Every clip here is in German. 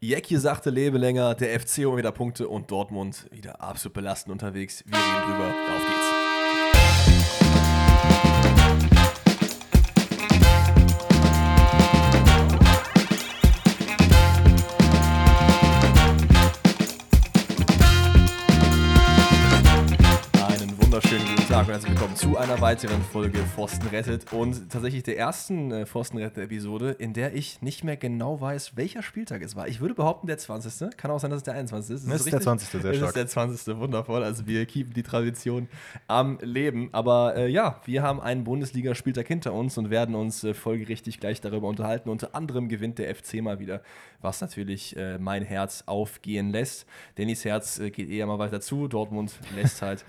Jackie sagte, lebe länger, der FC holt wieder Punkte und Dortmund wieder absolut belastend unterwegs. Wir reden drüber, auf geht's. Einen wunderschönen guten Tag und herzlich willkommen zu einer weiteren Folge Pfosten rettet und tatsächlich der ersten äh, Pfosten rettet Episode, in der ich nicht mehr genau weiß, welcher Spieltag es war. Ich würde behaupten, der 20. Kann auch sein, dass es der 21. ist. Es ist der richtig? 20., sehr es stark. Ist der 20. Wundervoll. Also wir keepen die Tradition am Leben. Aber äh, ja, wir haben einen Bundesligaspieltag hinter uns und werden uns äh, folgerichtig gleich darüber unterhalten. Unter anderem gewinnt der FC mal wieder, was natürlich äh, mein Herz aufgehen lässt. Dannys Herz äh, geht eher mal weiter zu. Dortmund lässt halt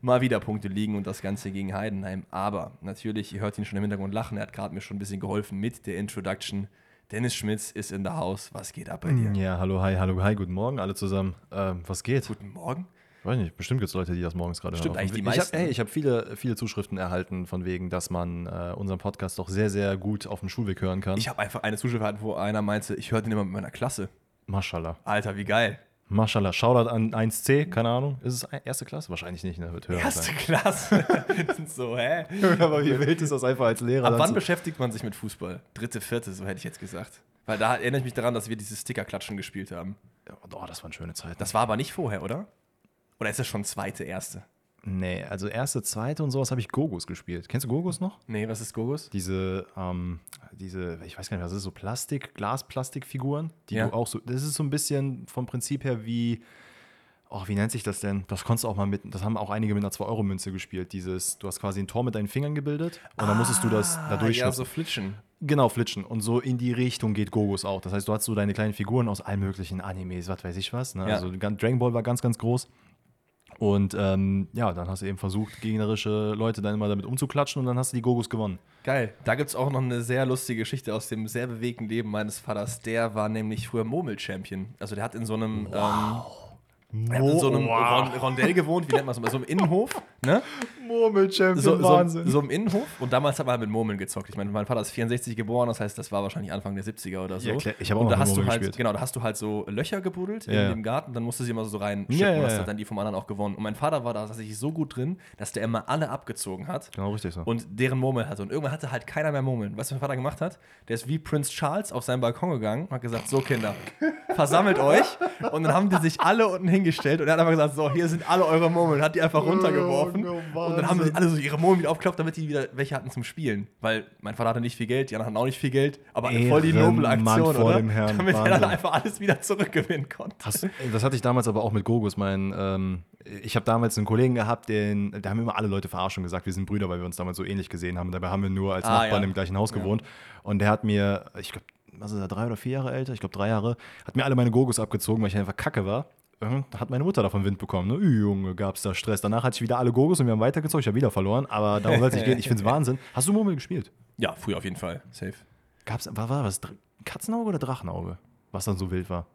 mal wieder Punkte liegen und das Ganze gegen Heidenheim. Aber natürlich, ihr hört ihn schon im Hintergrund lachen. Er hat gerade mir schon ein bisschen geholfen mit der Introduction. Dennis Schmitz ist in der Haus. Was geht ab bei dir? Ja, hallo, hi, hallo, hi, guten Morgen alle zusammen. Ähm, was geht? Guten Morgen. Weiß nicht, bestimmt gibt es Leute, die das morgens gerade Stimmt, eigentlich die ich meisten. Hab, hey, ich habe viele, viele Zuschriften erhalten von wegen, dass man äh, unseren Podcast doch sehr, sehr gut auf dem Schulweg hören kann. Ich habe einfach eine Zuschrift gehabt, wo einer meinte, ich höre den immer mit meiner Klasse. Maschallah. Alter, wie geil. Maschallah. Shoutout an 1C, keine Ahnung. Ist es ein- erste Klasse? Wahrscheinlich nicht, ne? Wird höher Erste Klasse. so, hä? sein. Aber wie wild ist das einfach als Lehrer? Ab dann wann zu- beschäftigt man sich mit Fußball? Dritte, vierte, so hätte ich jetzt gesagt. Weil da erinnere ich mich daran, dass wir dieses Stickerklatschen gespielt haben. oh, das waren schöne Zeiten. Das war aber nicht vorher, oder? Oder ist das schon zweite, erste? nee, also erste, zweite und sowas habe ich Gogus gespielt. Kennst du Gogus noch? Nee, was ist Gogus? diese, ähm, diese, ich weiß gar nicht, was ist so Plastik, Glas-Plastikfiguren, die Ja. du auch so, das ist so ein bisschen vom Prinzip her wie, oh, wie nennt sich das denn? Das konntest du auch mal mit, das haben auch einige mit einer 2-Euro-Münze gespielt, dieses, du hast quasi ein Tor mit deinen Fingern gebildet und dann musstest du das da Ah, ja, durchschnitzen. so flitschen. Genau, flitschen. Und so in die Richtung geht Gogus auch. Das heißt, du hast so deine kleinen Figuren aus allen möglichen Animes, was weiß ich was. Ne? Ja. Also gan- Dragon Ball war ganz, ganz groß. Und ähm, ja, dann hast du eben versucht, gegnerische Leute dann immer damit umzuklatschen und dann hast du die Gogus gewonnen. Geil. Da gibt es auch noch eine sehr lustige Geschichte aus dem sehr bewegten Leben meines Vaters. Der war nämlich früher Murmel-Champion. Also der hat in so einem. Ähm, Er hat in so einem Ron Rondell gewohnt, wie nennt man es mal, so einem Innenhof, ne? Murmelchampion, So, so, so im Innenhof. Und damals hat man halt mit Murmeln gezockt. Ich meine, mein Vater ist 64 geboren, das heißt, das war wahrscheinlich Anfang der 70er oder so. Ja, klar, ich hab auch Und da noch mit hast du Murmeln halt, gespielt. Genau, da hast du halt so Löcher gebuddelt Ja. in dem Garten, dann musstest du immer so rein Ja, ja, und hast ja. halt dann die vom anderen auch gewonnen. Und mein Vater war da tatsächlich so gut drin, dass der immer alle abgezogen hat. genau, richtig so. Und deren Murmeln hatte. Und irgendwann hatte halt keiner mehr Murmeln. Weißt du, was mein Vater gemacht hat? Der ist wie Prinz Charles auf seinen Balkon gegangen und hat gesagt: So, Kinder, versammelt euch. Und dann haben die sich alle unten hingestellt und er hat einfach gesagt: So, hier sind alle eure Murmeln. Hat die einfach runtergeworfen. Oh, no, und dann haben sich Wahnsinn. alle so ihre Murmeln wieder aufgeklappt, damit die wieder welche hatten zum Spielen. Weil mein Vater hatte nicht viel Geld, die anderen hatten auch nicht viel Geld. Aber eine voll die Ehrenmann noble Aktion, vor oder? dem Herrn. Damit er dann Wahnsinn. einfach alles wieder zurückgewinnen konnte. Hast, das hatte ich damals aber auch mit Gogus. Mein, ähm, ich habe damals einen Kollegen gehabt, den, da haben immer alle Leute verarscht und gesagt, wir sind Brüder, weil wir uns damals so ähnlich gesehen haben. Dabei haben wir nur als Ah, Nachbarn ja. im gleichen Haus gewohnt. Und der hat mir, ich glaube, was ist er, drei oder vier Jahre älter? Ich glaube, drei Jahre, hat mir alle meine Gogus abgezogen, weil ich einfach kacke war. Irgendwann Hat meine Mutter davon Wind bekommen. Ne? Ü, Junge, gab's da Stress. Danach hatte ich wieder alle Gogus und wir haben weitergezogen. Ich habe wieder verloren, aber darum soll es nicht gehen. Ich finde es Wahnsinn. Hast du Murmel gespielt? Ja, früher auf jeden Fall. Safe. Gab's, war, war was? Dr- Katzenauge oder Drachenauge? Was dann so wild war.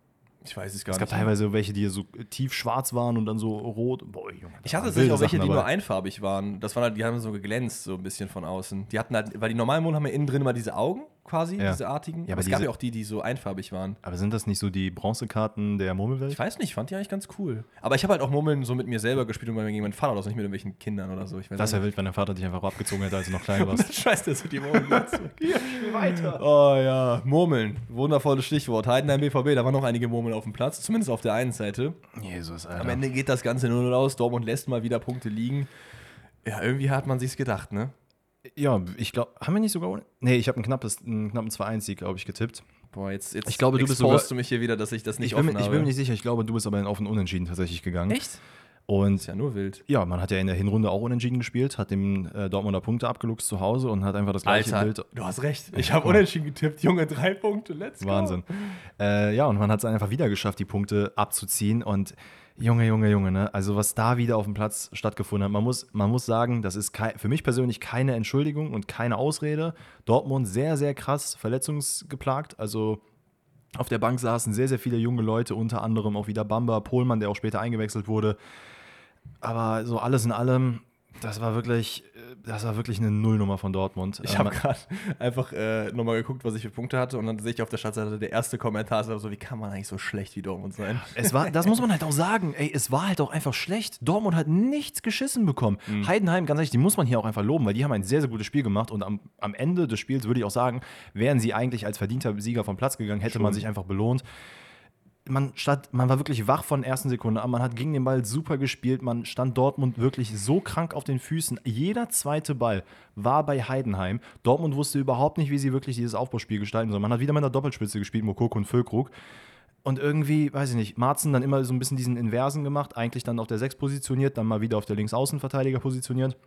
Ich weiß es gar Es nicht. gab teilweise welche, die so tief schwarz waren und dann so rot. Boah, Junge. Ich hatte tatsächlich auch welche, die nur einfarbig waren. Das waren halt, die haben so geglänzt, so ein bisschen von außen. Die hatten halt, weil die normalen Mond haben ja innen drin immer diese Augen quasi, Ja. diese artigen. aber Ja, aber es gab diese- ja auch die, die so einfarbig waren. Aber sind das nicht so die Bronzekarten der Murmelwelt? Ich weiß nicht, ich fand die eigentlich ganz cool. Aber ich habe halt auch Murmeln so mit mir selber gespielt und bei gegen meinen Vater oder so, nicht mit irgendwelchen Kindern oder so. Ich weiß Das auch wäre wild, wenn dein Vater dich einfach abgezogen hätte, als du noch klein warst. nicht. Scheiß das mit die Murmeln. Hier, weiter. Oh ja, Murmeln. Wundervolles Stichwort. Halt Heidenheim BVB, da waren noch einige Murmeln auf dem Platz, zumindest auf der einen Seite. Jesus, Am Alter. Ende geht das Ganze 0-0 aus. Dortmund lässt mal wieder Punkte liegen. Ja, irgendwie hat man sich's gedacht, ne? Ja, ich glaube, haben wir nicht sogar. ohne- Nee, ich habe einen, knappes- einen knappen 2-1-Sieg, glaube ich, getippt. Boah, jetzt, jetzt Ich glaube, du bist exposed sogar- du mich hier wieder, dass ich das nicht ich, bin, offen mir- habe. ich bin mir nicht sicher, ich glaube, du bist aber in offen Unentschieden tatsächlich gegangen. Echt? Und Ist ja nur wild. Ja, man hat ja in der Hinrunde auch unentschieden gespielt, hat dem äh, Dortmunder Punkte abgeluchst zu Hause und hat einfach das gleiche Alter, Bild. du hast recht. Ich habe unentschieden getippt. Junge, drei Punkte. Let's go. Wahnsinn. Äh, ja, und man hat es einfach wieder geschafft, die Punkte abzuziehen. Und Junge, Junge, Junge, ne? Also was da wieder auf dem Platz stattgefunden hat, man muss, man muss sagen, das ist kei- für mich persönlich keine Entschuldigung und keine Ausrede. Dortmund sehr, sehr krass verletzungsgeplagt. Also auf der Bank saßen sehr, sehr viele junge Leute, unter anderem auch wieder Bamba, Pohlmann, der auch später eingewechselt wurde. Aber so alles in allem, Das war wirklich, äh, das war wirklich eine Nullnummer von Dortmund. Ich Ähm, habe gerade einfach äh, nochmal geguckt, was ich für Punkte hatte und dann sehe ich auf der Startseite, der erste Kommentar ist aber so, wie kann man eigentlich so schlecht wie Dortmund sein? Es war, das muss man halt auch sagen, ey, es war halt auch einfach schlecht. Dortmund hat nichts geschissen bekommen. Heidenheim, ganz ehrlich, die muss man hier auch einfach loben, weil die haben ein sehr, sehr gutes Spiel gemacht und am, am Ende des Spiels würde ich auch sagen, wären sie eigentlich als verdienter Sieger vom Platz gegangen, hätte man sich einfach belohnt. Man, statt, man war wirklich wach von der ersten Sekunde an. Man hat gegen den Ball super gespielt. Man stand Dortmund wirklich so krank auf den Füßen. Jeder zweite Ball war bei Heidenheim. Dortmund wusste überhaupt nicht, wie sie wirklich dieses Aufbauspiel gestalten sollen. Man hat wieder mit einer Doppelspitze gespielt, Mokoko und Füllkrug. Und irgendwie, weiß ich nicht, Marzen dann immer so ein bisschen diesen Inversen gemacht, eigentlich dann auf der 6 positioniert, dann mal wieder auf der Linksaußenverteidiger positioniert.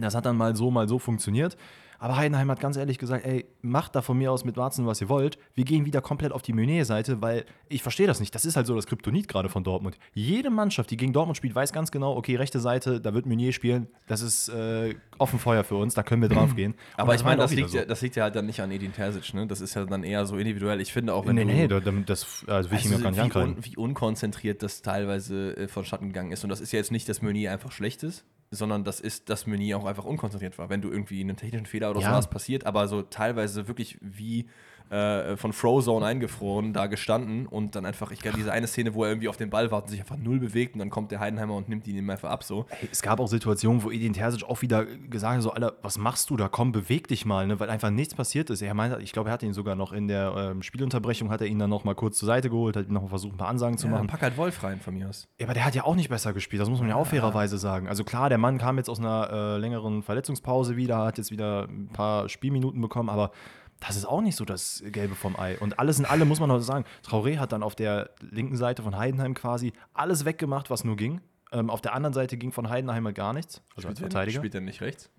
Das hat dann mal so, mal so funktioniert. Aber Heidenheim hat ganz ehrlich gesagt, ey, macht da von mir aus mit Marzen, was ihr wollt. Wir gehen wieder komplett auf die Meunier-Seite, weil ich verstehe das nicht. Das ist halt so das Kryptonit gerade von Dortmund. Jede Mannschaft, die gegen Dortmund spielt, weiß ganz genau, okay, rechte Seite, da wird Meunier spielen. Das ist äh, offen Feuer für uns, da können wir drauf gehen. Aber Und ich meine, war das halt auch liegt, wieder ja, das liegt ja halt dann nicht an Edin Terzic, ne? Das ist ja dann eher so individuell. Ich finde auch, so. wenn Nee, du, nee, da- da- das also will ich mir also gar nicht wie, ankreiden. un, wie unkonzentriert das teilweise äh, vonstatten gegangen ist. Und das ist ja jetzt nicht, dass Meunier einfach schlecht ist, sondern das ist, dass Meunier auch einfach unkonzentriert war. Wenn du irgendwie einen technischen Fehler oder Ja. sowas passiert, aber so teilweise wirklich wie äh, von Frozone eingefroren da gestanden und dann einfach, ich glaube, diese eine Szene, wo er irgendwie auf den Ball wartet, sich einfach null bewegt und dann kommt der Heidenheimer und nimmt ihn ihm einfach ab so. Es gab auch Situationen, wo Edin Terzic auch wieder gesagt hat, so, Alter, was machst du da? Komm, beweg dich mal, ne? weil einfach nichts passiert ist. Er meinte, ich glaube, er hat ihn sogar noch in der ähm, Spielunterbrechung, hat er ihn dann noch mal kurz zur Seite geholt, hat ihm noch mal versucht, ein paar Ansagen zu Ja, machen. pack halt Wolf rein von mir aus. Ja, aber der hat ja auch nicht besser gespielt, das muss man ja auch fairerweise sagen. Also klar, der Mann kam jetzt aus einer äh, längeren Verletzungspause wieder, hat jetzt wieder ein paar Spielminuten bekommen, aber das ist auch nicht so das Gelbe vom Ei. Und alles in allem muss man auch sagen, Traoré hat dann auf der linken Seite von Heidenheim quasi alles weggemacht, was nur ging. Ähm, auf der anderen Seite ging von Heidenheim halt gar nichts. Also als er- Verteidiger. Spielt er nicht rechts?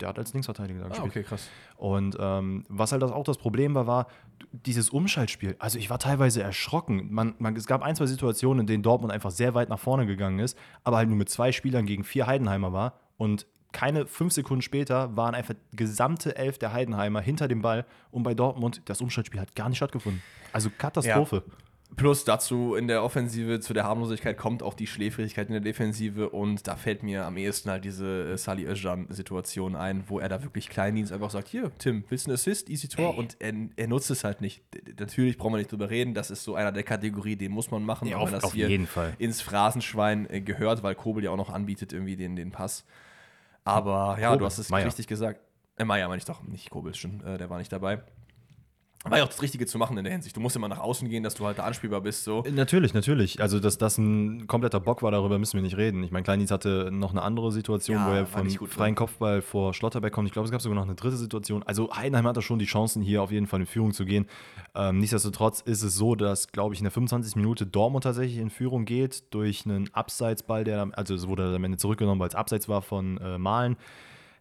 Der hat als Linksverteidiger da Ah, gespielt. okay, krass. Und ähm, was halt das auch das Problem war, war dieses Umschaltspiel. Also ich war teilweise erschrocken. Man, man, es gab ein, zwei Situationen, in denen Dortmund einfach sehr weit nach vorne gegangen ist, aber halt nur mit zwei Spielern gegen vier Heidenheimer war. Und keine fünf Sekunden später waren einfach gesamte Elf der Heidenheimer hinter dem Ball. Und bei Dortmund, das Umschaltspiel hat gar nicht stattgefunden. Also Katastrophe. Plus dazu in der Offensive, zu der Harmlosigkeit kommt auch die Schläfrigkeit in der Defensive und da fällt mir am ehesten halt diese äh, Sally Özcan-Situation ein, wo er da wirklich Kleindienst einfach sagt, hier, Tim, willst du einen Assist, easy Tor und er, er nutzt es halt nicht. D- d- Natürlich brauchen wir nicht drüber reden, das ist so einer der Kategorie, den muss man machen, Ja, weil auf- das auf hier jeden Fall. ins Phrasenschwein äh, gehört, weil Kobel ja auch noch anbietet irgendwie den, den Pass. Aber ja, Kobel, du hast es Meier. richtig gesagt. Äh, Meier meine ich doch, nicht Kobel, stimmt, äh, der war nicht dabei. War ja auch das Richtige zu machen in der Hinsicht. Du musst immer nach außen gehen, dass du halt da anspielbar bist. So. Äh, Natürlich, natürlich. Also, dass das ein kompletter Bock war, darüber müssen wir nicht reden. Ich meine, Kleindienst hatte noch eine andere Situation, Ja, wo er war vom nicht gut ne? drin. freien Kopfball vor Schlotterbeck kommt. Ich glaube, es gab sogar noch eine dritte Situation. Also, Heidenheim hatte schon die Chancen, hier auf jeden Fall in Führung zu gehen. Ähm, nichtsdestotrotz ist es so, dass, glaube ich, in der 25. Minute Dortmund tatsächlich in Führung geht durch einen Abseitsball, der, dann- also es wurde am Ende zurückgenommen, weil es Abseits war von äh, Malen.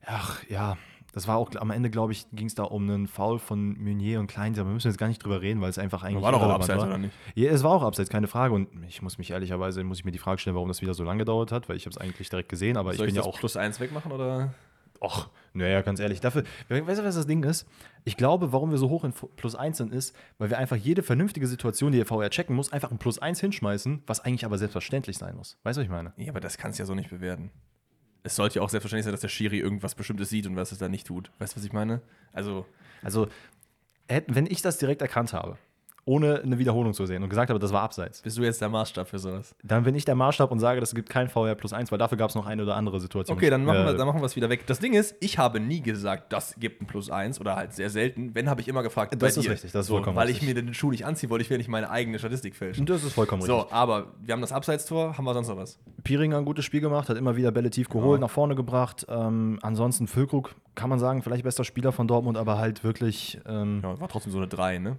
Ach ja, das war auch am Ende, glaube ich, ging es da um einen Foul von Meunier und Kleindienst. Aber wir müssen jetzt gar nicht drüber reden, weil es einfach eigentlich. War doch auch irrelevant Abseits, oder nicht? ja, es war auch abseits, keine Frage. Und ich muss mich ehrlicherweise, muss ich mir die Frage stellen, warum das wieder so lange gedauert hat, weil ich habe es eigentlich direkt gesehen, aber ich bin ja auch. plus eins wegmachen oder? Och, naja, ganz ehrlich, dafür, we- weißt du, was das Ding ist? Ich glaube, warum wir so hoch in Fu- Plus 1 sind, ist, weil wir einfach jede vernünftige Situation, die der VR checken muss, einfach ein Plus 1 hinschmeißen, was eigentlich aber selbstverständlich sein muss. Weißt du, was ich meine? Ja, aber das kannst du ja so nicht bewerten. Es sollte ja auch selbstverständlich sein, dass der Schiri irgendwas Bestimmtes sieht und was es dann nicht tut. Weißt du, was ich meine? Also, Also, hätten- wenn ich das direkt erkannt habe, ohne eine Wiederholung zu sehen und gesagt habe, das war abseits, bist du jetzt der Maßstab für sowas? dann bin ich der Maßstab und sage, das gibt kein VR Plus 1, weil dafür gab es noch eine oder andere Situation. Okay, dann machen, Äh, wir, dann machen wir es wieder weg. Das Ding ist, ich habe nie gesagt, das gibt ein Plus eins oder halt sehr selten. Wenn, habe ich immer gefragt, Das ist richtig, das ist so, vollkommen Weil ich richtig. mir den Schuh nicht anziehen wollte, ich will ja nicht meine eigene Statistik fälschen. Das ist vollkommen richtig. So, aber wir haben das Abseitstor, haben wir sonst noch was? Pieringer ein gutes Spiel gemacht, hat immer wieder Bälle tief geholt, nach vorne gebracht. Ähm, ansonsten Füllkrug, kann man sagen, vielleicht bester Spieler von Dortmund, aber halt wirklich ähm, Ja, war trotzdem so eine 3, ne?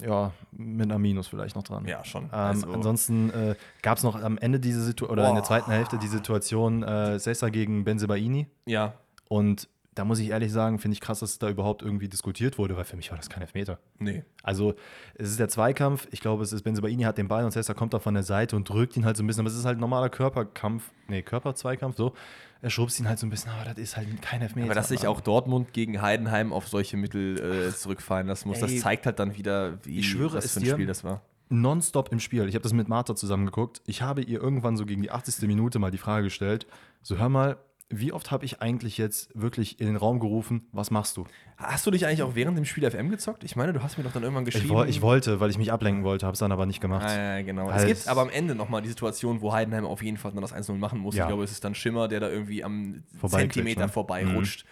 ja. mit einer Minus vielleicht noch dran. Ja, Also schon. Ähm, Ansonsten äh, gab es noch am Ende diese Situation, oder in der zweiten Hälfte die Situation äh, Sessa gegen Benzebaini. ja, Und da muss ich ehrlich sagen, finde ich krass, dass es da überhaupt irgendwie diskutiert wurde, weil für mich war das kein Elfmeter. nee. Also es ist der Zweikampf. Ich glaube, es ist Benzibaini hat den Ball und Cesar kommt da von der Seite und drückt ihn halt so ein bisschen. Aber es ist halt ein normaler Körperkampf, nee, Körperzweikampf, so. Er schubst ihn halt so ein bisschen, aber das ist halt kein Elfmeter. Aber dass sich auch Dortmund gegen Heidenheim auf solche Mittel äh, zurückfallen lassen muss, Ey. das zeigt halt dann wieder, wie Ich schwöre was es für ein dir. Spiel das war. nonstop im Spiel. Ich habe das mit Martha zusammengeguckt. Ich habe ihr irgendwann so gegen die 80. Minute mal die Frage gestellt: So, hör mal, wie oft habe ich eigentlich jetzt wirklich in den Raum gerufen, was machst du? Hast du dich eigentlich auch während dem Spiel FM gezockt? Ich meine, du hast mir doch dann irgendwann Ich, geschrieben. wo, ich Halt. wollte, weil ich mich ablenken wollte, habe es dann aber nicht gemacht. Ah, ja, genau. Als- es gibt aber am Ende nochmal die Situation, wo Heidenheim auf jeden Fall dann das 1-0 machen muss. Ja. Ich glaube, es ist dann Schimmer, der da irgendwie am Vorbeiglitscht, Zentimeter ne? Mhm. vorbeirutscht.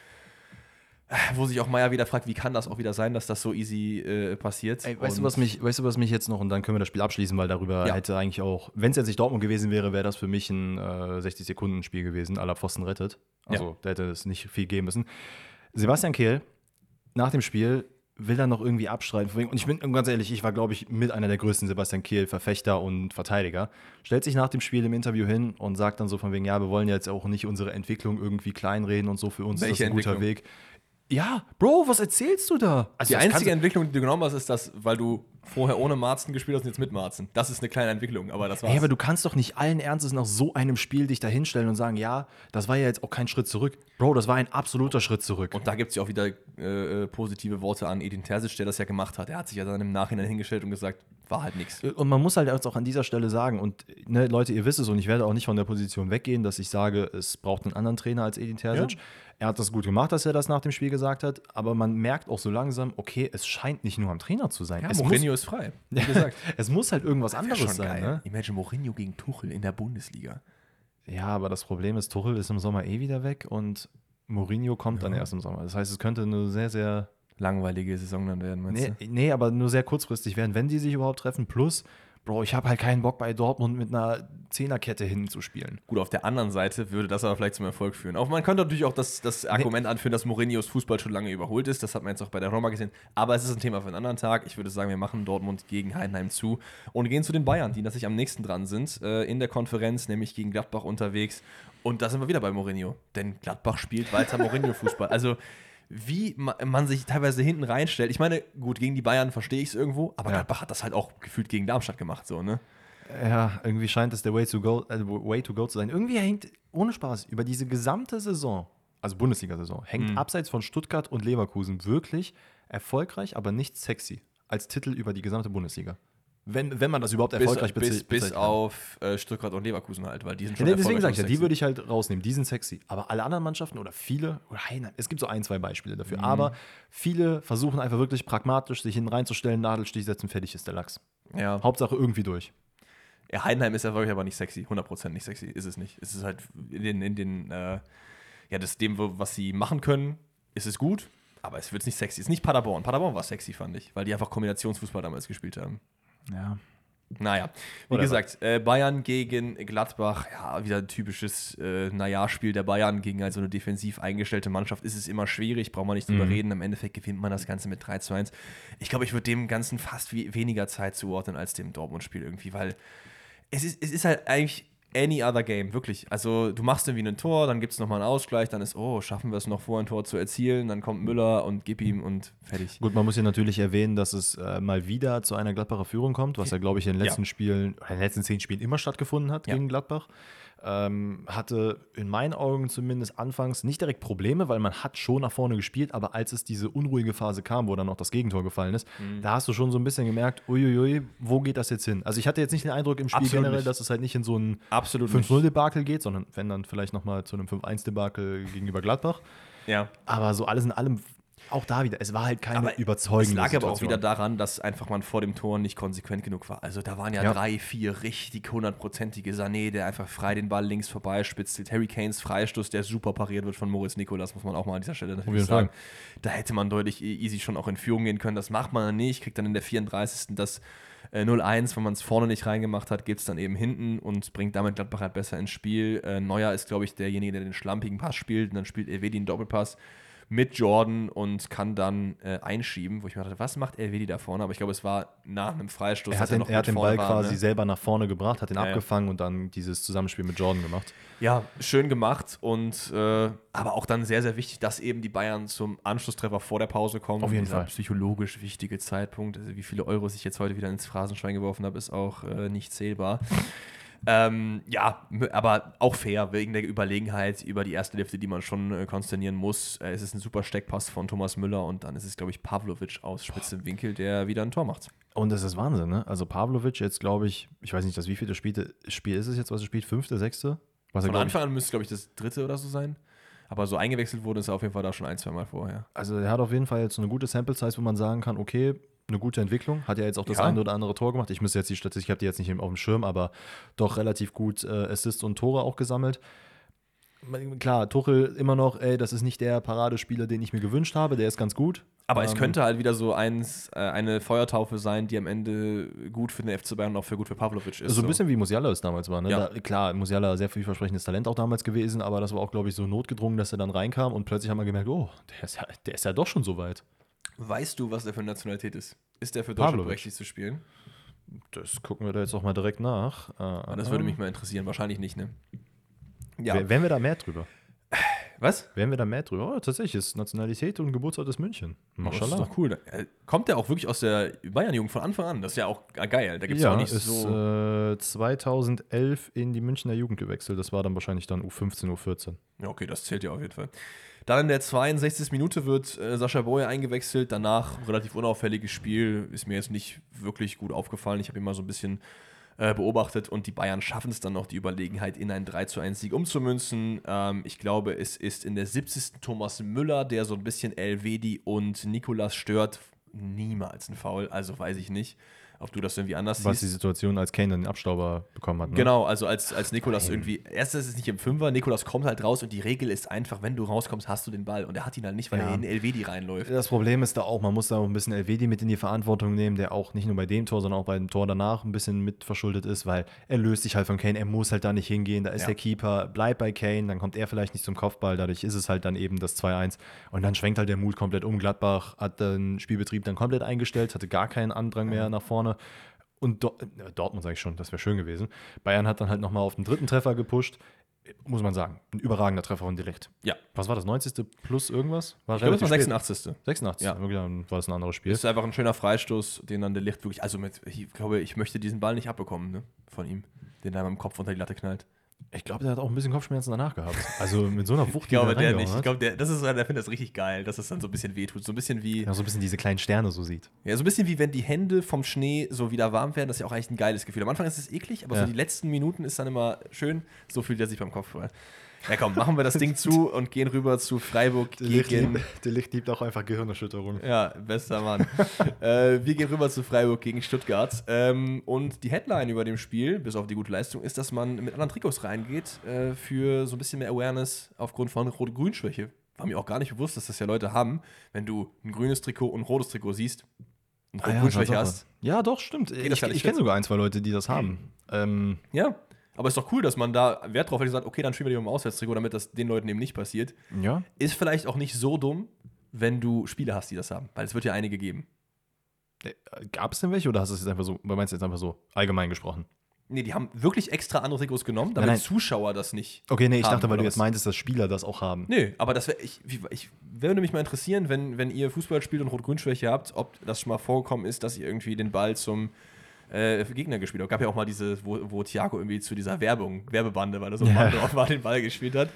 Äh, Wo sich auch Meier wieder fragt, wie kann das auch wieder sein, dass das so easy äh, passiert. Ey, weißt, du, Und- was mich, weißt du, was mich jetzt noch, und dann können wir das Spiel abschließen, weil darüber Ja. hätte eigentlich auch, wenn es jetzt nicht Dortmund gewesen wäre, wäre das für mich ein äh, 60-Sekunden-Spiel gewesen, aller Pfosten rettet. Also, da hätte es nicht viel geben müssen. Sebastian Kehl, nach dem Spiel, will dann noch irgendwie abstreiten. Und ich bin ganz ehrlich, ich war, glaube ich, mit einer der größten Sebastian Kehl-Verfechter und Verteidiger. Stellt sich nach dem Spiel im Interview hin und sagt dann so von wegen, ja, wir wollen jetzt auch nicht unsere Entwicklung irgendwie kleinreden und so, für uns ist Welche das ein guter Entwicklung? Weg. Ja, Bro, was erzählst du da? Also Die das kannst- einzige Entwicklung, die du genommen hast, ist das, weil du vorher ohne Marzen gespielt hast und jetzt mit Marzen. Das ist eine kleine Entwicklung, aber das war's. Hey, aber du kannst doch nicht allen Ernstes nach so einem Spiel dich da hinstellen und sagen, ja, das war ja jetzt auch kein Schritt zurück. Bro, das war ein absoluter Schritt zurück. und da gibt es ja auch wieder äh, äh, positive Worte an Edin Terzic, der das ja gemacht hat. Er hat sich ja dann im Nachhinein hingestellt und gesagt, war halt nichts. Und man muss halt jetzt auch an dieser Stelle sagen, und ne, Leute, ihr wisst es, und ich werde auch nicht von der Position weggehen, dass ich sage, es braucht einen anderen Trainer als Edin Terzic. Ja. Er hat das gut gemacht, dass er das nach dem Spiel gesagt hat, aber man merkt auch so langsam, okay, es scheint nicht nur am Trainer zu sein. es, muss, ist frei. Wie gesagt. es muss halt irgendwas Wär anderes sein. Ne? Imagine Mourinho gegen Tuchel in der Bundesliga. Ja, aber das Problem ist, Tuchel ist im Sommer eh wieder weg und Mourinho kommt dann erst im Sommer. Das heißt, es könnte eine sehr, sehr Langweilige Saison dann werden, meinst Nee, nee, aber nur sehr kurzfristig werden, wenn die sich überhaupt treffen. Plus, Bro, ich habe halt keinen Bock bei Dortmund mit einer Zehnerkette hinzuspielen. Gut, auf der anderen Seite würde das aber vielleicht zum Erfolg führen. Auch man könnte natürlich auch das, das Argument anführen, dass Mourinhos Fußball schon lange überholt ist. Das hat man jetzt auch bei der Roma gesehen. Aber es ist ein Thema für einen anderen Tag. Ich würde sagen, wir machen Dortmund gegen Heidenheim zu und gehen zu den Bayern, die natürlich am nächsten dran sind, äh, in der Konferenz, nämlich gegen Gladbach unterwegs. Und da sind wir wieder bei Mourinho. Denn Gladbach spielt weiter Mourinho-Fußball. Also. Wie ma- man sich teilweise hinten reinstellt. Ich meine, gut, gegen die Bayern verstehe ich es irgendwo, aber Ja. Gladbach hat das halt auch gefühlt gegen Darmstadt gemacht, so, ne? Ja, irgendwie scheint es der Way to go, äh, way to, go zu sein. Irgendwie hängt, ohne Spaß, über diese gesamte Saison, also Bundesliga-Saison, Mhm. hängt abseits von Stuttgart und Leverkusen wirklich erfolgreich, aber nicht sexy als Titel über die gesamte Bundesliga. Wenn, wenn man das überhaupt erfolgreich bis, bis, beze- bis bezeichnen kann. auf äh, Stuttgart und Leverkusen halt, weil die sind schon Nee, deswegen erfolgreich sage ich ja, und die sexy. würde ich halt rausnehmen. Die sind sexy. Aber alle anderen Mannschaften oder viele, oder Heidenheim, es gibt so ein, zwei Beispiele dafür. Mhm. Aber viele versuchen einfach wirklich pragmatisch, sich hinten reinzustellen, Nadelstich setzen, fertig ist der Lachs. Ja. Hauptsache irgendwie durch. ja, Heidenheim ist erfolgreich, aber nicht sexy. 100% nicht sexy ist es nicht. Es ist halt in den, in den äh, ja, das dem, wo- was sie machen können, ist es gut, aber es wird nicht sexy. Es ist nicht Paderborn. Paderborn war sexy, fand ich, weil die einfach Kombinationsfußball damals gespielt haben. Ja. Naja, wie Whatever. gesagt, äh, Bayern gegen Gladbach, ja, wieder ein typisches äh, Naja-Spiel der Bayern gegen halt so eine defensiv eingestellte Mannschaft. Ist es immer schwierig, braucht man nicht Mhm. drüber reden. Im Endeffekt gewinnt man das Ganze mit 3 zu 1. Ich glaube, ich würde dem Ganzen fast wie weniger Zeit zuordnen als dem Dortmund-Spiel irgendwie, weil es ist, es ist halt eigentlich any other game, wirklich. Also du machst irgendwie ein Tor, dann gibt es nochmal einen Ausgleich, dann ist, oh, schaffen wir es noch vor ein Tor zu erzielen, dann kommt Müller und gib ihm und fertig. Gut, man muss hier natürlich erwähnen, dass es äh, mal wieder zu einer Gladbacher Führung kommt, was ja, glaube ich, in den Ja. letzten Spielen, oder in den letzten zehn Spielen immer stattgefunden hat Ja. gegen Gladbach. Ähm, hatte in meinen Augen zumindest anfangs nicht direkt Probleme, weil man hat schon nach vorne gespielt, aber als es diese unruhige Phase kam, wo dann auch das Gegentor gefallen ist, Mhm. da hast du schon so ein bisschen gemerkt, uiuiui, wo geht das jetzt hin? Also ich hatte jetzt nicht den Eindruck im Spiel Absolut generell, nicht. dass es halt nicht in so ein Absolut 5-0-Debakel geht, sondern wenn dann vielleicht nochmal zu einem 5-1-Debakel gegenüber Gladbach. Ja. Aber so alles in allem, auch da wieder, es war halt keine überzeugende Es lag aber auch Situation. wieder daran, dass einfach man vor dem Tor nicht konsequent genug war. Also da waren ja, Ja. drei, vier richtig hundertprozentige Sané, der einfach frei den Ball links vorbei spitzelt. Harry Kanes Freistoß, der super pariert wird von Moritz Nikolas, muss man auch mal an dieser Stelle natürlich jeden sagen. Da hätte man deutlich e- easy schon auch in Führung gehen können. Das macht man dann nicht, kriegt dann in der 34. das äh, 0-1, wenn man es vorne nicht reingemacht hat, gibt es dann eben hinten und bringt damit Gladbach halt besser ins Spiel. Äh, Neuer ist, glaube ich, derjenige, der den schlampigen Pass spielt und dann spielt Elvedi einen Doppelpass mit Jordan und kann dann äh, einschieben, wo ich mir dachte, was macht Elvedi da vorne? Aber ich glaube, es war nach einem Freistoß, Er dass hat den, noch er hat mit den Ball vorne war, quasi ne? selber nach vorne gebracht, hat den Ja, ja. abgefangen und dann dieses Zusammenspiel mit Jordan gemacht. Ja, schön gemacht und äh, aber auch dann sehr, sehr wichtig, dass eben die Bayern zum Anschlusstreffer vor der Pause kommen. Auf jeden Dieser Fall. Psychologisch wichtige Zeitpunkt. Also wie viele Euros ich jetzt heute wieder ins Phrasenschwein geworfen habe, ist auch äh, nicht zählbar. ähm, ja, m- aber auch fair, wegen der Überlegenheit über die erste Hälfte, die man schon äh, konsternieren muss. Äh, es ist ein super Steckpass von Thomas Müller und dann ist es, glaube ich, Pavlovic aus spitzem Winkel, der wieder ein Tor macht. Und das ist Wahnsinn, ne? Also Pavlovic jetzt, glaube ich, ich weiß nicht, das wievielte Spiel, Spiel ist es jetzt, was er spielt? Fünfte, sechste? Was er, Von glaub ich, Anfang an müsste, glaube ich, das dritte oder so sein. Aber so eingewechselt wurde, ist er auf jeden Fall da schon ein, zwei Mal vorher. Also er hat auf jeden Fall jetzt eine gute Sample Size, wo man sagen kann, okay, eine gute Entwicklung. Hat ja jetzt auch das Ja. eine oder andere Tor gemacht. Ich müsste jetzt die Statistik, ich habe die jetzt nicht im- auf dem Schirm, aber doch relativ gut äh, Assists und Tore auch gesammelt. Man- Klar, Tuchel immer noch, ey, das ist nicht der Paradespieler, den ich mir gewünscht habe. Der ist ganz gut. Aber es Ähm, könnte halt wieder so eins, äh, eine Feuertaufe sein, die am Ende gut für den FC Bayern und auch für gut für Pavlovic ist. Also So ein bisschen wie Musiala es damals war. Ne? Ja. Da, klar, Musiala sehr vielversprechendes Talent auch damals gewesen, aber das war auch, glaube ich, so notgedrungen, dass er dann reinkam und plötzlich haben wir gemerkt, oh, der ist ja, der ist ja doch schon so weit. Weißt du, was der für eine Nationalität ist? Ist der für Deutschland Pavlovic. berechtigt zu spielen? Das gucken wir da jetzt auch mal direkt nach. Äh, Aber das würde mich mal interessieren. Wahrscheinlich nicht, ne? Ja. Wär- Wären wir da mehr drüber? Was? Wären wir da mehr drüber? Oh, tatsächlich, ist Nationalität und Geburtsort ist München. Das ist doch cool. Äh, Kommt der auch wirklich aus der Bayern-Jugend von Anfang an? Das ist ja auch äh, geil. Da gibt es ja, Ja, auch nicht ist so. äh, 2011 in die Münchner Jugend gewechselt. Das war dann wahrscheinlich dann U15, U14. Ja, okay, das zählt ja auf jeden Fall. Dann in der 62. Minute wird äh, Sascha Boye eingewechselt. Danach relativ unauffälliges Spiel. Ist mir jetzt nicht wirklich gut aufgefallen. Ich habe ihn mal so ein bisschen äh, beobachtet und die Bayern schaffen es dann noch, die Überlegenheit in einen 3 zu 1 Sieg umzumünzen. Ähm, ich glaube, es ist in der 70. Thomas Müller, der so ein bisschen Elvedi und Nikolas stört. Niemals ein Foul, also weiß ich nicht, ob du das irgendwie anders Was siehst. die Situation, als Kane dann den Abstauber bekommen hat. Ne? Genau, also als, als Nikolas irgendwie, erst ist es nicht im Fünfer, Nikolas kommt halt raus und die Regel ist einfach, wenn du rauskommst, hast du den Ball und er hat ihn halt nicht, weil Ja. er in Elvedi reinläuft. Das Problem ist da auch, man muss da auch ein bisschen Elvedi mit in die Verantwortung nehmen, der auch nicht nur bei dem Tor, sondern auch bei dem Tor danach ein bisschen mit verschuldet ist, weil er löst sich halt von Kane, er muss halt da nicht hingehen, da ist Ja. der Keeper, bleibt bei Kane, dann kommt er vielleicht nicht zum Kopfball, dadurch ist es halt dann eben das 2-1 und dann schwenkt halt der Mut komplett um. Gladbach hat den Spielbetrieb dann komplett eingestellt, hatte gar keinen Andrang mehr Mhm. nach vorne. Und Dor- äh, Dortmund sage ich schon, das wäre schön gewesen. Bayern hat dann halt nochmal auf den dritten Treffer gepusht. Muss man sagen, ein überragender Treffer von Delicht. Ja, Was war das? 90. plus irgendwas? War ich glaube, das war relativ spät. 86. 86, Ja. ja. wirklich, dann war das ein anderes Spiel. Das ist einfach ein schöner Freistoß, den dann der Licht wirklich, also mit, ich glaube, ich möchte diesen Ball nicht abbekommen, ne, von ihm, den er mit dem Kopf unter die Latte knallt. Ich glaube, der hat auch ein bisschen Kopfschmerzen danach gehabt. Also mit so einer Wucht, Ich glaube, die der reingehauen nicht. Ich hat. glaube, der, das ist, der findet das richtig geil, dass es dann so ein bisschen wehtut. So ein bisschen wie, Ja, so ein bisschen diese kleinen Sterne so sieht. Ja, so ein bisschen wie wenn die Hände vom Schnee so wieder warm werden, das ist ja auch eigentlich ein geiles Gefühl. Am Anfang ist es eklig, aber so Ja. die letzten Minuten ist dann immer schön, so fühlt er sich beim Kopf. Ja komm, machen wir das Ding zu und gehen rüber zu Freiburg gegen. Licht liebt auch einfach Gehirnerschütterung. Ja, bester Mann. äh, wir gehen rüber zu Freiburg gegen Stuttgart. Ähm, und die Headline über dem Spiel, bis auf die gute Leistung, ist, dass man mit anderen Trikots reingeht äh, für so ein bisschen mehr Awareness aufgrund von Rot-Grün-Schwäche. War mir auch gar nicht bewusst, dass das ja Leute haben, wenn du ein grünes Trikot und ein rotes Trikot siehst und Ah, ja, Rot-Grün-Schwäche Tatsache. hast. ja, doch, stimmt. das Ich, gar nicht ich kenne fit? sogar ein, zwei Leute, die das haben. Ähm, Ja. Aber ist doch cool, dass man da Wert drauf hat und sagt, okay, dann spielen wir die um Auswärtstrikot, damit das den Leuten eben nicht passiert. ja. Ist vielleicht auch nicht so dumm, wenn du Spieler hast, die das haben, weil es wird ja einige geben. Gab es äh, denn welche oder hast du es jetzt einfach so, meinst du jetzt einfach so allgemein gesprochen? Nee, die haben wirklich extra andere Trikots genommen, damit Nein, nein. Zuschauer das nicht. Okay, nee, ich Haben, dachte, weil oder du jetzt was? meintest, dass Spieler das auch haben. Nö, aber das wäre, ich, wie- ich würde mich mal interessieren, wenn, wenn ihr Fußball spielt und Rot-Grün-Schwäche habt, ob das schon mal vorgekommen ist, dass ihr irgendwie den Ball zum äh, Gegner gespielt habt. Gab ja auch mal diese, wo, wo Thiago irgendwie zu dieser Werbung, Werbebande, weil er so ein Ja. Mann drauf war, den Ball gespielt hat.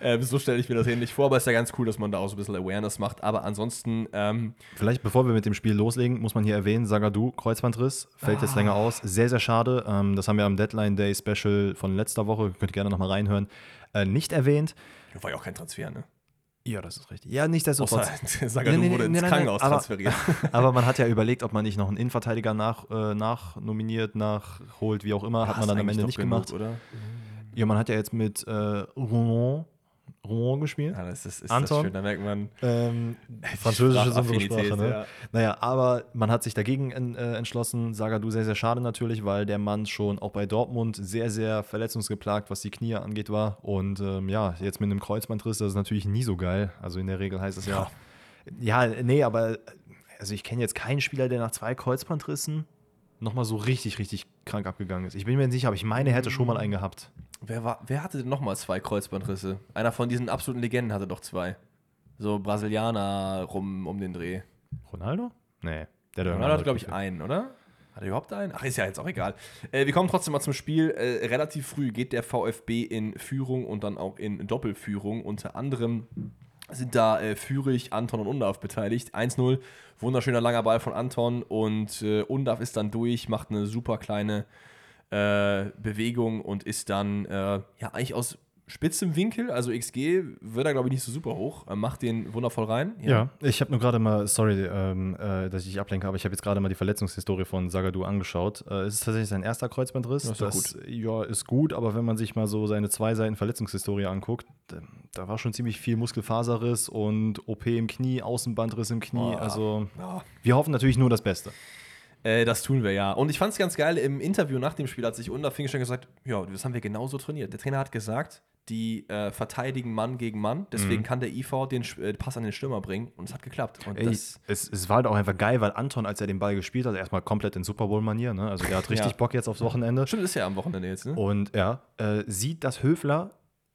Ähm, so stelle ich mir das ähnlich vor, aber ist ja ganz cool, dass man da auch so ein bisschen Awareness macht. Aber ansonsten, ähm, Vielleicht, bevor wir mit dem Spiel loslegen, muss man hier erwähnen, Sagadu, Kreuzbandriss, fällt jetzt länger aus. Sehr, sehr schade. Ähm, das haben wir am Deadline Day Special von letzter Woche, könnt ihr gerne nochmal reinhören, äh, nicht erwähnt. war ja auch kein Transfer, ne? Ja, das ist richtig. Ja, nichtsdestotrotz. Sagan Nee, nee, wurde nee, ins nein, Krankenhaus nein, aber- transferiert. Aber man hat ja überlegt, ob man nicht noch einen Innenverteidiger nach, äh, nachnominiert, nachholt, wie auch immer. Hat man dann am Ende nicht gemacht. oder? Ja, man hat ja jetzt mit äh, Rouen, Rouen gespielt. Ja, das ist, ist das Anton? schön, da merkt man. Ähm, Französisch ist unsere Sprachaffinität, Sprache, ne? ja. Naja, aber man hat sich dagegen en, äh, entschlossen. Sagadu sehr, sehr schade natürlich, weil der Mann schon auch bei Dortmund sehr, sehr verletzungsgeplagt, was die Knie angeht, war. Und ähm, ja, jetzt mit einem Kreuzbandriss, das ist natürlich nie so geil. Also in der Regel heißt es ja. Ja, nee, aber also ich kenne jetzt keinen Spieler, der nach zwei Kreuzbandrissen nochmal so richtig, richtig krank abgegangen ist. Ich bin mir nicht sicher, aber ich meine, er hätte schon mal einen gehabt. Wer, war, wer hatte denn nochmal zwei Kreuzbandrisse? Einer von diesen absoluten Legenden hatte doch zwei. So Brasilianer rum um den Dreh. Ronaldo? Nee. Der hat, Ronaldo hat, glaube ich, einen, oder? Hat er überhaupt einen? Ach, ist ja jetzt auch egal. Äh, wir kommen trotzdem mal zum Spiel. Äh, relativ früh geht der VfB in Führung und dann auch in Doppelführung. Unter anderem sind da äh, Führig, Anton und Undav beteiligt. 1-0, wunderschöner langer Ball von Anton und äh, Undav ist dann durch, macht eine super kleine äh, Bewegung und ist dann äh, ja eigentlich aus spitz im Winkel, also XG wird er, glaube ich, nicht so super hoch. Er macht den wundervoll rein. Ja, ich habe nur gerade mal, sorry, ähm, äh, dass ich dich ablenke, aber ich habe jetzt gerade mal die Verletzungshistorie von Sagadu angeschaut. Äh, es ist tatsächlich sein erster Kreuzbandriss. Ja, ist doch gut. Ja, ist gut, aber wenn man sich mal so seine zwei Seiten Verletzungshistorie anguckt, da, da war schon ziemlich viel Muskelfaserriss und OP im Knie, Außenbandriss im Knie. Boah. Also Ja. wir hoffen natürlich nur das Beste. Äh, das tun wir ja. Und ich fand es ganz geil, im Interview nach dem Spiel hat sich Under Finkelstein gesagt, ja, das haben wir genauso trainiert. Der Trainer hat gesagt, die äh, verteidigen Mann gegen Mann, deswegen kann der IV den Sch- äh, Pass an den Stürmer bringen und es hat geklappt. Und Ey, es, es war halt auch einfach geil, weil Anton, als er den Ball gespielt hat, erstmal komplett in Super Bowl-Manier, ne? Also der hat richtig Ja. Bock jetzt aufs Wochenende. stimmt, ist ja am Wochenende jetzt, ne? Und ja, äh, sieht, dass Höfler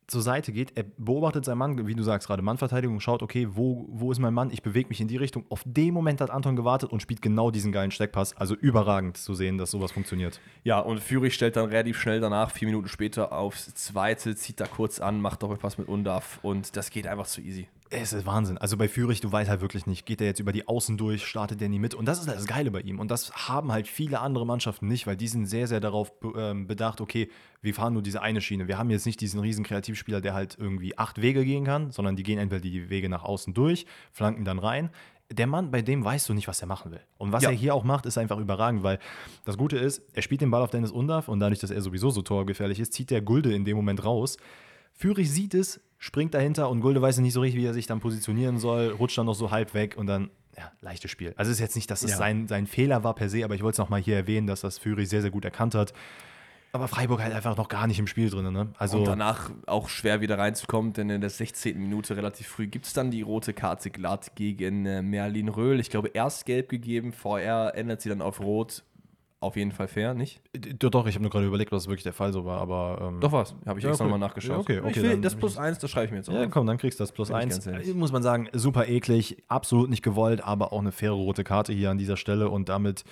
zur Seite geht. Er beobachtet seinen Mann, wie du sagst gerade, Mannverteidigung, schaut, okay, wo, wo ist mein Mann? Ich bewege mich in die Richtung. Auf dem Moment hat Anton gewartet und spielt genau diesen geilen Steckpass. Also überragend zu sehen, dass sowas funktioniert. Ja, und Führig stellt dann relativ schnell danach, vier Minuten später, aufs Zweite, zieht da kurz an, macht Doppelpass mit Undav und das geht einfach zu easy. Es ist Wahnsinn. Also bei Führich, du weißt halt wirklich nicht, geht er jetzt über die Außen durch, startet der in die Mitte. Und das ist halt das Geile bei ihm. Und das haben halt viele andere Mannschaften nicht, weil die sind sehr, sehr darauf be- ähm, bedacht, okay, wir fahren nur diese eine Schiene. Wir haben jetzt nicht diesen riesen Kreativspieler, der halt irgendwie acht Wege gehen kann, sondern die gehen entweder die Wege nach außen durch, flanken dann rein. Der Mann, bei dem weißt du nicht, was er machen will. Und was Ja. er hier auch macht, ist einfach überragend, weil das Gute ist, er spielt den Ball auf Dennis Undav und dadurch, dass er sowieso so torgefährlich ist, zieht der Gulde in dem Moment raus. Führig sieht es, springt dahinter und Gulde weiß nicht so richtig, wie er sich dann positionieren soll, rutscht dann noch so halb weg und dann, ja, leichtes Spiel. Also es ist jetzt nicht, dass es Ja. sein, sein Fehler war per se, aber ich wollte es nochmal hier erwähnen, dass das Führig sehr, sehr gut erkannt hat. Aber Freiburg halt einfach noch gar nicht im Spiel drin, ne? Also, Und danach auch schwer wieder reinzukommen, denn in der 16. Minute relativ früh gibt es dann die rote Karte glatt gegen äh, Merlin Röhl. Ich glaube, erst gelb gegeben, VR ändert sie dann auf rot. Auf jeden Fall fair, nicht? d- doch, ich habe nur gerade überlegt, was wirklich der Fall so war, aber. Ähm, Doch was, habe ich Ja, extra okay. nochmal nachgeschaut. Ja, okay, ich okay, will dann- das plus eins, das schreibe ich mir jetzt Ja, auf. komm, dann kriegst du das plus Bin ich eins. Äh, ganz ehrlich. Muss man sagen, super eklig, absolut nicht gewollt, aber auch eine faire rote Karte hier an dieser Stelle und damit.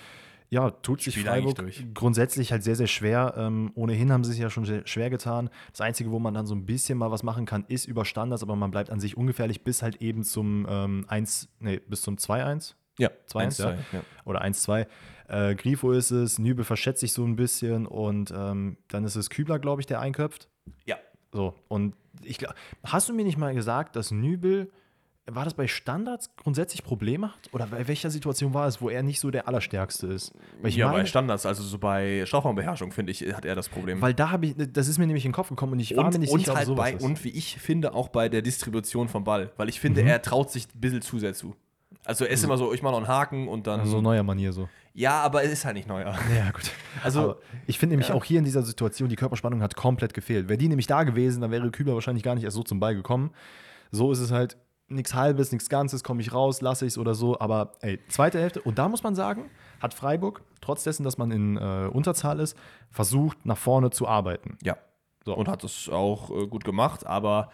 Ja, tut sich Spiel Freiburg eigentlich durch. grundsätzlich halt sehr, sehr schwer. Ähm, ohnehin haben sie es ja schon sehr schwer getan. Das Einzige, wo man dann so ein bisschen mal was machen kann, ist über Standards, aber man bleibt an sich ungefährlich bis halt eben zum ähm, 1, nee, bis zum 2-1 Ja, 2-1, ja. zwei, ja. oder 1-2. Äh, Grifo ist es, Nübel verschätzt sich so ein bisschen und ähm, dann ist es Kübler, glaube ich, der einköpft. Ja. So, und ich glaube, hast du mir nicht mal gesagt, dass Nübel, war das bei Standards grundsätzlich Probleme hat? Oder bei welcher Situation war es, wo er nicht so der Allerstärkste ist? Weil ich ja, bei meine, Standards, also so bei Strafraumbeherrschung, finde ich, hat er das Problem. weil da habe ich, das ist mir nämlich in den Kopf gekommen und ich war mir und, nicht und, sicher, halt ob sowas bei, ist. und wie ich finde, auch bei der Distribution vom Ball. Weil ich finde, er traut sich ein bisschen zu sehr zu. Also er ist immer so, ich mache noch einen Haken und dann. so Also neuer Manier so. ja, aber es ist halt nicht neuer. Ja, gut. Also- Also, Aber ich finde nämlich auch hier in dieser Situation, die Körperspannung hat komplett gefehlt. Wäre die nämlich da gewesen, dann wäre Kübler wahrscheinlich gar nicht erst so zum Ball gekommen. So ist es halt nichts Halbes, nichts Ganzes, komme ich raus, lasse ich es oder so. Aber ey, zweite Hälfte. Und da muss man sagen, hat Freiburg, trotz dessen, dass man in äh, Unterzahl ist, versucht, nach vorne zu arbeiten. Ja. So. Und hat es auch äh, gut gemacht, aber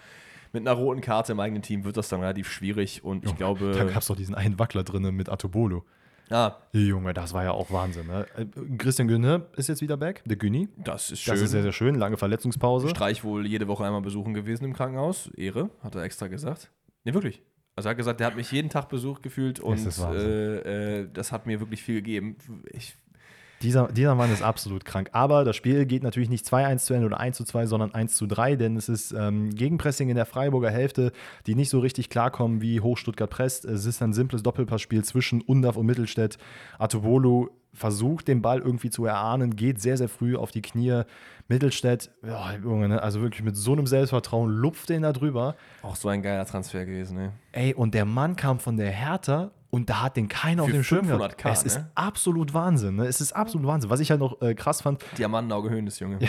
mit einer roten Karte im eigenen Team wird das dann relativ schwierig und ich Da glaube. gab es doch diesen einen Wackler drin mit Atobolo. Ah, Junge, das war ja auch Wahnsinn. Ne? Äh, Christian Güne ist jetzt wieder back, der Güni. das ist schön. Das ist sehr, sehr schön. Lange Verletzungspause. Streich wohl jede Woche einmal besuchen gewesen im Krankenhaus. Ehre, hat er extra gesagt. Nee, wirklich. Also er hat gesagt, der hat mich jeden Tag besucht gefühlt und ist Wahnsinn. äh, äh, das hat mir wirklich viel gegeben. Ich, Dieser, dieser Mann ist absolut krank. Aber das Spiel geht natürlich nicht 2-1 zu Ende oder 1 zu 2, sondern 1 zu 3, denn es ist ähm, Gegenpressing in der Freiburger Hälfte, die nicht so richtig klarkommen, wie hoch Stuttgart presst. Es ist ein simples Doppelpassspiel zwischen Undav und Mittelstädt. Atobolu versucht, den Ball irgendwie zu erahnen, geht sehr, sehr früh auf die Knie. Mittelstädt, ja, Junge, ne? also wirklich mit so einem Selbstvertrauen, lupft den da drüber. auch so ein geiler Transfer gewesen, ne? Ey, und der Mann kam von der Hertha und da hat den keiner auf Für dem Schirm gehabt. 500k, Es ist ne? absolut Wahnsinn. Ne? Es ist absolut Wahnsinn. Was ich halt noch äh, krass fand, Diamantauge Höhnes, Junge.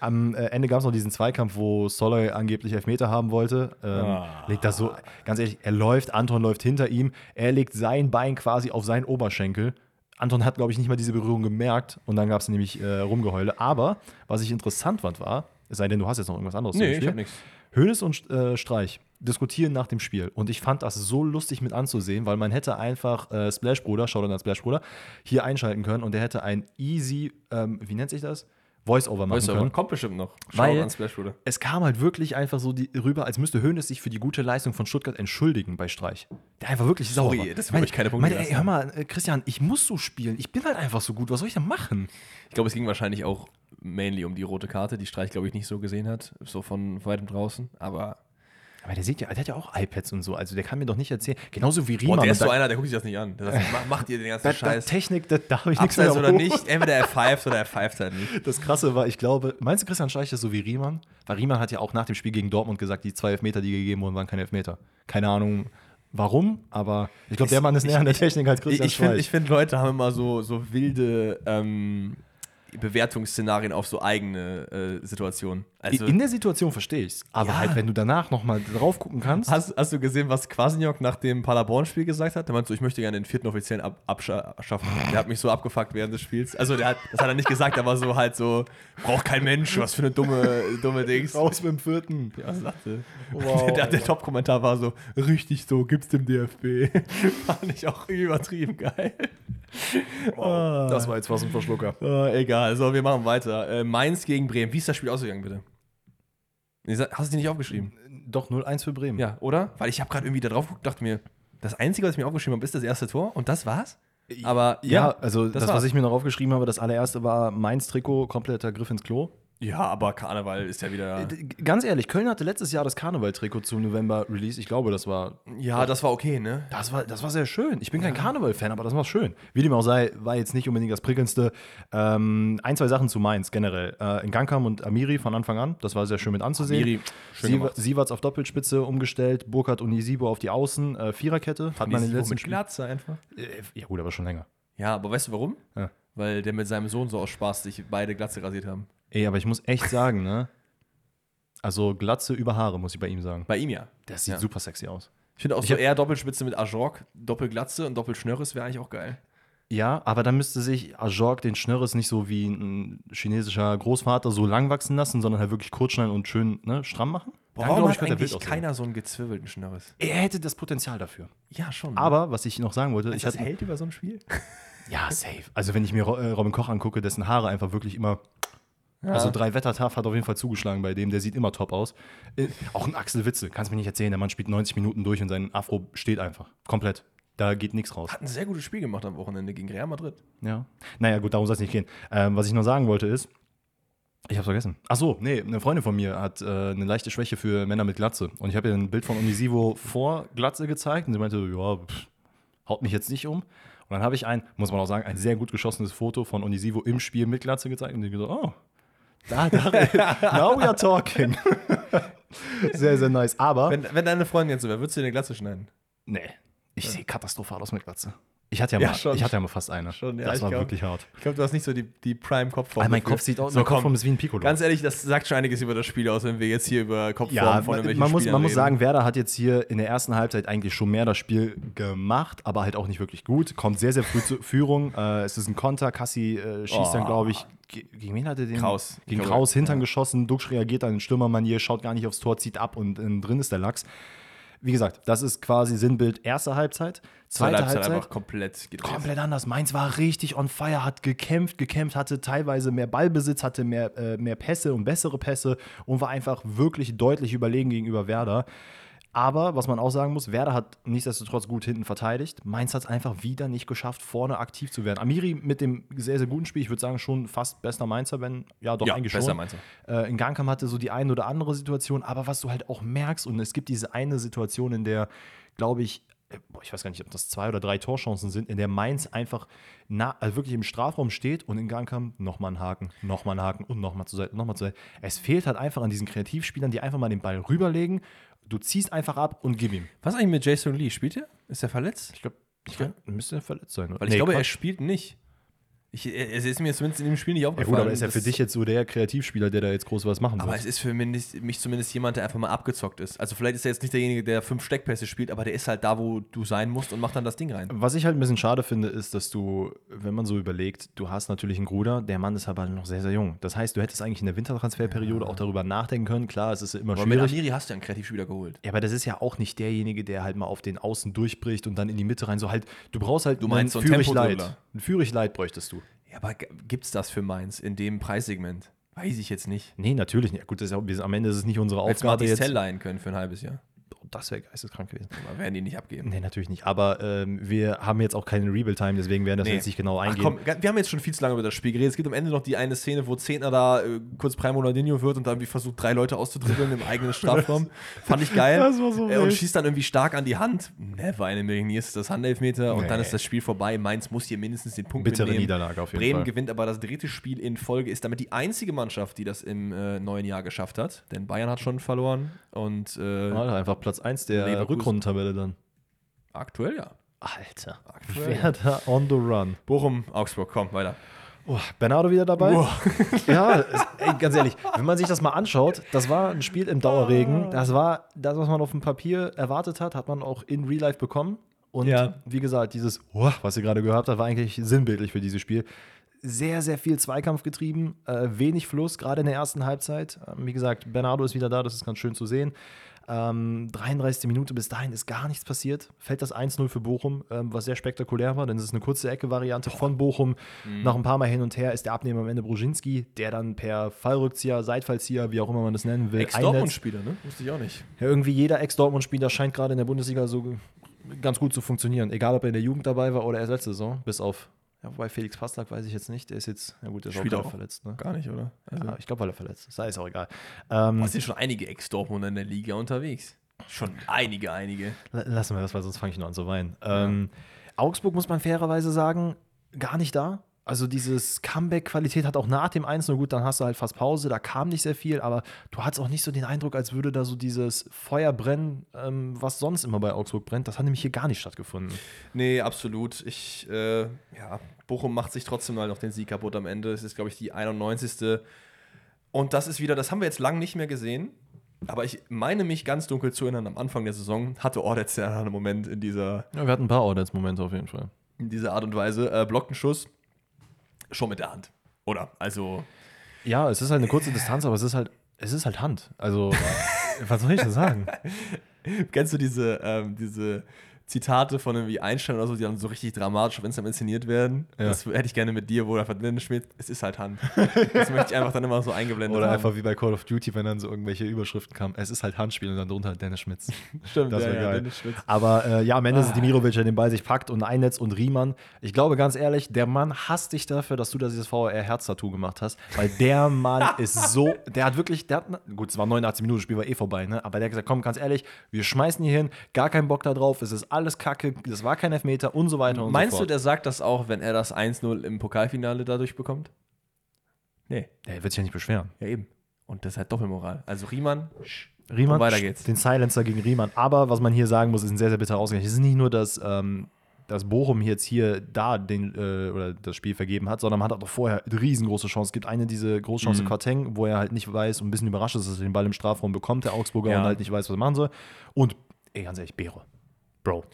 Am äh, Ende gab es noch diesen Zweikampf, wo Soloy angeblich Elfmeter haben wollte. Ähm, Ah. Legt das so, ganz ehrlich, er läuft, Anton läuft hinter ihm, er legt sein Bein quasi auf seinen Oberschenkel. Anton hat, glaube ich, nicht mal diese Berührung gemerkt und dann gab es nämlich äh, Rumgeheule. Aber was ich interessant fand, war, es sei denn, du hast jetzt noch irgendwas anderes Nee, ich hab nichts. nichts. Hönes und äh, Streich diskutieren nach dem Spiel und ich fand das so lustig mit anzusehen, weil man hätte einfach äh, Splash Bruder, schau dann an Splash Bruder, hier einschalten können und der hätte ein easy, ähm, wie nennt sich das? Voice-Over machen Weißt du, können aber kommt bestimmt noch. Weil- an Splash Bruder. es kam halt wirklich einfach so die, rüber, als müsste Hoeneß sich für die gute Leistung von Stuttgart entschuldigen bei Streich. Der einfach wirklich sauer Sorry, war. das will ich keine Punkte Meinte, ey, hör lassen. mal, äh, Christian, ich muss so spielen. Ich bin halt einfach so gut. Was soll ich denn machen? Ich glaube, es ging wahrscheinlich auch mainly um die rote Karte, die Streich, glaube ich, nicht so gesehen hat, so von weitem draußen. Aber Aber der sieht ja, der hat ja auch iPads und so. Also der kann mir doch nicht erzählen. Genauso wie Riemann. Boah, der mit ist so der- einer, der guckt sich das nicht an. Der sagt, "Mach- macht ihr den ganzen da, da, Scheiß. Technik, da darf ich nichts mehr Abseits oder hoch. nicht, entweder er pfeift oder er pfeift halt nicht. Das Krasse war, ich glaube, meinst du, Christian Streich ist so wie Riemann? Weil Riemann hat ja auch nach dem Spiel gegen Dortmund gesagt, die zwei Elfmeter, die gegeben wurden, waren keine Elfmeter. Keine Ahnung warum, aber ich glaube, der Mann ist näher an der Technik als Ich, Christian ich finde, Streich. ich find, Leute haben immer so, so wilde ähm, Bewertungsszenarien auf so eigene äh, Situationen. Also, In der Situation verstehe ich's. Aber Ja. halt, wenn du danach nochmal drauf gucken kannst. hast, hast du gesehen, was Quasinjok nach dem Paderborn-Spiel gesagt hat? Der meinte so, ich möchte gerne den vierten Offiziellen ab, abschaffen. Der hat mich so abgefuckt während des Spiels. Also, der hat, das hat er nicht gesagt, aber so halt so, braucht kein Mensch, was für eine dumme, dumme Dings. raus mit dem vierten. Was sagte? Wow, der der Alter. Top-Kommentar war so, richtig so, gibt's dem DFB. Fand ich auch übertrieben geil. Ah. Das war jetzt was ein Verschlucker. Ah, egal, so, wir machen weiter. Äh, Mainz gegen Bremen. Wie ist das Spiel ausgegangen, bitte? Nee, sa- Hast du die nicht aufgeschrieben? Doch 0-1 für Bremen. Ja, oder? Weil ich habe gerade irgendwie da drauf geguckt, dachte mir, das Einzige, was ich mir aufgeschrieben habe, ist das erste Tor und das war's? Aber Ja, also das, das was war's. ich mir noch aufgeschrieben habe, das allererste war Mainz Trikot, kompletter Griff ins Klo. ja, aber Karneval ist ja wieder. Äh, D- Ganz ehrlich, Köln hatte letztes Jahr das Karneval-Trikot zum November-Release. Ich glaube, das war Ja, das war okay, ne? Das war, das war sehr schön. Ich bin kein Karneval-Fan, aber das war schön. Wie dem auch sei, war jetzt nicht unbedingt das prickelndste. Ähm, ein, zwei Sachen zu Mainz generell. Äh, in Gangkamp und Amiri von Anfang an, das war sehr schön mit anzusehen. Amiri, Amiri, schön Sie, gemacht. Sieverts auf Doppelspitze umgestellt, Burkhardt und Isibo auf die Außen, äh, Viererkette. Hat man in den letzten Spielen. Glatze einfach. Äh, ja, gut, aber schon länger. Ja, aber weißt du warum? Ja. Weil der mit seinem Sohn so aus Spaß sich beide Glatze rasiert haben. Ey, aber ich muss echt sagen, ne? Also Glatze über Haare, muss ich bei ihm sagen. Bei ihm ja. Das sieht Ja. super sexy aus. Ich finde auch Ich so hab- eher Doppelspitze mit Ajork, Doppelglatze und Doppelschnörres wäre eigentlich auch geil. Ja, aber dann müsste sich Ajork den Schnörres nicht so wie ein chinesischer Großvater so lang wachsen lassen, sondern halt wirklich kurz schneiden und schön ne, stramm machen. Dann, glaub könnte er wild aussehen. so einen gezwirbelten Schnörres? Er hätte das Potenzial dafür. Ja, schon. Aber Aber was ich noch sagen wollte, ich hatte, hält über so ein Spiel? ja safe. Also wenn ich mir Ro- äh, Robin Koch angucke, dessen Haare einfach wirklich immer, Ja. also drei Wettertaf hat auf jeden Fall zugeschlagen bei dem. Der sieht immer top aus. Äh, auch ein Axel Witzel, kannst mir nicht erzählen. Der Mann spielt 90 Minuten durch und sein Afro steht einfach komplett. Da geht nichts raus. Hat ein sehr gutes Spiel gemacht am Wochenende gegen Real Madrid. Ja. Naja, gut, darum soll es nicht gehen. Ähm, was ich nur sagen wollte ist, ich hab's vergessen. Ach so, nee, eine Freundin von mir hat äh, eine leichte Schwäche für Männer mit Glatze. Und ich habe ihr ein Bild von Onisivo vor Glatze gezeigt und sie meinte, ja, pff, haut mich jetzt nicht um. Und dann habe ich ein, muss man auch sagen, ein sehr gut geschossenes Foto von Onisivo im Spiel mit Glatze gezeigt und sie gesagt, oh, da, da, now we are talking. sehr, sehr nice. Aber Wenn, wenn deine Freundin jetzt so wäre, würdest du dir eine Glatze schneiden? Nee. Ich sehe katastrophal aus mit Glatze. Ich hatte ja, Ja, mal, schon. ich hatte ja mal fast eine. Schon, ja, das ich war glaub- wirklich hart. Ich glaube, du hast nicht so die, die Prime-Kopfform. Weil Ah, mein dafür. Kopf sieht aus, so, mein komm, Kopfform ist wie ein Piccolo. Ganz ehrlich, das sagt schon einiges über das Spiel aus, wenn wir jetzt hier über Kopfform ja, von man, irgendwelchen man, muss, Spielern man muss reden. sagen, Werder hat jetzt hier in der ersten Halbzeit eigentlich schon mehr das Spiel gemacht, aber halt auch nicht wirklich gut. Kommt sehr, sehr früh zur Führung. Äh, es ist ein Konter. Kassi äh, schießt dann, Oh. glaube ich, ge- gegen wen hat er den? Kraus. Gegen Ich glaube, Kraus, Hintern geschossen. Duxch reagiert dann in Stürmermanier, schaut gar nicht aufs Tor, zieht ab und innen drin ist der Lachs. Wie gesagt, das ist quasi Sinnbild erste Halbzeit. Zweite Halbzeit Halbzeit halt einfach komplett gedreht. Komplett anders. Mainz war richtig on fire, hat gekämpft, gekämpft, hatte teilweise mehr Ballbesitz, hatte mehr, äh, mehr Pässe und bessere Pässe und war einfach wirklich deutlich überlegen gegenüber Werder. Aber was man auch sagen muss, Werder hat nichtsdestotrotz gut hinten verteidigt. Mainz hat es einfach wieder nicht geschafft, vorne aktiv zu werden. Amiri mit dem sehr, sehr guten Spiel, ich würde sagen, schon fast bester Mainzer, wenn, ja doch, Ja, eigentlich besser schon. Mainzer. Äh, in Gangkam hatte so die eine oder andere Situation, aber was du halt auch merkst, und es gibt diese eine Situation, in der, glaube ich, äh, boah, ich weiß gar nicht, ob das zwei oder drei Torchancen sind, in der Mainz einfach na, also wirklich im Strafraum steht und in Gangkam nochmal einen Haken, nochmal einen Haken und nochmal zur Seite, nochmal zur Seite. Es fehlt halt einfach an diesen Kreativspielern, die einfach mal den Ball rüberlegen. Du ziehst einfach ab und gib ihm. Was eigentlich mit Jason Lee? Spielt er? Ist er verletzt? Ich glaube, ich glaub, müsste verletzt sein. Oder? Weil ich Nee, glaube, er Quatsch. spielt nicht. Ich, er, es ist mir zumindest in dem Spiel nicht ja, aufgefallen. gut, aber ist ja für dass- dich jetzt so der Kreativspieler, der da jetzt groß was machen Aber will. es ist für mich, mich zumindest jemand, der einfach mal abgezockt ist. Also vielleicht ist er jetzt nicht derjenige, der fünf Steckpässe spielt, aber der ist halt da, wo du sein musst und macht dann das Ding rein. Was ich halt ein bisschen schade finde, ist, dass du, wenn man so überlegt, du hast natürlich einen Gruder, der Mann ist aber noch sehr, sehr jung. Das heißt, du hättest eigentlich in der Wintertransferperiode auch darüber nachdenken können. Klar, es ist immer Aber mit schwierig. Amiri hast du ja einen Kreativspieler geholt. Ja, aber das ist ja auch nicht derjenige, der halt mal auf den Außen durchbricht und dann in die Mitte rein. So halt, du brauchst halt Du meinst so einen Führig-Leid. Tempodribbler. Ein Führig-Leid bräuchtest du. Ja, aber g- gibt's das für Mainz in dem Preissegment? Weiß ich jetzt nicht. Nee, natürlich nicht. Gut, das ist ja, wir sind, am Ende ist es nicht unsere Hättest du mal Aufgabe die jetzt. Cell leihen können für ein halbes Jahr. Das wäre geisteskrank gewesen. Aber werden die nicht abgeben. Nee, natürlich nicht. Aber ähm, wir haben jetzt auch keine Rebuild-Time, deswegen werden das Nee. jetzt nicht genau Ach eingehen. komm, ga- wir haben jetzt schon viel zu lange über das Spiel geredet. Es gibt am Ende noch die eine Szene, wo Zehner da äh, kurz Primo Ronaldinho wird und dann wie versucht, drei Leute auszudribbeln im eigenen Strafraum. Fand ich geil. Das war so äh, und wild. schießt dann irgendwie stark an die Hand. Never in a million years ist das Handelfmeter und dann Nee. ist das Spiel vorbei. Mainz muss hier mindestens den Punkt Bittere mitnehmen. Niederlage auf jeden Bremen Fall. gewinnt aber das dritte Spiel in Folge, ist damit die einzige Mannschaft, die das im äh, neuen Jahr geschafft hat. Denn Bayern hat schon verloren und äh, Alter, einfach Platz 1 der Leverkusen. Rückrundentabelle dann. aktuell ja. Alter. Aktuell. Werder on the run. Bochum, Augsburg, komm, weiter. Oh, Bernardo wieder dabei? Boah. Ja, es- ey, ganz ehrlich, wenn man sich das mal anschaut, das war ein Spiel im Dauerregen. Das war das, was man auf dem Papier erwartet hat, hat man auch in Real Life bekommen. Und Ja. wie gesagt, dieses, oh, was ihr gerade gehört habt, war eigentlich sinnbildlich für dieses Spiel. Sehr, sehr viel Zweikampf getrieben, äh, wenig Fluss, gerade in der ersten Halbzeit. Ähm, wie gesagt, Bernardo ist wieder da, das ist ganz schön zu sehen. Ähm, 33. Minute bis dahin ist gar nichts passiert. Fällt das 1-0 für Bochum, ähm, was sehr spektakulär war, denn es ist eine kurze Ecke-Variante von Bochum. Nach ein paar Mal hin und her ist der Abnehmer am Ende Bruschinski, der dann per Fallrückzieher, Seitfallzieher, wie auch immer man das nennen will, einnetzt. Ex-Dortmund-Spieler, ne? Wusste ich auch nicht. Ja, irgendwie jeder Ex-Dortmund-Spieler scheint gerade in der Bundesliga so g- ganz gut zu funktionieren. Egal, ob er in der Jugend dabei war oder erst letzte Saison. Bis auf, ja, wobei Felix Passlack weiß ich jetzt nicht. Der ist jetzt, ja gut, der ist Spielt auch, gerade auch. verletzt. Ne? Gar nicht, oder? Also, Ja, ich glaube, weil er verletzt ist. Da ist auch egal. Ähm, Es sind schon einige Ex-Dortmunder in der Liga unterwegs. Schon einige, einige. la- lassen wir das, weil sonst fange ich noch an zu weinen. Ähm, Augsburg, muss man fairerweise sagen, gar nicht da. Also dieses Comeback-Qualität hat auch nach dem 1 nur gut, dann hast du halt fast Pause, da kam nicht sehr viel, aber du hattest auch nicht so den Eindruck, als würde da so dieses Feuer brennen, ähm, was sonst immer bei Augsburg brennt. Das hat nämlich hier gar nicht stattgefunden. Nee, absolut. Ich, äh, ja, Bochum macht sich trotzdem mal noch den Sieg kaputt am Ende. Es ist, glaube ich, die 91. Und das ist wieder, das haben wir jetzt lange nicht mehr gesehen. Aber ich meine mich ganz dunkel zu erinnern, am Anfang der Saison hatte Ordetz ja einen Moment in dieser, Ja, wir hatten ein paar Audits-Momente auf jeden Fall. in dieser Art und Weise. Äh, blockt einen Schuss schon mit der Hand. Oder? Also, Ja, es ist halt eine kurze Distanz, aber es ist halt, es ist halt Hand. Also, was soll ich da sagen? Kennst du diese, ähm, diese Zitate von irgendwie Einstein oder so, die dann so richtig dramatisch auf Instagram inszeniert werden? Ja. Das hätte ich gerne mit dir, wo einfach drin steht, es ist halt Hand. Das möchte ich einfach dann immer so eingeblendet Oder haben. einfach wie bei Call of Duty, wenn dann so irgendwelche Überschriften kamen. Es ist halt Handspiel und dann drunter Dennis Schmitz. Stimmt, Das ja, wäre ja, geil. Dennis Schmitz. Aber äh, ja, am Ah. Ende ist Dimirovic, der den Ball sich packt und einnetzt und Riemann. Ich glaube ganz ehrlich, der Mann hasst dich dafür, dass du da dieses VR-Herz-Tattoo gemacht hast. Weil der Mann ist so, der hat wirklich, der hat, gut, es war 89 Minuten, das Spiel war eh vorbei, ne? Aber der hat gesagt, komm, ganz ehrlich, wir schmeißen hier hin, gar keinen Bock da drauf, es ist alles kacke, es war kein Elfmeter und so weiter und Meinst so du, fort. der sagt das auch, wenn er das 1-0 im Pokalfinale dadurch bekommt? Nee, der, der wird sich ja nicht beschweren. ja eben. Und das hat Doppelmoral. Also Riemann, sch, Riemann, und weiter geht's. Den Silencer gegen Riemann. Aber was man hier sagen muss, ist ein sehr, sehr bitterer Ausgleich. Es ist nicht nur, dass, ähm, dass Bochum jetzt hier da den, äh, oder das Spiel vergeben hat, sondern man hat auch vorher eine riesengroße Chance. Es gibt eine diese Mhm. Großchance Quarteng, wo er halt nicht weiß und ein bisschen überrascht ist, dass er den Ball im Strafraum bekommt, der Augsburger, Ja. und halt nicht weiß, was er machen soll. Und, ey, ganz ehrlich, Beere. Bro.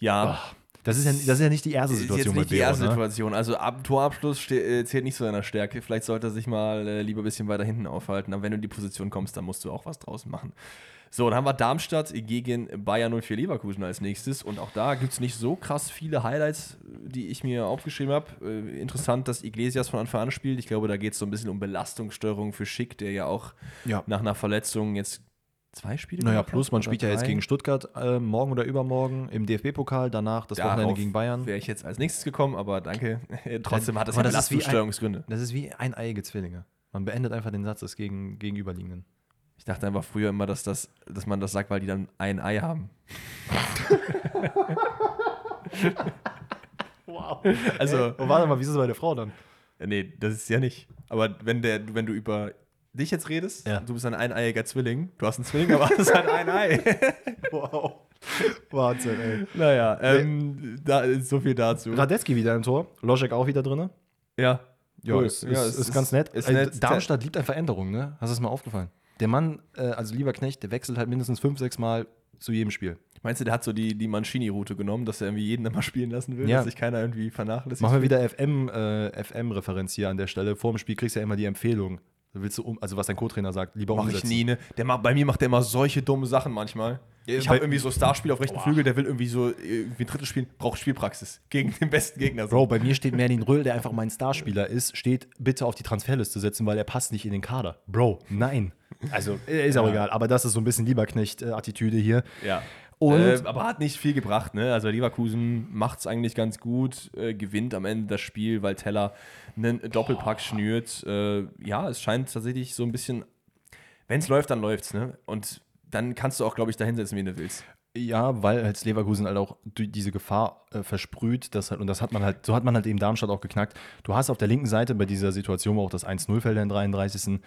Ja, Das ist ja, das ist ja nicht die das erste Ah. ist jetzt Situation nicht die bei Beere. erste ne? Situation. Also ab Torabschluss ste- äh, zählt nicht zu seiner Stärke. Vielleicht sollte er sich mal äh, lieber ein bisschen weiter hinten aufhalten. Aber wenn du in die Position kommst, dann musst du auch was draus machen. So, dann haben wir Darmstadt gegen Bayern 04 Leverkusen als nächstes. Und auch da gibt es nicht so krass viele Highlights, die ich mir aufgeschrieben habe. Äh, interessant, dass Iglesias von Anfang an spielt. Ich glaube, da geht es so ein bisschen um Belastungssteuerung für Schick, der ja auch Ja. nach einer Verletzung jetzt zwei Spiele Naja, gemacht hat plus man oder spielt ja jetzt drei. gegen Stuttgart äh, morgen oder übermorgen im DFB-Pokal, danach das Darauf Wochenende gegen Bayern. Wäre ich jetzt als nächstes gekommen, aber danke. Trotzdem hat das ja Aber das ist wie ein- Belastungssteuerungsgründe. Das ist wie eineiige Zwillinge. Man beendet einfach den Satz des gegen, Gegenüberliegenden. Ich dachte einfach früher immer, dass, das, dass man das sagt, weil die dann ein Ei haben. Wow. Also, äh, Und Oh, warte mal, wie ist es bei der Frau dann? nee, das ist ja nicht. Aber wenn, der, wenn du über dich jetzt redest, Ja. du bist ein eineiiger Zwilling. Du hast einen Zwilling, aber hast halt ein Ei. Wow. Wahnsinn, ey. naja, ähm, da ist so viel dazu. Radetzky wieder im Tor, Loschek auch wieder drin. ja. Ja, Cool. ist, ist, ist, ganz nett. Ist Äh, nett. Darmstadt liebt einfach Änderungen, ne? Hast du das mal aufgefallen? Der Mann, äh, also lieber Knecht, der wechselt halt mindestens fünf, sechs Mal zu jedem Spiel. Meinst du, der hat so die, die Mancini-Route genommen, dass er irgendwie jeden immer spielen lassen will, Ja. dass sich keiner irgendwie vernachlässigt? Machen wir fühlt? wieder FM, äh, FM-Referenz hier an der Stelle. Vor dem Spiel kriegst du ja immer die Empfehlung. Willst du um, also was dein Co-Trainer sagt, lieber Mach ich umsetzen. nie, ne? Der macht, bei mir macht der immer solche dumme Sachen manchmal. Ich habe bei- irgendwie so Starspiel auf rechten Flügel, der will irgendwie so äh, irgendwie ein Drittel spielen, braucht Spielpraxis gegen den besten Gegner. Bro, bei mir steht Merlin Röhl, der einfach mein Starspieler ist, steht bitte auf die Transferliste setzen, weil er passt nicht in den Kader. Bro, nein. Also äh, ist auch egal, aber das ist so ein bisschen Lieberknecht-Attitüde hier. Ja. Und- äh, aber hat nicht viel gebracht, ne? Also Leverkusen macht es eigentlich ganz gut, äh, gewinnt am Ende das Spiel, weil Teller einen Doppelpack schnürt. Äh, ja, es scheint tatsächlich so ein bisschen, wenn es läuft, dann läuft's, ne? Und dann kannst du auch, glaube ich, da hinsetzen, wen du willst. Ja, weil als Leverkusen halt auch die- diese Gefahr äh, versprüht, dass halt, und das hat man halt, so hat man halt eben Darmstadt auch geknackt. Du hast auf der linken Seite bei dieser Situation, wo auch das 1-0 fällt in der 33.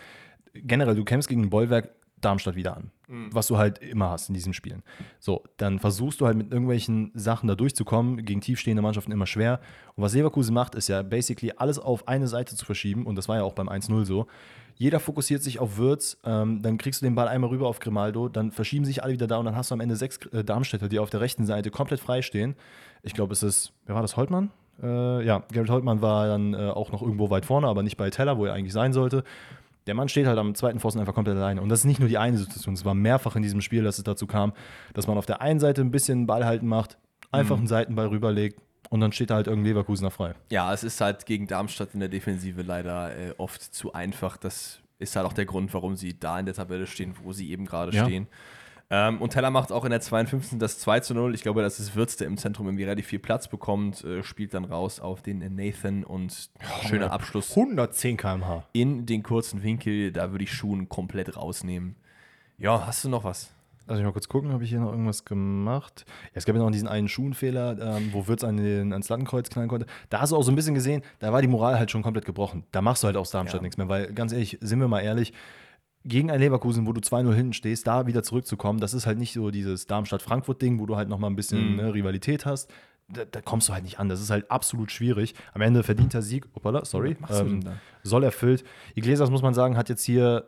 Generell, du kämpfst gegen ein Bollwerk Darmstadt wieder an, was du halt immer hast in diesen Spielen. So, dann versuchst du halt mit irgendwelchen Sachen da durchzukommen, gegen tiefstehende Mannschaften immer schwer. Und was Leverkusen macht, ist ja basically alles auf eine Seite zu verschieben, und das war ja auch beim 1-0 so. Jeder fokussiert sich auf Würz, ähm, dann kriegst du den Ball einmal rüber auf Grimaldo, dann verschieben sich alle wieder da und dann hast du am Ende sechs äh, Darmstädter, die auf der rechten Seite komplett frei stehen. Ich glaube, es ist, wer war das, Holtmann? Äh, ja, Gerrit Holtmann war dann äh, auch noch irgendwo weit vorne, aber nicht bei Teller, wo er eigentlich sein sollte. Der Mann steht halt am zweiten Pfosten einfach komplett alleine. Und das ist nicht nur die eine Situation, es war mehrfach in diesem Spiel, dass es dazu kam, dass man auf der einen Seite ein bisschen Ball halten macht, einfach einen Seitenball rüberlegt und dann steht da halt irgendein Leverkusener frei. Ja, es ist halt gegen Darmstadt in der Defensive leider äh, oft zu einfach. Das ist halt auch der Grund, warum sie da in der Tabelle stehen, wo sie eben gerade Ja. stehen. Ähm, und Teller macht auch in der 52. das 2 zu 0. Ich glaube, das ist Würz, der im Zentrum irgendwie relativ viel Platz bekommt, äh, spielt dann raus auf den Nathan und schöner Abschluss 110 km/h. in den kurzen Winkel. Da würde ich Schuhen komplett rausnehmen. Ja, hast du noch was? Lass mich mal kurz gucken, habe ich hier noch irgendwas gemacht? Ja, es gab ja noch diesen einen Schuhenfehler, ähm, wo Würz an den, ans Lattenkreuz knallen konnte. Da hast du auch so ein bisschen gesehen, da war die Moral halt schon komplett gebrochen. Da machst du halt aus Darmstadt Ja. nichts mehr, weil ganz ehrlich, sind wir mal ehrlich, gegen ein Leverkusen, wo du 2-0 hinten stehst, da wieder zurückzukommen, das ist halt nicht so dieses Darmstadt-Frankfurt-Ding, wo du halt nochmal ein bisschen Mhm. ne, Rivalität hast. Da, da kommst du halt nicht an. Das ist halt absolut schwierig. Am Ende verdienter Sieg, opala, sorry, Was machst du denn ähm, da? soll erfüllt. Iglesias, muss man sagen, hat jetzt hier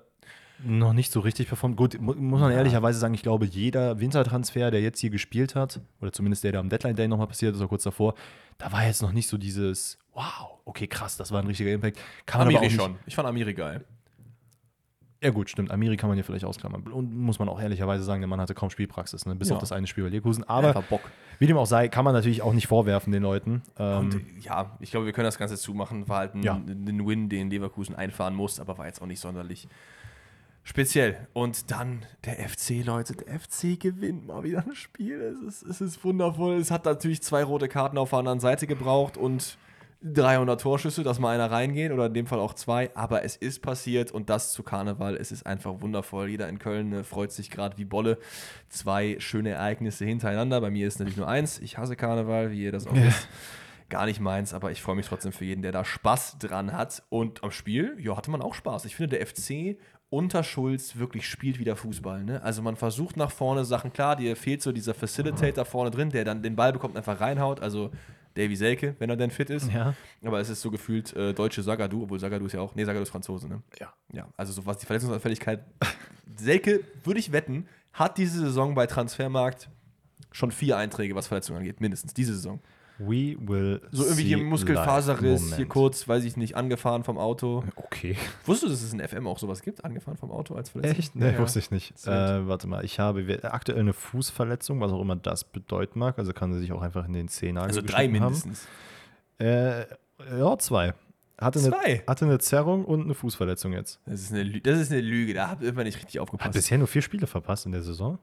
noch nicht so richtig performt. Gut, mu muss man ehrlicherweise sagen, ich glaube, jeder Wintertransfer, der jetzt hier gespielt hat, oder zumindest der, der am Deadline Day nochmal passiert ist, oder kurz davor, da war jetzt noch nicht so dieses, wow, okay, krass, das war ein richtiger Impact. Kann man aber auch nicht, Ich fand Amiri geil. ja gut, stimmt. Amiri kann man hier vielleicht ausklammern. Und muss man auch ehrlicherweise sagen, der Mann hatte kaum Spielpraxis, ne? bis Ja. auf das eine Spiel bei Leverkusen. Einfach Aber Bock. wie dem auch sei, kann man natürlich auch nicht vorwerfen den Leuten. Ähm, Und äh, ja, ich glaube, wir können das Ganze zumachen. War halt ein, Ja. ein Win, den Leverkusen einfahren muss, aber war jetzt auch nicht sonderlich speziell. Und dann der FC, Leute. Der FC gewinnt mal wieder ein Spiel. Es ist, es ist wundervoll. Es hat natürlich zwei rote Karten auf der anderen Seite gebraucht und 300 Torschüsse, dass mal einer reingeht oder in dem Fall auch zwei. Aber es ist passiert und das zu Karneval. Es ist einfach wundervoll. Jeder in Köln äh, freut sich gerade wie Bolle. Zwei schöne Ereignisse hintereinander. Bei mir ist natürlich nur eins. Ich hasse Karneval, wie ihr das auch wisst gar nicht meins, aber ich freue mich trotzdem für jeden, der da Spaß dran hat. Und am Spiel, ja, hatte man auch Spaß. Ich finde, der FC unter Schulz wirklich spielt wieder Fußball. Ne? Also man versucht nach vorne Sachen, klar, dir fehlt so dieser Facilitator vorne drin, der dann den Ball bekommt und einfach reinhaut. Also Davy Selke, wenn er denn fit ist. Ja. Aber es ist so gefühlt äh, deutsche Sagadu, obwohl Sagadu ist ja auch, nee, Sagadu ist Franzose, ne? ja. Ja, also so was die Verletzungsanfälligkeit. Selke, würde ich wetten, hat diese Saison bei Transfermarkt schon vier Einträge, was Verletzungen angeht, mindestens diese Saison. We will So irgendwie see hier Muskelfaserriss, live. hier Moment. kurz, weiß ich nicht, angefahren vom Auto. Okay. Wusstest du, dass es in FM auch sowas gibt? Angefahren vom Auto als Verletzung? Echt? Nee, Ja, ja. wusste ich nicht. Äh, warte mal, ich habe we- aktuell eine Fußverletzung, was auch immer das bedeuten mag. Also kann sie sich auch einfach in den Zehennagel Also drei geschnitten haben. mindestens. Äh, ja, zwei. Hatte Zwei? Eine, hatte eine Zerrung und eine Fußverletzung jetzt. Das ist, eine Lüge, das ist eine Lüge, da habt ihr immer nicht richtig Hat aufgepasst. bisher nur vier Spiele verpasst in der Saison.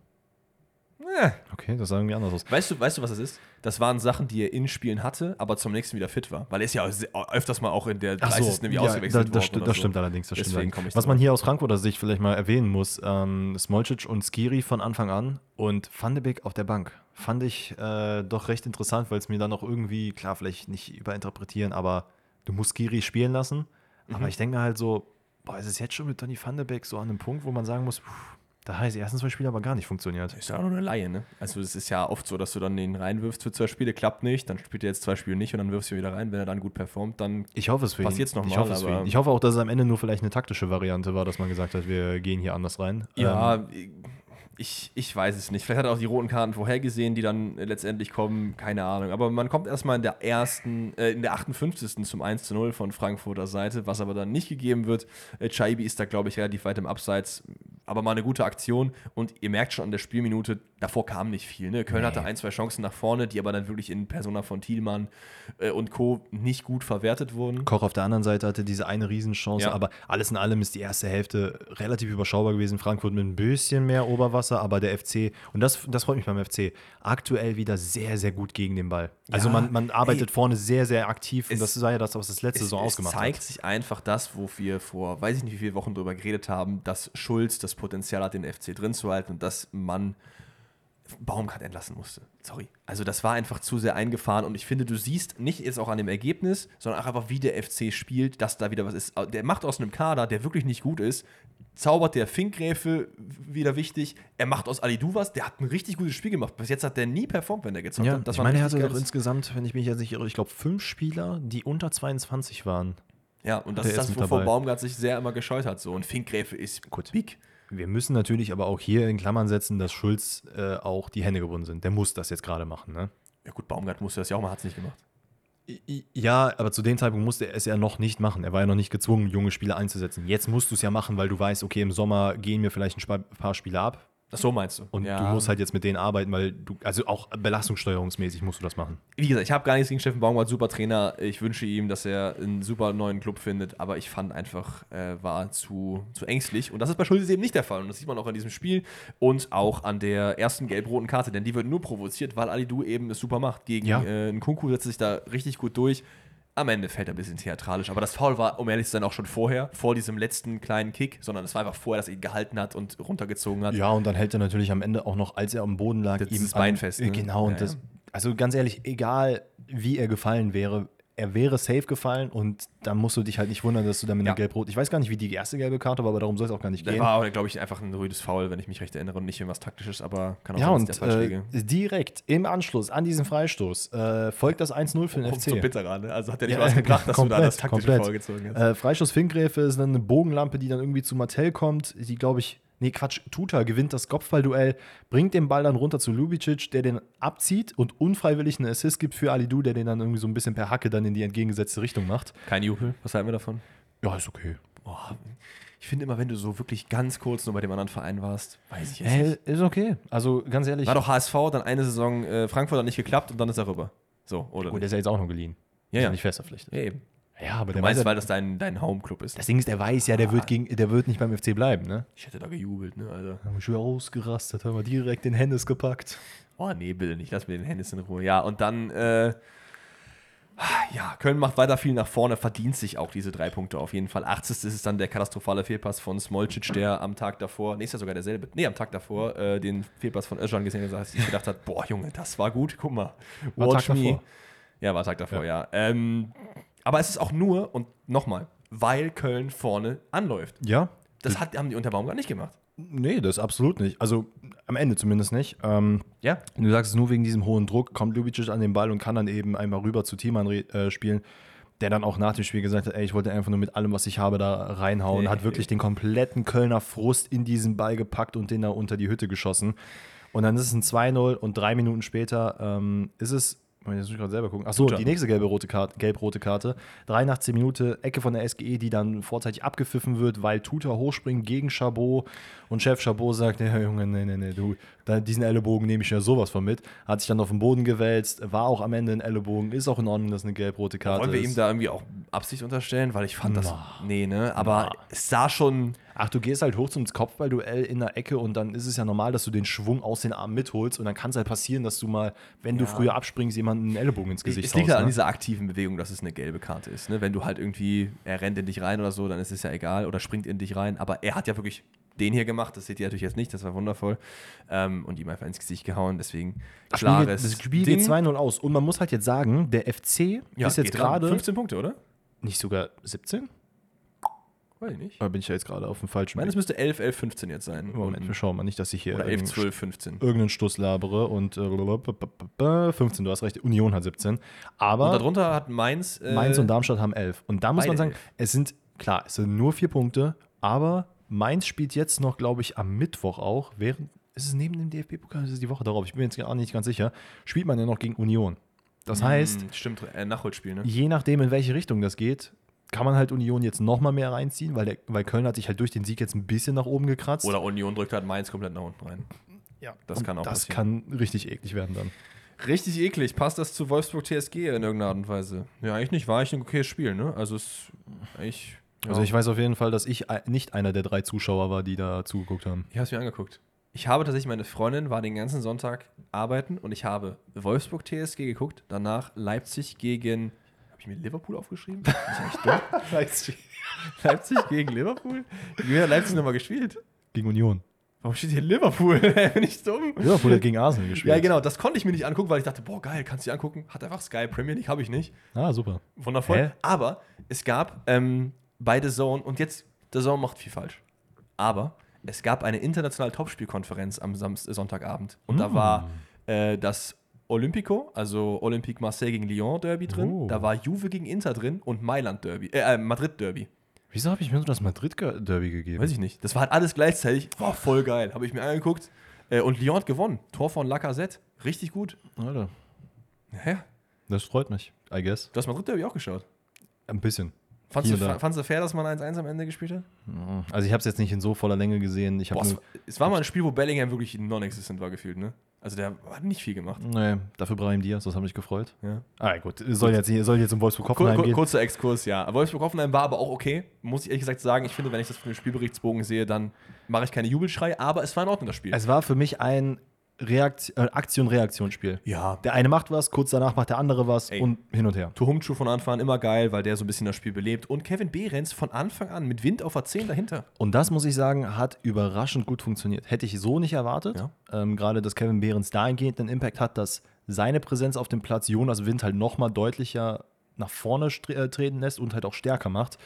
Ja. Okay, das sah irgendwie anders aus. Weißt du, weißt du, was das ist? Das waren Sachen, die er in Spielen hatte, aber zum nächsten wieder fit war. Weil er ist ja se- öfters mal auch in der Ach 30. irgendwie ausgewechselt da, das, worden. sti- oder das so. stimmt allerdings. Das stimmt Deswegen komm allerdings. ich Was man drauf. hier aus Frankfurter Sicht vielleicht mal erwähnen muss, ähm, Smolcic und Skiri von Anfang an und Van de Beek auf der Bank. Fand ich äh, doch recht interessant, weil es mir dann noch irgendwie, klar, vielleicht nicht überinterpretieren, aber du musst Skiri spielen lassen. Mhm. Aber ich denke mir halt so, boah, ist es jetzt schon mit Donny Van de Beek so an einem Punkt, wo man sagen muss, pff, da heißt die ersten zwei Spiele aber gar nicht funktioniert. Ist ja auch nur eine Laie, ne? Also es ist ja oft so, dass du dann den reinwirfst für zwei Spiele, klappt nicht, dann spielt er jetzt zwei Spiele nicht und dann wirfst du ihn wieder rein. Wenn er dann gut performt, dann Ich hoffe es für ihn. Passiert's noch ich mal, hoffe es für aber- ihn. Ich hoffe auch, dass es am Ende nur vielleicht eine taktische Variante war, dass man gesagt hat, wir gehen hier anders rein. Ähm, Ja, ich, ich weiß es nicht. Vielleicht hat er auch die roten Karten vorhergesehen, die dann äh, letztendlich kommen. Keine Ahnung. Aber man kommt erstmal in der ersten, äh, in der 58. zum 1 zu 0 von Frankfurter Seite, was aber dann nicht gegeben wird. Äh, Chaibi ist da, glaube ich, relativ weit im Abseits. aber mal eine gute Aktion. Und ihr merkt schon an der Spielminute, davor kam nicht viel. Ne? Köln hatte ein, zwei Chancen nach vorne, die aber dann wirklich in Persona von Thielmann äh, und Co. nicht gut verwertet wurden. Koch auf der anderen Seite hatte diese eine Riesenchance, Ja. aber alles in allem ist die erste Hälfte relativ überschaubar gewesen. Frankfurt mit ein bisschen mehr Oberwasser, aber der FC, und das, das freut mich beim FC, aktuell wieder sehr, sehr gut gegen den Ball. Also Ja, man, man arbeitet vorne sehr, sehr aktiv es- und das war ja das, was das letzte Saison ausgemacht es zeigt sich einfach das, wo wir vor, weiß ich nicht, wie viele Wochen drüber geredet haben, dass Schulz das Potenzial hat, den FC drin zu halten und dass man Baumgart entlassen musste. Sorry. Also das war einfach zu sehr eingefahren und ich finde, du siehst nicht jetzt auch an dem Ergebnis, sondern auch einfach, wie der FC spielt, dass da wieder was ist. Der macht aus einem Kader, der wirklich nicht gut ist, zaubert der Finkgräfe wieder wichtig. Er macht aus Ali Duvas, der hat ein richtig gutes Spiel gemacht. Bis jetzt hat der nie performt, wenn er gezockt hat. Ja, hat. ich war meine, ein er richtig hatte doch geiles- insgesamt, wenn ich mich jetzt nicht irre, ich glaube, fünf Spieler, die unter 22 waren. Ja, und das Der ist das, ist mit wovor dabei. Baumgart sich sehr immer gescheut hat. So. Und Finkgräfe ist Gut. big. Wir müssen natürlich aber auch hier in Klammern setzen, dass Schulz äh, auch die Hände gebunden sind. Der muss das jetzt gerade machen, ne? Ja gut, Baumgart musste das ja auch mal, hat es nicht gemacht. I- i- Ja, aber zu dem Zeitpunkt musste er es ja noch nicht machen. Er war ja noch nicht gezwungen, junge Spieler einzusetzen. Jetzt musst du es ja machen, weil du weißt, okay, im Sommer gehen mir vielleicht ein spa- paar Spieler ab Ach, so meinst du. und ja. du musst halt jetzt mit denen arbeiten, weil du, also auch belastungssteuerungsmäßig musst du das machen. Wie gesagt, ich habe gar nichts gegen Steffen Baumgart, super Trainer. Ich wünsche ihm, dass er einen super neuen Club findet, aber ich fand einfach, äh, war zu, zu ängstlich. Und das ist bei Schulz eben nicht der Fall. Und das sieht man auch an diesem Spiel und auch an der ersten gelb-roten Karte, denn die wird nur provoziert, weil Ali Du eben es super macht. Gegen Ja. äh, einen Kunku setzt sich da richtig gut durch. Am Ende fällt er ein bisschen theatralisch, aber das Foul war, um ehrlich zu sein, auch schon vorher, vor diesem letzten kleinen Kick, sondern es war einfach vorher, dass er ihn gehalten hat und runtergezogen hat. Ja, und dann hält er natürlich am Ende auch noch, als er am Boden lag, Das ihm ist Bein fest, ne? Genau, und Ja, das, ja. also ganz ehrlich, egal wie er gefallen wäre, er wäre safe gefallen und dann musst du dich halt nicht wundern, dass du dann mit Ja. einer gelb-rot. Ich weiß gar nicht, wie die erste gelbe Karte war, aber darum soll es auch gar nicht Das gehen. war aber, glaube ich, einfach ein rüdes Foul, wenn ich mich recht erinnere und nicht irgendwas Taktisches, aber kann auch Ja, sein, dass und ich da falsch äh, liege. direkt im Anschluss an diesen Freistoß äh, folgt das 1-0 für den Kommt Oh, so FC. bitter gerade. Also hat ja nicht was gebracht, dass du da das taktische vorgezogen hast. Äh, Freistoß Finkgräfe ist dann eine Bogenlampe, die dann irgendwie zu Martell kommt, die, glaube ich, nee, Quatsch, Tuta gewinnt das Kopfballduell, bringt den Ball dann runter zu Lubicic, der den abzieht und unfreiwillig einen Assist gibt für Alidu, der den dann irgendwie so ein bisschen per Hacke dann in die entgegengesetzte Richtung macht. Äh, Kein Jubel. Was halten wir davon? Ja, ist okay. ich finde immer, wenn du so wirklich ganz kurz nur bei dem anderen Verein warst, weiß ich jetzt nicht. Äh, ist okay. Also ganz ehrlich, War doch HSV, dann eine Saison äh, Frankfurt hat nicht geklappt und dann ist er rüber. So, oder? gut, nicht? der ist ja jetzt auch noch geliehen. Ja, Ist ja. nicht fest verpflichtet. Ja, eben. Also Ja, aber Du der meinst, weiß ja, weil das dein, dein Home-Club ist. das Ding ist, der weiß ja, der wird, gegen, der wird nicht beim FC bleiben, ne? Ich hätte da gejubelt, ne, Alter. Da haben wir schon wieder ausgerastet, haben wir direkt den Hennes gepackt. Oh, nee, bitte nicht. Lass mir den Hennis in Ruhe. Ja, und dann, äh, ja, Köln macht weiter viel nach vorne, verdient sich auch diese drei Punkte auf jeden Fall. 80. ist es dann der katastrophale Fehlpass von Smolcic, der am Tag davor, nächster sogar derselbe, nee, am Tag davor, äh, den Fehlpass von Özcan gesehen hat, sich gedacht hat, boah, Junge, das war gut, guck mal. War Tag davor. Ja, war Tag davor, ja. Ähm, aber es ist auch nur, und nochmal, weil Köln vorne anläuft. Ja? Das hat, haben die unter Baumgart nicht gemacht. Nee, das absolut nicht. Also am Ende zumindest nicht. Ähm, Ja. du sagst es nur wegen diesem hohen Druck, kommt Lubicic an den Ball und kann dann eben einmal rüber zu Timan äh, spielen, der dann auch nach dem Spiel gesagt hat, ey, ich wollte einfach nur mit allem, was ich habe, da reinhauen. Hat wirklich den kompletten Kölner Frust in diesen Ball gepackt und den da unter die Hütte geschossen. Und dann ist es ein 2-0 und drei Minuten später ähm, ist es. Moment, Jetzt muss ich gerade selber gucken. Achso, Tuta. die nächste gelbe rote Karte, gelb-rote Karte. 83 Minute, Ecke von der SGE, die dann vorzeitig abgepfiffen wird, weil Tuta hochspringt gegen Chabot und Chef Chabot sagt, ja Junge, nee, nee, nee, du, da, diesen Ellenbogen nehme ich ja sowas von mit. Hat sich dann auf den Boden gewälzt, war auch am Ende ein Ellenbogen, ist auch in Ordnung, dass eine gelb-rote Karte Wollen wir ist. ihm da irgendwie auch Absicht unterstellen? Weil ich fand das. Na. Nee, ne? Aber Na. es sah schon. Ach, du gehst halt hoch zum Kopfballduell in der Ecke und dann ist es ja normal, dass du den Schwung aus den Armen mitholst und dann kann es halt passieren, dass du mal, wenn du Ja. früher abspringst, jemanden einen Ellenbogen ins Gesicht es liegt halt haust, an ne? dieser aktiven Bewegung, dass es eine gelbe Karte ist. Ne? Wenn du halt irgendwie, er rennt in dich rein oder so, dann ist es ja egal oder springt in dich rein. Aber er hat ja wirklich den hier gemacht, das seht ihr natürlich jetzt nicht, das war wundervoll. Ähm, und ihm einfach ins Gesicht gehauen, deswegen Das Spiel geht- klares Das Spiel Ding. geht 2-0 aus. Und man muss halt jetzt sagen, der FC Ja, ist jetzt geht ran. gerade 15 Punkte, oder? nicht sogar 17? Weiß ich nicht. Ich Oder bin ich ja jetzt gerade auf dem falschen meine, es Weg? müsste 11, 11, 15 jetzt sein. Moment, wir schauen mal nicht, dass ich hier Oder 11, irgendeinen- 12, 15. irgendeinen Stuss labere und äh, blablabla, blablabla, 15, du hast recht, Union hat 17. Aber Und darunter hat Mainz. äh, Mainz und Darmstadt haben elf. Und da muss beide man sagen, elf. es sind, klar, es sind nur vier Punkte, aber Mainz spielt jetzt noch, glaube ich, am Mittwoch auch, während, ist es neben dem DFB-Pokal, ist es die Woche darauf, ich bin jetzt auch nicht ganz sicher, spielt Mhm. man ja noch gegen Union. Das heißt, Hm, Stimmt, äh, Nachholspiel, ne? je nachdem, in welche Richtung das geht, kann man halt Union jetzt nochmal mehr reinziehen, weil, der, weil Köln hat sich halt durch den Sieg jetzt ein bisschen nach oben gekratzt. Oder Union drückt halt Mainz komplett nach unten rein. ja, das kann auch Das passieren. kann richtig eklig werden dann. Richtig eklig. Passt das zu Wolfsburg TSG in irgendeiner Art und Weise? Ja, eigentlich nicht. War eigentlich ein okayes Spiel, ne? Also es ich. Ja. Also ich weiß auf jeden Fall, dass ich ei- nicht einer der drei Zuschauer war, die da zugeguckt haben. Ich habe es mir angeguckt. Ich habe tatsächlich, meine Freundin war den ganzen Sonntag arbeiten und ich habe Wolfsburg TSG geguckt, danach Leipzig gegen. Habe ich mir Liverpool aufgeschrieben? Bin ich echt dumm? Leipzig gegen Liverpool? Wie hat Leipzig nochmal gespielt? Gegen Union. Warum steht hier Liverpool? Bin ich dumm? Liverpool hat gegen Arsenal gespielt. Ja, genau, das konnte ich mir nicht angucken, weil ich dachte, boah, geil, kannst du dir angucken. Hat einfach Sky Premier League, habe ich nicht. Ah, super. Wundervoll. Hä? Aber es gab ähm, bei The Zone, und jetzt, The Zone macht viel falsch. Aber es gab eine internationale Topspielkonferenz am Samst Sonntagabend. Und Mm. da war äh, das Olympico, also Olympique Marseille gegen Lyon Derby drin. Oh. Da war Juve gegen Inter drin und Mailand Derby, äh, äh, Madrid Derby. Wieso habe ich mir so das Madrid-Derby gegeben? Weiß ich nicht. Das war halt alles gleichzeitig. War voll geil. Habe ich mir angeguckt. Äh, und Lyon hat gewonnen. Tor von Lacazette. Richtig gut. Alter, Naja, das freut mich, I guess. du hast Madrid Derby auch geschaut. Ein bisschen. Fandst du, Hier und da. fandst du fair, dass man 1-1 am Ende gespielt hat? Also ich habe es jetzt nicht in so voller Länge gesehen. Ich Boah, habe es, es war mal ein Spiel, wo Bellingham wirklich non-existent war gefühlt, ne? Also der hat nicht viel gemacht. Nee, dafür Brahim Diaz, das hat mich gefreut. Ja. Ah, gut, soll jetzt, soll jetzt um Wolfsburg Kur Hoffenheim kur gehen. kurzer Exkurs, ja. Wolfsburg-Hoffenheim war aber auch okay, muss ich ehrlich gesagt sagen. Ich finde, wenn ich das von dem Spielberichtsbogen sehe, dann mache ich keine Jubelschrei, aber es war in Ordnung, das Spiel. Es war für mich ein Reakt äh, Aktion-Reaktionsspiel. ja. Der Der eine macht was, kurz danach macht der andere was Ey. und hin und her. Tuhumchu von Anfang an immer geil, weil der so ein bisschen das Spiel belebt. Und Kevin Behrens von Anfang an mit Wind auf der 10 dahinter. Und das muss ich sagen, hat überraschend gut funktioniert. Hätte ich so nicht erwartet. Ja. Ähm, gerade, dass Kevin Behrens dahingehend einen Impact hat, dass seine Präsenz auf dem Platz Jonas Wind halt nochmal deutlicher nach vorne stre- äh, treten lässt und halt auch stärker macht.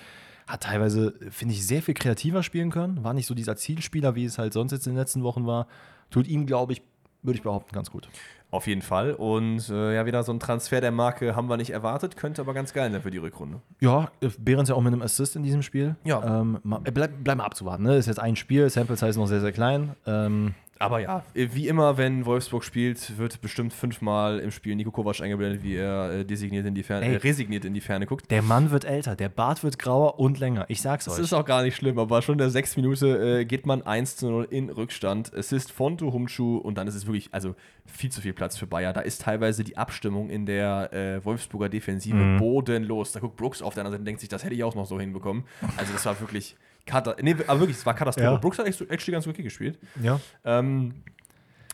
Hat teilweise, finde ich, sehr viel kreativer spielen können. War nicht so dieser Zielspieler, wie es halt sonst jetzt in den letzten Wochen war. Tut ihm, glaube ich, würde ich behaupten, ganz gut. Auf jeden Fall. Und äh, ja, wieder so ein Transfer der Marke haben wir nicht erwartet, könnte aber ganz geil sein für die Rückrunde. Ja, äh, Behrens ja auch mit einem Assist in diesem Spiel. Ja. Ähm, ma- äh, bleib, bleib mal abzuwarten. Ne? Ist jetzt ein Spiel, Sample Size noch sehr, sehr klein. Ähm, Aber ja, wie immer, wenn Wolfsburg spielt, wird bestimmt fünfmal im Spiel Nico Kovac eingeblendet, wie er äh, designiert in die Ferne, Ey. äh, resigniert in die Ferne guckt. Der Mann wird älter, der Bart wird grauer und länger. Ich sag's Das euch. ist auch gar nicht schlimm, aber schon in der sechs Minute äh, geht man 1 zu 0 in Rückstand. Assist von Humschu und dann ist es wirklich, also viel zu viel Platz für Bayer. Da ist teilweise die Abstimmung in der äh, Wolfsburger Defensive Mhm. bodenlos. Da guckt Brooks auf der anderen Seite und denkt sich, das hätte ich auch noch so hinbekommen. Also das war wirklich, Kata nee, aber wirklich, es war Katastrophe. Ja. Brooks hat echt- actually ganz okay gespielt. ja. Ähm,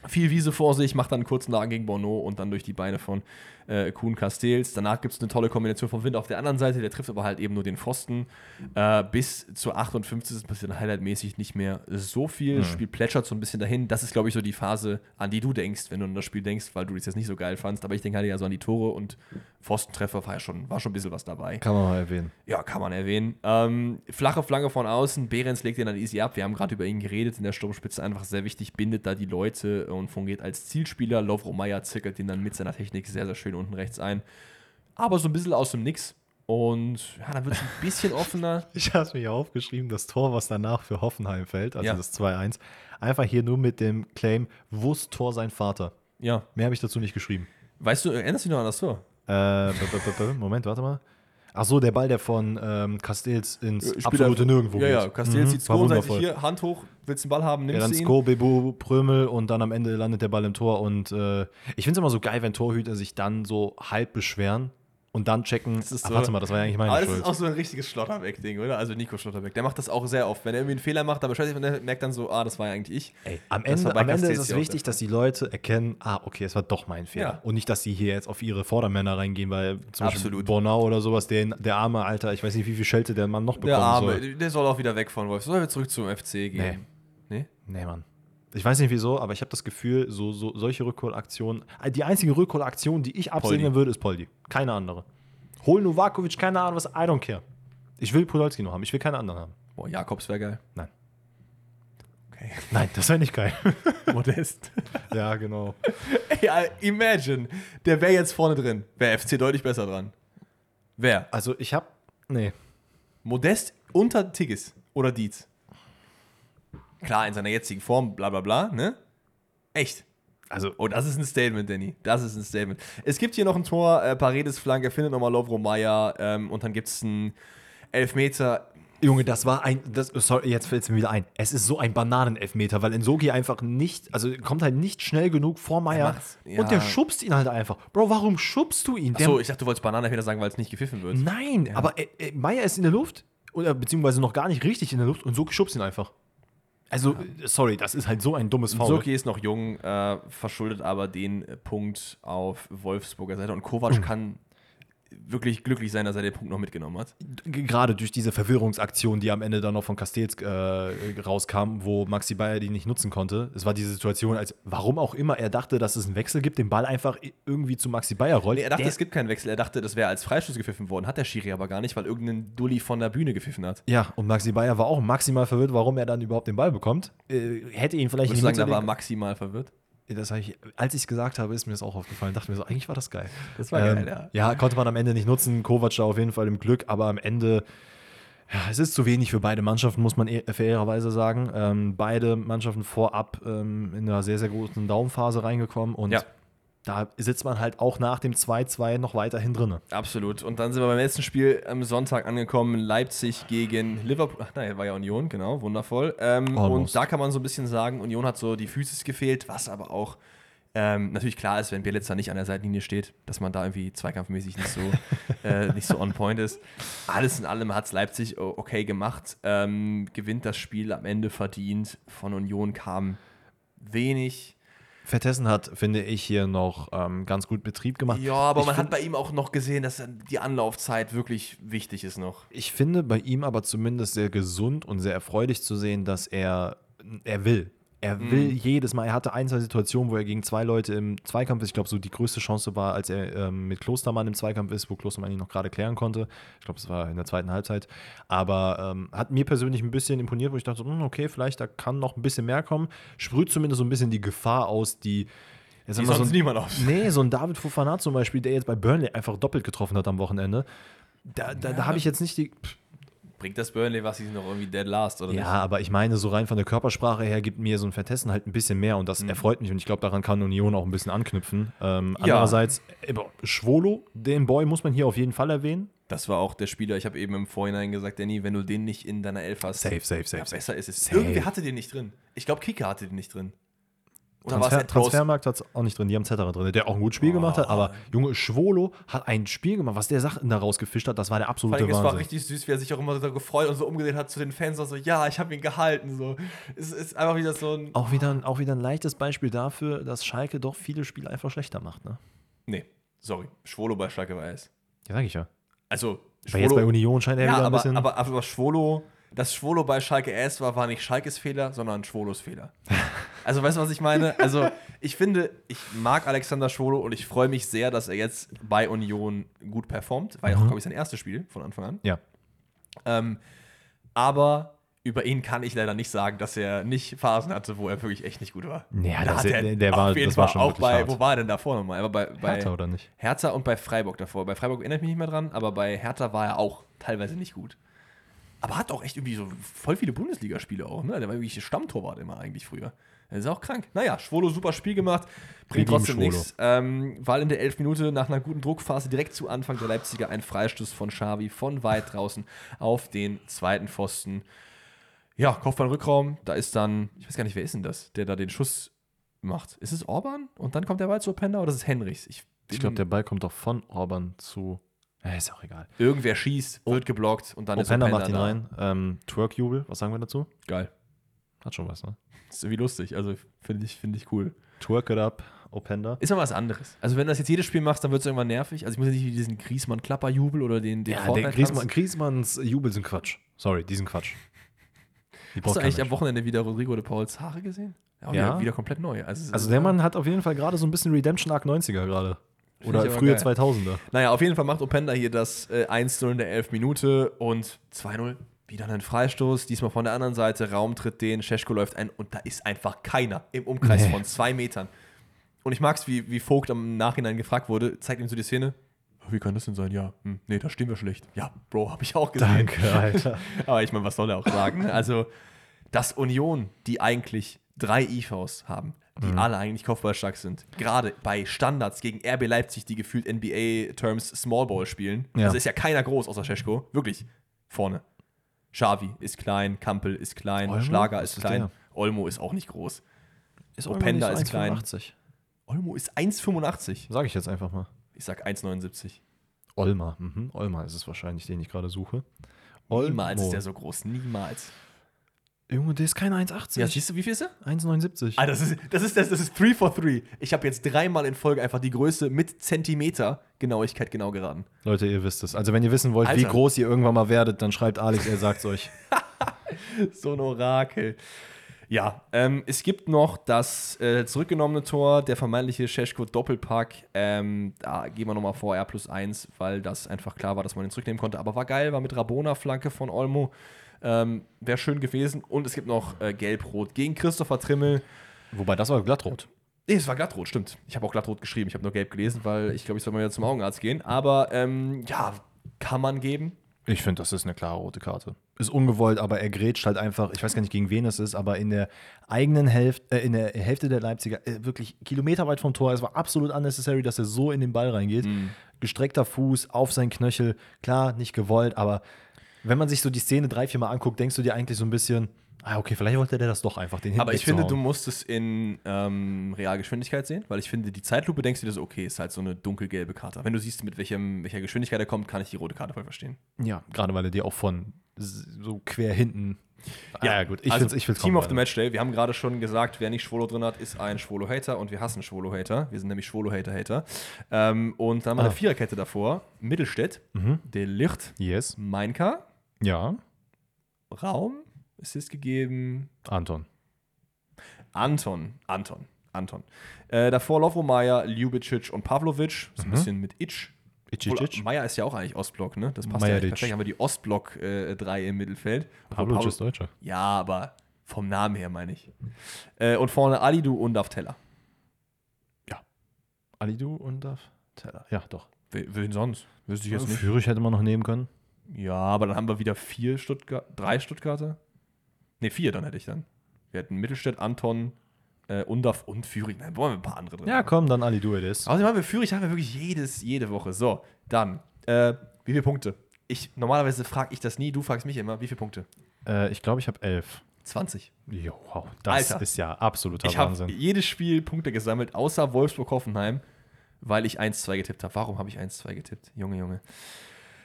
viel Wiese vor sich, macht dann einen kurzen Lagen gegen Bono und dann durch die Beine von äh, Kuhn Castells. Danach gibt es eine tolle Kombination von Wind auf der anderen Seite, der trifft aber halt eben nur den Pfosten. Äh, bis zur 58. passiert dann highlightmäßig nicht mehr so viel. Das Spiel plätschert so ein bisschen dahin. Das ist, glaube ich, so die Phase, an die du denkst, wenn du an das Spiel denkst, weil du es jetzt nicht so geil fandst. Aber ich denke halt ja so an die Tore und Pfostentreffer war ja schon, war schon ein bisschen was dabei. Kann man mal erwähnen. Ja, kann man erwähnen. Ähm, flache Flanke von außen. Behrens legt den dann easy ab. Wir haben gerade über ihn geredet. In der Sturmspitze einfach sehr wichtig. Bindet da die Leute und fungiert als Zielspieler. Lovro Meyer zickert ihn dann mit seiner Technik sehr, sehr schön unten rechts ein. Aber so ein bisschen aus dem Nix. Und ja, dann wird es ein bisschen offener. Ich habe mir ja aufgeschrieben, das Tor, was danach für Hoffenheim fällt, also Ja. das 2-1, einfach hier nur mit dem Claim, wusst Tor sein Vater. Ja. Mehr habe ich dazu nicht geschrieben. Weißt du, erinnerst du dich noch an das Tor? Äh, b- b- b- Moment, warte mal. Ach so, der Ball, der von ähm, Castells ins Äh, Spieler- absolute halt Nirgendwo Ja, geht. ja. Castells zieht war Sko und sagt sich wundervoll. hier, Hand hoch, willst den Ball haben, Ja, nimmst dann du ihn. Sko, Bebu, Prömel und dann am Ende landet der Ball im Tor. Und äh, ich finde es immer so geil, wenn Torhüter sich dann so halb beschweren und dann checken. ist ah, so- warte mal, das war ja eigentlich meine Aber das Schuld. ist auch so ein richtiges Schlotterbeck-Ding, oder? Also Nico Schlotterbeck, der macht das auch sehr oft. Wenn er irgendwie einen Fehler macht, aber scheiße, der merkt dann so, ah, das war ja eigentlich ich. Ey, am Das war Ende, bei am Ende Castells ist es ja auch wichtig, der dass die Leute erkennen, ah, okay, es war doch mein Fehler. Ja. Und nicht, dass sie hier jetzt auf ihre Vordermänner reingehen, weil zum Beispiel Absolut. Bornau oder sowas, der, der arme Alter, ich weiß nicht, wie viel Schelte der Mann noch bekommen Der Arme, soll. der soll auch wieder weg von Wolfsburg. Sollen wir zurück zum FC gehen? Nee. Nee, Mann. Ich weiß nicht wieso, aber ich habe das Gefühl, so, so, solche Rückholaktionen, äh, die einzige Rückholaktion, die ich absegnen Poldi. würde, ist Poldi. Keine andere. Hol Novakovic, keine Ahnung was, I don't care. Ich will Podolski noch haben, ich will keine anderen haben. Boah, Jakobs wäre geil. Nein. Okay. Nein, das wäre nicht geil. Modest. ja, genau. ja, imagine. Der wäre jetzt vorne drin. Wäre FC deutlich besser dran. Wer? Also ich habe, nee. Modest unter Tigges oder Dietz? Klar, in seiner jetzigen Form, bla bla bla, ne? Echt. Also Oh, das ist ein Statement, Danny. Das ist ein Statement. Es gibt hier noch ein Tor, äh, Paredes Flanke, findet nochmal Lovro Meyer ähm, und dann gibt es ein. Elfmeter, Junge, das war ein. Das, sorry, jetzt fällt es mir wieder ein. Es ist so ein Bananenelfmeter, weil Ensogi einfach nicht, also kommt halt nicht schnell genug vor Meier. macht's, ja. Und der schubst ihn halt einfach. Bro, warum schubst du ihn? Der, so, ich dachte, du wolltest Bananenelfmeter sagen, weil es nicht gepfiffen wird. nein, aber äh, äh, Meier ist in der Luft, oder beziehungsweise noch gar nicht richtig in der Luft und Sogi schubst ihn einfach. Also, äh, sorry, das ist halt so ein dummes Foul. Soki ist noch jung, äh, verschuldet aber den äh, Punkt auf Wolfsburger Seite. Und Kovac kann wirklich glücklich sein, dass er den Punkt noch mitgenommen hat. G- Gerade durch diese Verwirrungsaktion, die am Ende dann noch von Castells äh, rauskam, wo Maxi Bayer die nicht nutzen konnte. Es war diese Situation, als warum auch immer er dachte, dass es einen Wechsel gibt, den Ball einfach i- irgendwie zu Maxi Bayer rollt. Nee, er dachte, Der- es gibt keinen Wechsel. Er dachte, das wäre als Freistoß gepfiffen worden. Hat der Schiri aber gar nicht, weil irgendein Dulli von der Bühne gepfiffen hat. ja, und Maxi Bayer war auch maximal verwirrt, warum er dann überhaupt den Ball bekommt. Äh, hätte ihn vielleicht Würdest du sagen, da war hingelegt. maximal verwirrt? das hab ich, als ich es gesagt habe, ist mir das auch aufgefallen. Dachte mir so, eigentlich war das geil. Ähm, Das war geil, ja. konnte man am Ende nicht nutzen. Kovac da auf jeden Fall im Glück, aber am Ende, ja, es ist zu wenig für beide Mannschaften, muss man eh, fairerweise sagen. Ähm, beide Mannschaften vorab ähm, in einer sehr, sehr großen Daumenphase reingekommen und Ja. da sitzt man halt auch nach dem 2-2 noch weiterhin drinne. Absolut. Und dann sind wir beim letzten Spiel am Sonntag angekommen. Leipzig gegen Liverpool. Ach nein, war ja Union, genau, wundervoll. Ähm, und Almost. da kann man so ein bisschen sagen, Union hat so die Physis gefehlt, was aber auch ähm, natürlich klar ist, wenn Bielitzer nicht an der Seitenlinie steht, dass man da irgendwie zweikampfmäßig nicht so, äh, nicht so on point ist. Alles in allem hat es Leipzig o- okay gemacht, ähm, gewinnt das Spiel am Ende verdient. Von Union kam wenig. Vertessen hat, finde ich, hier noch ähm, ganz gut Betrieb gemacht. Ja, aber ich man find- hat bei ihm auch noch gesehen, dass die Anlaufzeit wirklich wichtig ist noch. Ich finde bei ihm aber zumindest sehr gesund und sehr erfreulich zu sehen, dass er, er will. Er will jedes Mal. Er hatte ein, zwei Situationen, wo er gegen zwei Leute im Zweikampf ist. Ich glaube, so die größte Chance war, als er ähm, mit Klostermann im Zweikampf ist, wo Klostermann ihn noch gerade klären konnte. Ich glaube, es war in der zweiten Halbzeit. Aber ähm, hat mir persönlich ein bisschen imponiert, wo ich dachte, hm, okay, vielleicht da kann noch ein bisschen mehr kommen. Sprüht zumindest so ein bisschen die Gefahr aus, die. Jetzt haben wir so ein- niemand auf. Nee, so ein David Fofana zum Beispiel, der jetzt bei Burnley einfach doppelt getroffen hat am Wochenende. Da, da, da habe ich jetzt nicht die. Pff, Bringt das Burnley was, die sind noch irgendwie dead last, oder ja, aber ich meine, so rein von der Körpersprache her gibt mir so ein Vertessen halt ein bisschen mehr und das erfreut mich und ich glaube, daran kann Union auch ein bisschen anknüpfen. Ähm, Mhm. Ja. Andererseits, äh, boah, Schwolo, den Boy muss man hier auf jeden Fall erwähnen. Das war auch der Spieler, ich habe eben im Vorhinein gesagt, Danny, wenn du den nicht in deiner Elf hast, Safe, safe, safe, ja, safe. besser ist es. Safe. Irgendwie hatte den nicht drin. Ich glaube, Kicker hatte den nicht drin. Oder war es Oh. Transfer, Ed Rose? Transfermarkt hat es auch nicht drin, die haben Zetterer drin, der auch ein gutes Spiel gemacht hat, aber Junge Schwolo hat ein Spiel gemacht, was der Sachen da rausgefischt hat, das war der Vor absolute allem, es war Wahnsinn. richtig süß, wie er sich auch immer so gefreut und so umgedreht hat zu den Fans und so, ja, ich habe ihn gehalten. So. Es ist einfach wieder so ein. Auch wieder, ein- auch wieder ein leichtes Beispiel dafür, dass Schalke doch viele Spiele einfach schlechter macht. Ne? Nee, sorry. Schwolo bei Schalke war es. Ja, sag ich ja. Also, Weil jetzt bei Union scheint er Ja, wieder ein aber, bisschen. aber, aber Schwolo, dass Schwolo bei Schalke S war, war nicht Schalkes Fehler, sondern Schwolos Fehler. Also, weißt du, was ich meine? Also, ich finde, ich mag Alexander Schwolo und ich freue mich sehr, dass er jetzt bei Union gut performt. War ja auch, Mhm. glaube ich, sein erstes Spiel von Anfang an. ja. Ähm, aber über ihn kann ich leider nicht sagen, dass er nicht Phasen hatte, wo er wirklich echt nicht gut war. Ja, Da das- hat er der- der war- auf jeden das war Fall schon auch wirklich bei, hart. wo war er denn davor nochmal? Er war bei, bei Hertha oder nicht? Hertha und bei Freiburg davor. Bei Freiburg erinnere ich mich nicht mehr dran, aber bei Hertha war er auch teilweise nicht gut. Aber hat auch echt irgendwie so voll viele Bundesligaspiele auch, ne? Der war wirklich Stammtorwart immer eigentlich früher. Das ist auch krank. Naja, Schwolo super Spiel gemacht, bringt Mit ihm trotzdem Schwolo. nichts. Ähm, weil in der 11. Minute nach einer guten Druckphase direkt zu Anfang der Leipziger ein Freistoß von Xavi von weit draußen auf den zweiten Pfosten. Ja, Kopfball-Rückraum, da ist dann, ich weiß gar nicht, wer ist denn das, der da den Schuss macht? Ist es Orban? Und dann kommt der Ball zu Openda oder ist es Henrichs? Ich bin- glaube, der Ball kommt doch von Orban zu. Ja, ist auch egal. Irgendwer schießt, wird geblockt und dann ist Openda macht ihn da. rein. Ähm, Twerk-Jubel, was sagen wir dazu? Geil. Hat schon was, ne? Ist irgendwie lustig, also finde ich, finde ich cool. Twerk it up, Openda. Ist aber was anderes. Also wenn du das jetzt jedes Spiel machst, dann wird es irgendwann nervig. Also ich muss ja nicht wie diesen Griesmann-Klapper-Jubel oder den, den Fortnite-Tanz. Griesmanns Äh, Jubel sind Quatsch. Sorry, die sind Quatsch. Die Hast braucht du kein eigentlich am Mensch. Wochenende wieder Rodrigo de Pauls Haare gesehen? Auch Ja. Wieder, wieder komplett neu. Also, es ist- also der Mann hat auf jeden Fall gerade so ein bisschen Redemption Arc 90er gerade. ich Oder aber frühe geil. 2000er. Naja, auf jeden Fall macht Openda hier das äh, 1-0 in der 11. Minute und 2-0. Wieder einen Freistoß, diesmal von der anderen Seite. Raum tritt den, Scheschko läuft ein und da ist einfach keiner im Umkreis Nee. von zwei Metern. Und ich mag es, wie, wie Vogt am Nachhinein gefragt wurde, zeigt ihm so die Szene. Wie kann das denn sein? Ja, hm, nee, da stehen wir schlecht. Ja, Bro, habe ich auch gesehen. Alter. Aber ich meine, was soll er auch sagen? ne? Also, dass Union, die eigentlich drei IVs haben, die alle eigentlich kopfballstark sind, gerade bei Standards gegen RB Leipzig, die gefühlt NBA-Terms Smallball spielen, Ja. also ist ja keiner groß außer Scheschko, wirklich. vorne. Xavi ist klein, Kampel ist klein, Olmo? Schlager Was ist ist klein, der? Olmo ist auch nicht groß. Ist Openda Olmo nicht ist klein. 1,85? Olmo ist 1,85. Sag ich jetzt einfach mal. Ich sag 1,79. Olma. Mhm. Olma ist es wahrscheinlich, den ich gerade suche. Niemals ist der so groß. Niemals. Junge, der ist kein 1,80. Ja, siehst du, wie viel ist er? 1,79. Ah, das ist das ist das, das ist 3 for 3. Ich habe jetzt dreimal in Folge einfach die Größe mit Zentimeter Genauigkeit genau geraten. Leute, ihr wisst es. Also, wenn ihr wissen wollt, wie Alter. groß ihr irgendwann mal werdet, dann schreibt Alex, er sagt's euch. So ein Orakel. Ja, ähm, es gibt noch das äh, zurückgenommene Tor, der vermeintliche Scheschko-Doppelpack. Ähm, da gehen wir nochmal vor R plus 1, weil das einfach klar war, dass man den zurücknehmen konnte. Aber war geil, war mit Rabona-Flanke von Olmo. Ähm, Wäre schön gewesen. Und es gibt noch äh, Gelb-Rot gegen Christopher Trimmel. Wobei, das war glattrot. Nee, es war glattrot, stimmt. Ich habe auch glattrot geschrieben. Ich habe nur gelb gelesen, weil ich glaube, ich soll mal wieder zum Augenarzt gehen. Aber ähm, ja, kann man geben. Ich finde, das ist eine klare rote Karte. Ist ungewollt, aber er grätscht halt einfach, ich weiß gar nicht, gegen wen es ist, aber in der eigenen Hälfte, äh, in der Hälfte der Leipziger, äh, wirklich kilometerweit vom Tor. Es war absolut unnecessary, dass er so in den Ball reingeht. Mhm. Gestreckter Fuß auf sein Knöchel. Klar, nicht gewollt, aber wenn man sich so die Szene drei, vier Mal anguckt, denkst du dir eigentlich so ein bisschen, ah, okay, vielleicht wollte der das doch einfach, den hinten Aber ich finde, du wegzuhauen. musst es in ähm, Realgeschwindigkeit sehen, weil ich finde, die Zeitlupe denkst du dir so, okay, ist halt so eine dunkelgelbe Karte. Wenn du siehst, mit welchem, welcher Geschwindigkeit er kommt, kann ich die rote Karte voll verstehen. Ja, gerade weil er dir auch von s- so quer hinten. Ah, also, find's- find's Team of the kommen, Matchday. Wir haben gerade schon gesagt, wer nicht Schwolo drin hat, ist ein Schwolo-Hater und wir hassen Schwolo-Hater. Wir sind nämlich Schwolo-Hater-Hater. Ähm, und dann haben wir Ah. eine Viererkette davor. Mittelstädt, De Licht, Alter. Mhm. Yes. Meinka, Ja, Raum. Es ist gegeben Anton. Anton. Anton. Anton. Äh, davor Lovromayer, Ljubicic und Pavlovic. Ist ein bisschen mit Itch. Itschitschitsch. Meier ist ja auch eigentlich Ostblock, ne? Das passt ja Majeric. eigentlich perfekt. Haben wir die Ostblock-3 äh, drei im Mittelfeld. Obwohl Pavlovic Pavlo- ist Deutscher. Ja, aber vom Namen her meine ich. Äh, und vorne Alidu und Daftella. Alidu und Daf Teller. Ja, doch. Wen, wen sonst? Wüsste ich jetzt nicht. Führig hätte man noch nehmen können. Ja, aber dann haben wir wieder vier Stuttgart, drei Stuttgarter. Ne, vier dann hätte ich dann. Wir hätten Mittelstädt, Anton, äh, Undaf und Führing. Dann wollen wir ein paar andere drin. Ja, komm, dann Alidu it is. Außerdem haben wir Führig, haben wir wirklich jedes, jede Woche. So, dann, äh, wie viele Punkte? Ich, normalerweise frage ich das nie, du fragst mich immer, wie viele Punkte? Äh, ich glaube, ich habe elf. 20. Jo, wow. Das Alter. ist ja absoluter Ich habe Wahnsinn. jedes Spiel Punkte gesammelt, außer Wolfsburg-Hoffenheim, weil ich 1-2 getippt habe. Warum habe ich 1-2 getippt? Junge, Junge.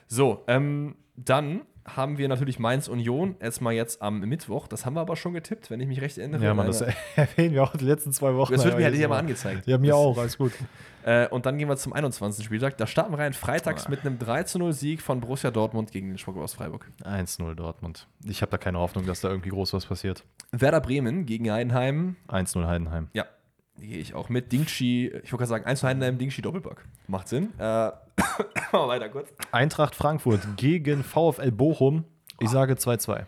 So, ähm, dann haben wir natürlich Mainz-Union erstmal jetzt am Mittwoch. Das haben wir aber schon getippt, wenn ich mich recht erinnere. Ja, Mann, das erwähnen wir auch die letzten zwei Wochen. Das wird mir halt ja hier mal angezeigt. Ja, mir Das- auch, alles gut. Äh, und dann gehen wir zum 21. Spieltag. Da starten wir rein freitags mit einem 3-0-Sieg von Borussia Dortmund gegen den Schwuck aus Freiburg. 1-0 Dortmund. Ich habe da keine Hoffnung, dass da irgendwie groß was passiert. Werder Bremen gegen Heidenheim. 1-0 Heidenheim. Ja, gehe ich auch mit. Dingshi, ich wollte gerade sagen, 1 zu Heidenheim, Dingshi Doppelback. Macht Sinn. Äh, mal weiter kurz. Eintracht Frankfurt gegen VfL Bochum. Ich sage 2-2.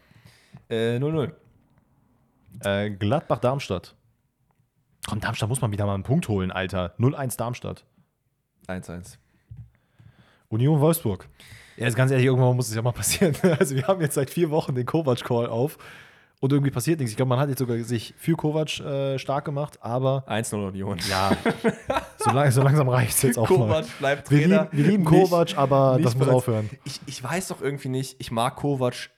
Äh, 0-0. Äh, Gladbach-Darmstadt. Komm, Darmstadt muss man wieder mal einen Punkt holen, Alter. 0-1 Darmstadt. 1-1. Union Wolfsburg. Ja, jetzt ganz ehrlich, irgendwann muss es ja mal passieren. Also wir haben jetzt seit vier Wochen den Kovac-Call auf und irgendwie passiert nichts. Ich glaube, man hat jetzt sogar sich für Kovac äh, stark gemacht, aber 1-0 Union. ja, so, lang, so langsam reicht es jetzt auch mal. bleibt Wir lieben, wir lieben Kovac, aber das muss bereits- aufhören. Ich, ich weiß doch irgendwie nicht, ich mag Kovac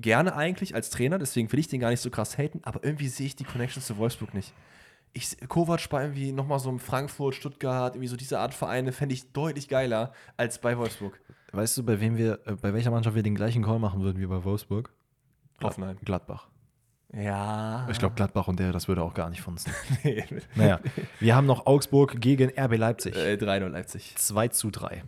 gerne eigentlich als Trainer, deswegen will ich den gar nicht so krass haten, aber irgendwie sehe ich die Connections zu Wolfsburg nicht. Ich, se- Kovac bei irgendwie nochmal so einem Frankfurt, Stuttgart, irgendwie so diese Art Vereine fände ich deutlich geiler als bei Wolfsburg. Weißt du, bei wem wir, äh, bei welcher Mannschaft wir den gleichen Call machen würden wie bei Wolfsburg? Hoffenheim. Gladbach. Ja. Ich glaube, Gladbach und der, das würde auch gar nicht funzen. nee. naja, wir haben noch Augsburg gegen RB Leipzig. Äh, 3-0 Leipzig. 2 zu 3.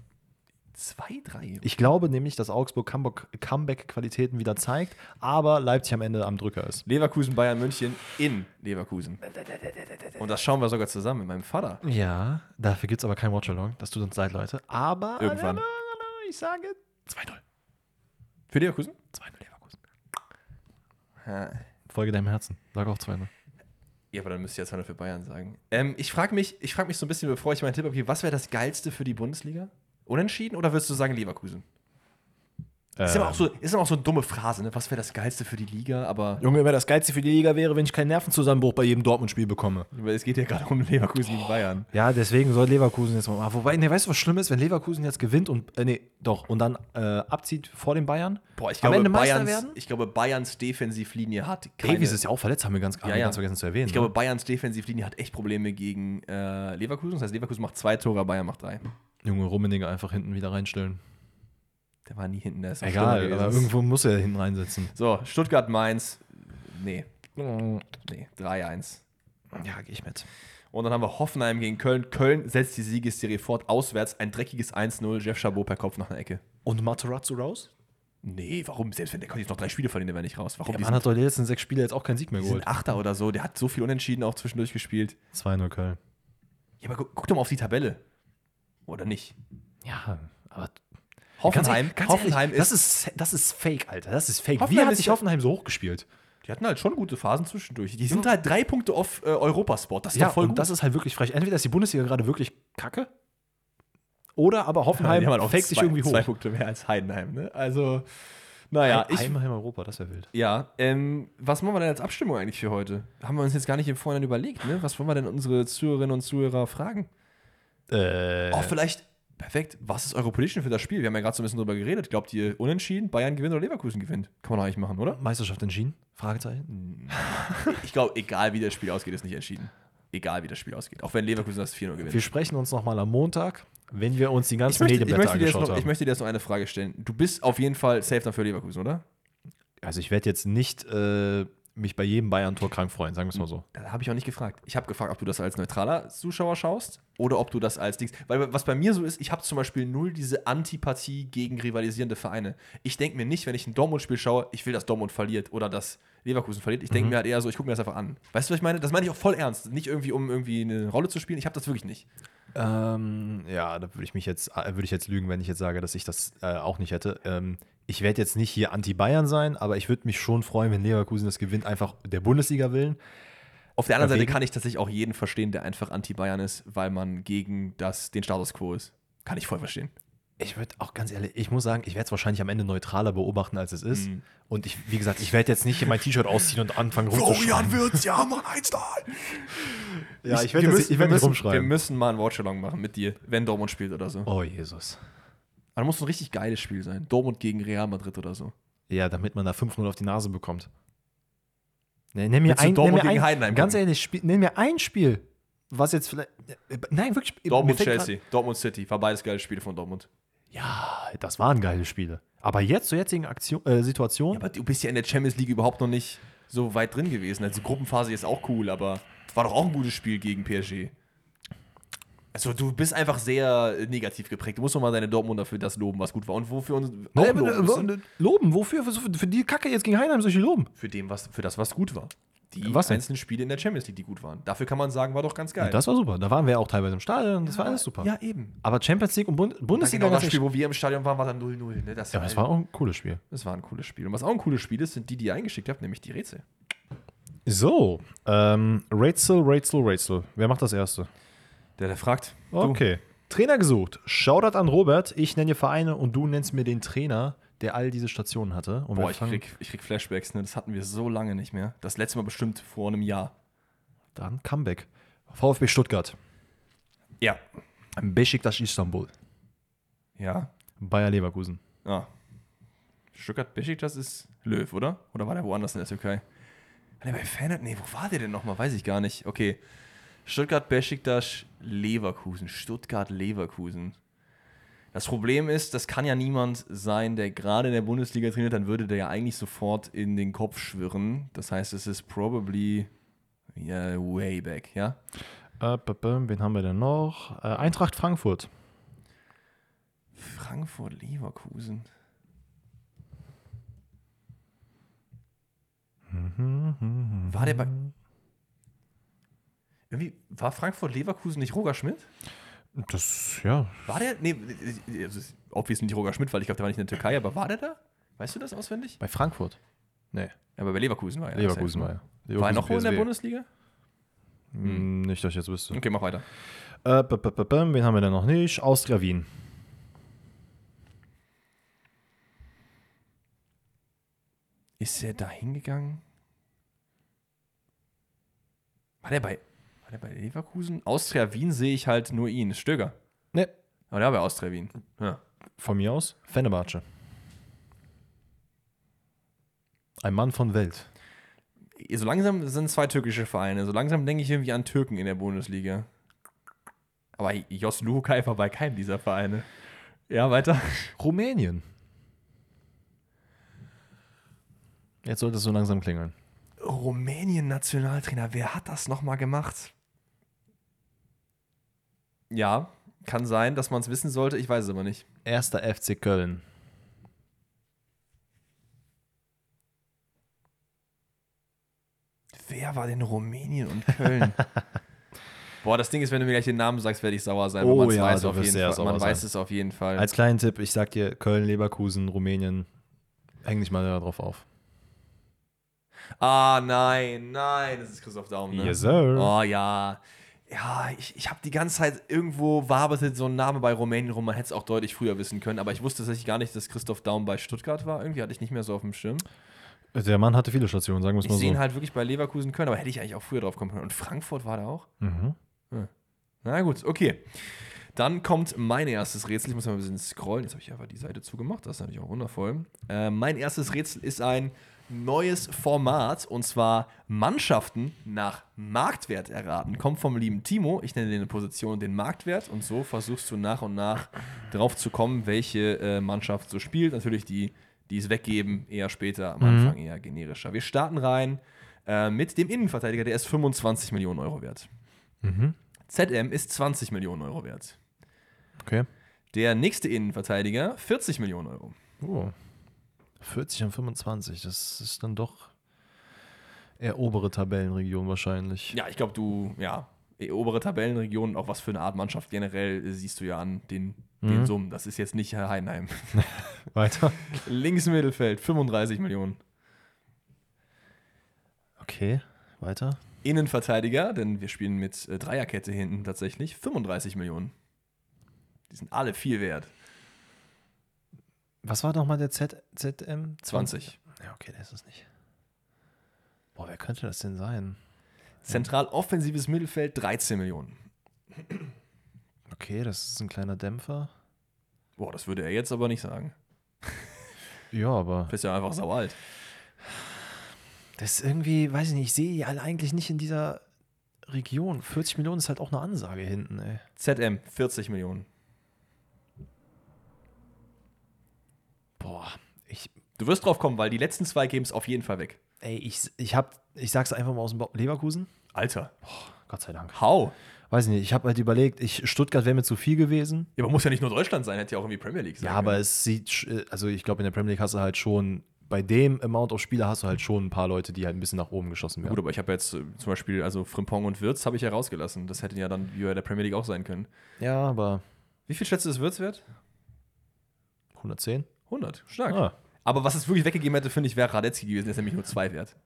2-3. Ich glaube nämlich, dass Augsburg Comeback- Comeback-Qualitäten wieder zeigt, aber Leipzig am Ende am Drücker ist. Leverkusen, Bayern, München in Leverkusen. Und das schauen wir sogar zusammen mit meinem Vater. Ja, dafür gibt es aber kein Watchalong. Das tut uns leid, Leute. Aber Irgendwann. ich sage 2-0. 2-0 Für Leverkusen? Leverkusen. Folge deinem Herzen. Sag auch 2-0. Ja, aber dann müsst ihr jetzt 100 für Bayern sagen. Ähm, ich frage mich, ich frag mich so ein bisschen, bevor ich meinen Tipp abgebe, was wäre das Geilste für die Bundesliga? Unentschieden oder würdest du sagen Leverkusen? Ist Ähm. aber auch so, ist aber auch so eine dumme Phrase, ne? Was wäre das Geilste für die Liga? Aber Junge, wäre das Geilste für die Liga wäre, wenn ich keinen Nervenzusammenbruch bei jedem Dortmund-Spiel bekomme. es geht ja gerade um Leverkusen gegen Bayern. Ja, deswegen soll Leverkusen jetzt mal. Ah, Wobei, ne, weißt du, was schlimm ist, wenn Leverkusen jetzt gewinnt und äh, nee, doch, und dann äh, abzieht vor den Bayern? Boah, ich Am glaube, Ende Meister Bayerns, werden? ich glaube, Bayerns Defensivlinie hat keine. Davies ist ja auch verletzt, haben wir ganz, haben wir ja. ganz vergessen zu erwähnen. ich glaube, Bayerns Defensivlinie hat echt Probleme gegen äh, Leverkusen. Das heißt, Leverkusen macht zwei Tore, Bayern macht drei. ne? Junge, Rummeniger einfach hinten wieder reinstellen. Der war nie hinten, der ist auch Egal, schlimmer aber gewesen. irgendwo muss er hinten reinsetzen. So, Stuttgart, Mainz. Nee, nee, 3-1. Ja, gehe ich mit. Und dann haben wir Hoffenheim gegen Köln. Köln setzt die Siegesserie fort. Auswärts ein dreckiges 1-0. Jeff Chabot per Kopf nach einer Ecke. Und Materazzo raus? Nee, warum? Selbst wenn der Köln jetzt noch drei Spiele verlieren, der wäre nicht raus. Warum? Der Die Mann sind, hat doch die letzten sechs Spiele jetzt auch keinen Sieg mehr die sind geholt. Achter oder so. Der hat so viel Unentschieden auch zwischendurch gespielt. 2-0 Köln. Ja, aber gu guck doch mal auf die Tabelle. Oder nicht? Ja, aber Hoffenheim, Ganz ehrlich, ganz Hoffenheim ehrlich, ist, Das ist, das ist fake, Alter. Das ist fake. Hoffenheim Wie hat ist sich ja- Hoffenheim so hochgespielt? Die hatten halt schon gute Phasen zwischendurch. Die sind halt drei Punkte auf äh, Europasport. Das ist Ja, doch voll und gut. das ist halt wirklich frech. Entweder ist die Bundesliga gerade wirklich kacke oder aber Hoffenheim Die haben halt auch fake sich zwei- irgendwie hoch. Zwei Punkte mehr als Heidenheim. Ne? Also, naja, ich, Heimheim Europa, das wäre wild. Ja, ähm, was machen wir denn als Abstimmung eigentlich für heute? Haben wir uns jetzt gar nicht im Vorhinein überlegt, ne? Was wollen wir denn unsere Zuhörerinnen und Zuhörer fragen? Äh, Oh, vielleicht, perfekt, was ist eure Prediction für das Spiel? Wir haben ja gerade so ein bisschen drüber geredet. Glaubt ihr, unentschieden, Bayern gewinnt oder Leverkusen gewinnt? Kann man doch eigentlich machen, oder? Meisterschaft entschieden? Fragezeichen. Ich glaube, egal wie das Spiel ausgeht, ist nicht entschieden. Egal wie das Spiel ausgeht. Auch wenn Leverkusen das 4-0 gewinnt. Wir sprechen uns nochmal am Montag, wenn wir uns die Ich ganzen möchte, ich, Medienblätter möchte dir jetzt angeschaut noch, ich haben. möchte dir jetzt noch eine Frage stellen. Du bist auf jeden Fall safe dann für Leverkusen, oder? also ich werde jetzt nicht äh, mich bei jedem Bayern-Tor krank freuen, sagen wir es mal so. Da habe ich auch nicht gefragt. Ich habe gefragt, ob du das als neutraler Zuschauer schaust oder ob du das als Dings. Weil was bei mir so ist, ich habe zum Beispiel null diese Antipathie gegen rivalisierende Vereine. Ich denke mir nicht, wenn ich ein Dortmund-Spiel schaue, ich will, dass Dortmund verliert oder dass Leverkusen verliert. Ich Mhm. denke mir halt eher so, ich gucke mir das einfach an. Weißt du, was ich meine? Das meine ich auch voll ernst. Nicht irgendwie, um irgendwie eine Rolle zu spielen. Ich habe das wirklich nicht. Ähm, ja, da würde ich mich jetzt, äh, würde ich jetzt lügen, wenn ich jetzt sage, dass ich das äh, auch nicht hätte. Ähm, ich werde jetzt nicht hier anti-Bayern sein, aber ich würde mich schon freuen, wenn Leverkusen das gewinnt, einfach der Bundesliga willen. Auf der anderen Seite Deswegen- kann ich tatsächlich auch jeden verstehen, der einfach Anti-Bayern ist, weil man gegen das, den Status quo ist. Kann ich voll verstehen. Ich würde auch ganz ehrlich, ich muss sagen, ich werde es wahrscheinlich am Ende neutraler beobachten, als es ist. Mhm. Und ich, wie gesagt, ich werde jetzt nicht hier mein T-Shirt ausziehen und anfangen rumzuschreien. Wirtz, ja, Mann, Einstein! Ja, ich werde wir ich werd nicht müssen, wir rumschreien. müssen mal ein Watchalong machen mit dir, wenn Dortmund spielt oder so. Oh Jesus. Aber muss ein richtig geiles Spiel sein. Dortmund gegen Real Madrid oder so. Ja, damit man da 5-0 auf die Nase bekommt. Nee, nimm mir Willst du ein, nimm Dortmund mir gegen ein, Heidenheim Ganz gucken? ehrlich, spiel, nimm mir ein Spiel, was jetzt vielleicht. äh, Nein, wirklich. mir Dortmund fällt grad- Chelsea, Dortmund City, war beides geile Spiele von Dortmund. Ja, das waren geile Spiele. Aber jetzt zur jetzigen Aktion, äh, Situation. Aber du bist ja in der Champions League überhaupt noch nicht so weit drin gewesen. Also Gruppenphase ist auch cool, aber war doch auch ein gutes Spiel gegen PSG. Also du bist einfach sehr äh, negativ geprägt. Du musst doch mal deine Dortmund dafür das loben, was gut war. Und wofür uns auch Äh, loben äh, müssen. äh, loben, wofür? Für, für die Kacke jetzt gegen Heinheim soll ich die loben? für dem, was, für das, was gut war. Die Was denn? einzelnen Spiele in der Champions League, die gut waren. Dafür kann man sagen, war doch ganz geil. Das war super. Da waren wir ja auch teilweise im Stadion. Das war alles super. Ja, eben. Aber Champions League und Bund Das Bundesliga genau das ganz Spiel, ehrlich- wo wir im Stadion waren, war dann 0-0. Ne? Das, Ja, das war auch ein cooles Spiel. das war ein cooles Spiel. Und was auch ein cooles Spiel ist, sind die, die ihr eingeschickt habt, nämlich die Rätsel. So, ähm, Rätsel, Rätsel, Rätsel. Wer macht das erste? Der, der fragt. du. Okay. Trainer gesucht. Shoutout an Robert. Ich nenne dir Vereine und du nennst mir den Trainer, der all diese Stationen hatte. Und Boah, wir ich fangen- krieg, ich krieg Flashbacks, ne? Das hatten wir so lange nicht mehr. Das letzte Mal bestimmt vor einem Jahr. Dann Comeback. VfB Stuttgart. Ja. Beşiktaş Istanbul. Ja. Bayer Leverkusen. Ah. Stuttgart Besiktas ist Löw, oder? Oder war der woanders in der Türkei? War der bei Fanat? Nee, wo war der denn nochmal? Weiß ich gar nicht. Okay. Stuttgart Besiktas Leverkusen. Stuttgart Leverkusen. Das Problem ist, das kann ja niemand sein, der gerade in der Bundesliga trainiert, dann würde der ja eigentlich sofort in den Kopf schwirren. Das heißt, es ist probably ja, way back, ja? Äh, b- b- wen haben wir denn noch? Äh, Eintracht Frankfurt. Frankfurt Leverkusen. Mhm, War der bei. Irgendwie, war Frankfurt Leverkusen nicht Roger Schmidt? Das, ja. War der? Nee, äh, also ist obviously nicht Roger Schmidt, weil ich glaube, der war nicht in der Türkei, aber war der da? Weißt du das auswendig? Bei Frankfurt? Nee, Aber bei Leverkusen war er. Leverkusen war safe, ja. ne? War er noch wohl in der Bundesliga? Hm, Nicht, dass ich jetzt wüsste. Okay, mach weiter. Äh, b- b- b- b- wen haben wir denn noch nicht? Austria Wien. Ist er da hingegangen? War der bei, war der bei Leverkusen? Austria Wien sehe ich halt nur ihn, Stöger. Ne, Aber der war bei Austria Wien. Ja. von mir aus Fenerbahce. Ein Mann von Welt. So langsam sind zwei türkische Vereine. So langsam denke ich irgendwie an Türken in der Bundesliga. Aber Jos Luhukay war bei keinem dieser Vereine. Ja, weiter. Rumänien. Jetzt sollte es so langsam klingeln. Rumänien-Nationaltrainer, wer hat das nochmal gemacht? Ja, kann sein, dass man es wissen sollte, ich weiß es aber nicht. Erster FC Köln. Wer war denn Rumänien und Köln? Boah, das Ding ist, wenn du mir gleich den Namen sagst, werde ich sauer sein, Oh weil man's ja, weiß du auf wirst jeden sehr Fall. sauer man sein. weiß es auf jeden Fall. Als kleinen Tipp, ich sag dir Köln, Leverkusen, Rumänien. Häng dich mal darauf auf. ah, nein, nein, das ist Christoph Daum, ne? Yes, sir. Oh ja. Ja, ich, ich habe die ganze Zeit irgendwo wabetet so ein Name bei Rumänien rum. Man hätte es auch deutlich früher wissen können, aber ich wusste tatsächlich gar nicht, dass Christoph Daum bei Stuttgart war. Irgendwie hatte ich nicht mehr so auf dem Schirm. Der Mann hatte viele Stationen, sagen wir es Ich mal sehe ihn so. halt wirklich bei Leverkusen Köln, aber hätte ich eigentlich auch früher drauf kommen können. Und Frankfurt war da auch? Mhm. Na gut, okay. Dann kommt mein erstes Rätsel. Ich muss mal ein bisschen scrollen. Jetzt habe ich einfach die Seite zugemacht. Das ist natürlich auch wundervoll. Äh, mein erstes Rätsel ist ein neues Format und zwar Mannschaften nach Marktwert erraten. Kommt vom lieben Timo. Ich nenne dir eine Position und den Marktwert und so versuchst du nach und nach drauf zu kommen, welche äh, Mannschaft so spielt. Natürlich die, die es weggeben, eher später, am Anfang eher generischer. Wir starten rein äh, mit dem Innenverteidiger, der ist 25 Millionen Euro wert. ZM ist 20 Millionen Euro wert. Okay. Der nächste Innenverteidiger 40 Millionen Euro. Oh. 40 und 25, das ist dann doch eher obere Tabellenregion wahrscheinlich. Ja, ich glaube, du, ja, eh, obere Tabellenregionen, auch was für eine Art Mannschaft generell, äh, siehst du ja an den, den Summen. Das ist jetzt nicht Herr Heidenheim. Weiter. Links Mittelfeld 35 Millionen. Okay, weiter. Innenverteidiger, denn wir spielen mit äh, Dreierkette hinten tatsächlich, 35 Millionen. Die sind alle viel wert. Was war nochmal der Z ZM? 20. Ja, okay, der ist es nicht. Boah, wer könnte das denn sein? Zentral offensives Mittelfeld 13 Millionen. Okay, das ist ein kleiner Dämpfer. Boah, das würde er jetzt aber nicht sagen. Ja, aber. Du bist ja einfach saualt. Das ist irgendwie, weiß ich nicht, ich sehe die alle eigentlich nicht in dieser Region. 40 Millionen ist halt auch eine Ansage hinten, ey. ZM 40 Millionen. Boah, ich, Du wirst drauf kommen, weil die letzten zwei geben es auf jeden Fall weg. ey, ich, ich hab, ich sag's einfach mal aus dem Bauch. Leverkusen? Alter. Gott sei Dank. How? Weiß ich nicht, ich habe halt überlegt, ich, Stuttgart wäre mir zu viel gewesen. Ja, aber muss ja nicht nur Deutschland sein, hätte ja auch irgendwie Premier League sein Ja, aber können. es sieht, sch- äh, also ich glaube, in der Premier League hast du halt schon, bei dem Amount auf Spieler hast du halt schon ein paar Leute, die halt ein bisschen nach oben geschossen Gut, werden. aber ich habe jetzt äh, zum Beispiel, also Frimpong und Wirtz habe ich ja rausgelassen. Das hätten ja dann wie bei der Premier League auch sein können. Ja, aber Wie viel schätzt du, ist Wirtz wert? 110? 100. Stark. Ah. Aber was es wirklich weggegeben hätte, finde ich, wäre Radetzky gewesen. Der ist nämlich nur zwei wert.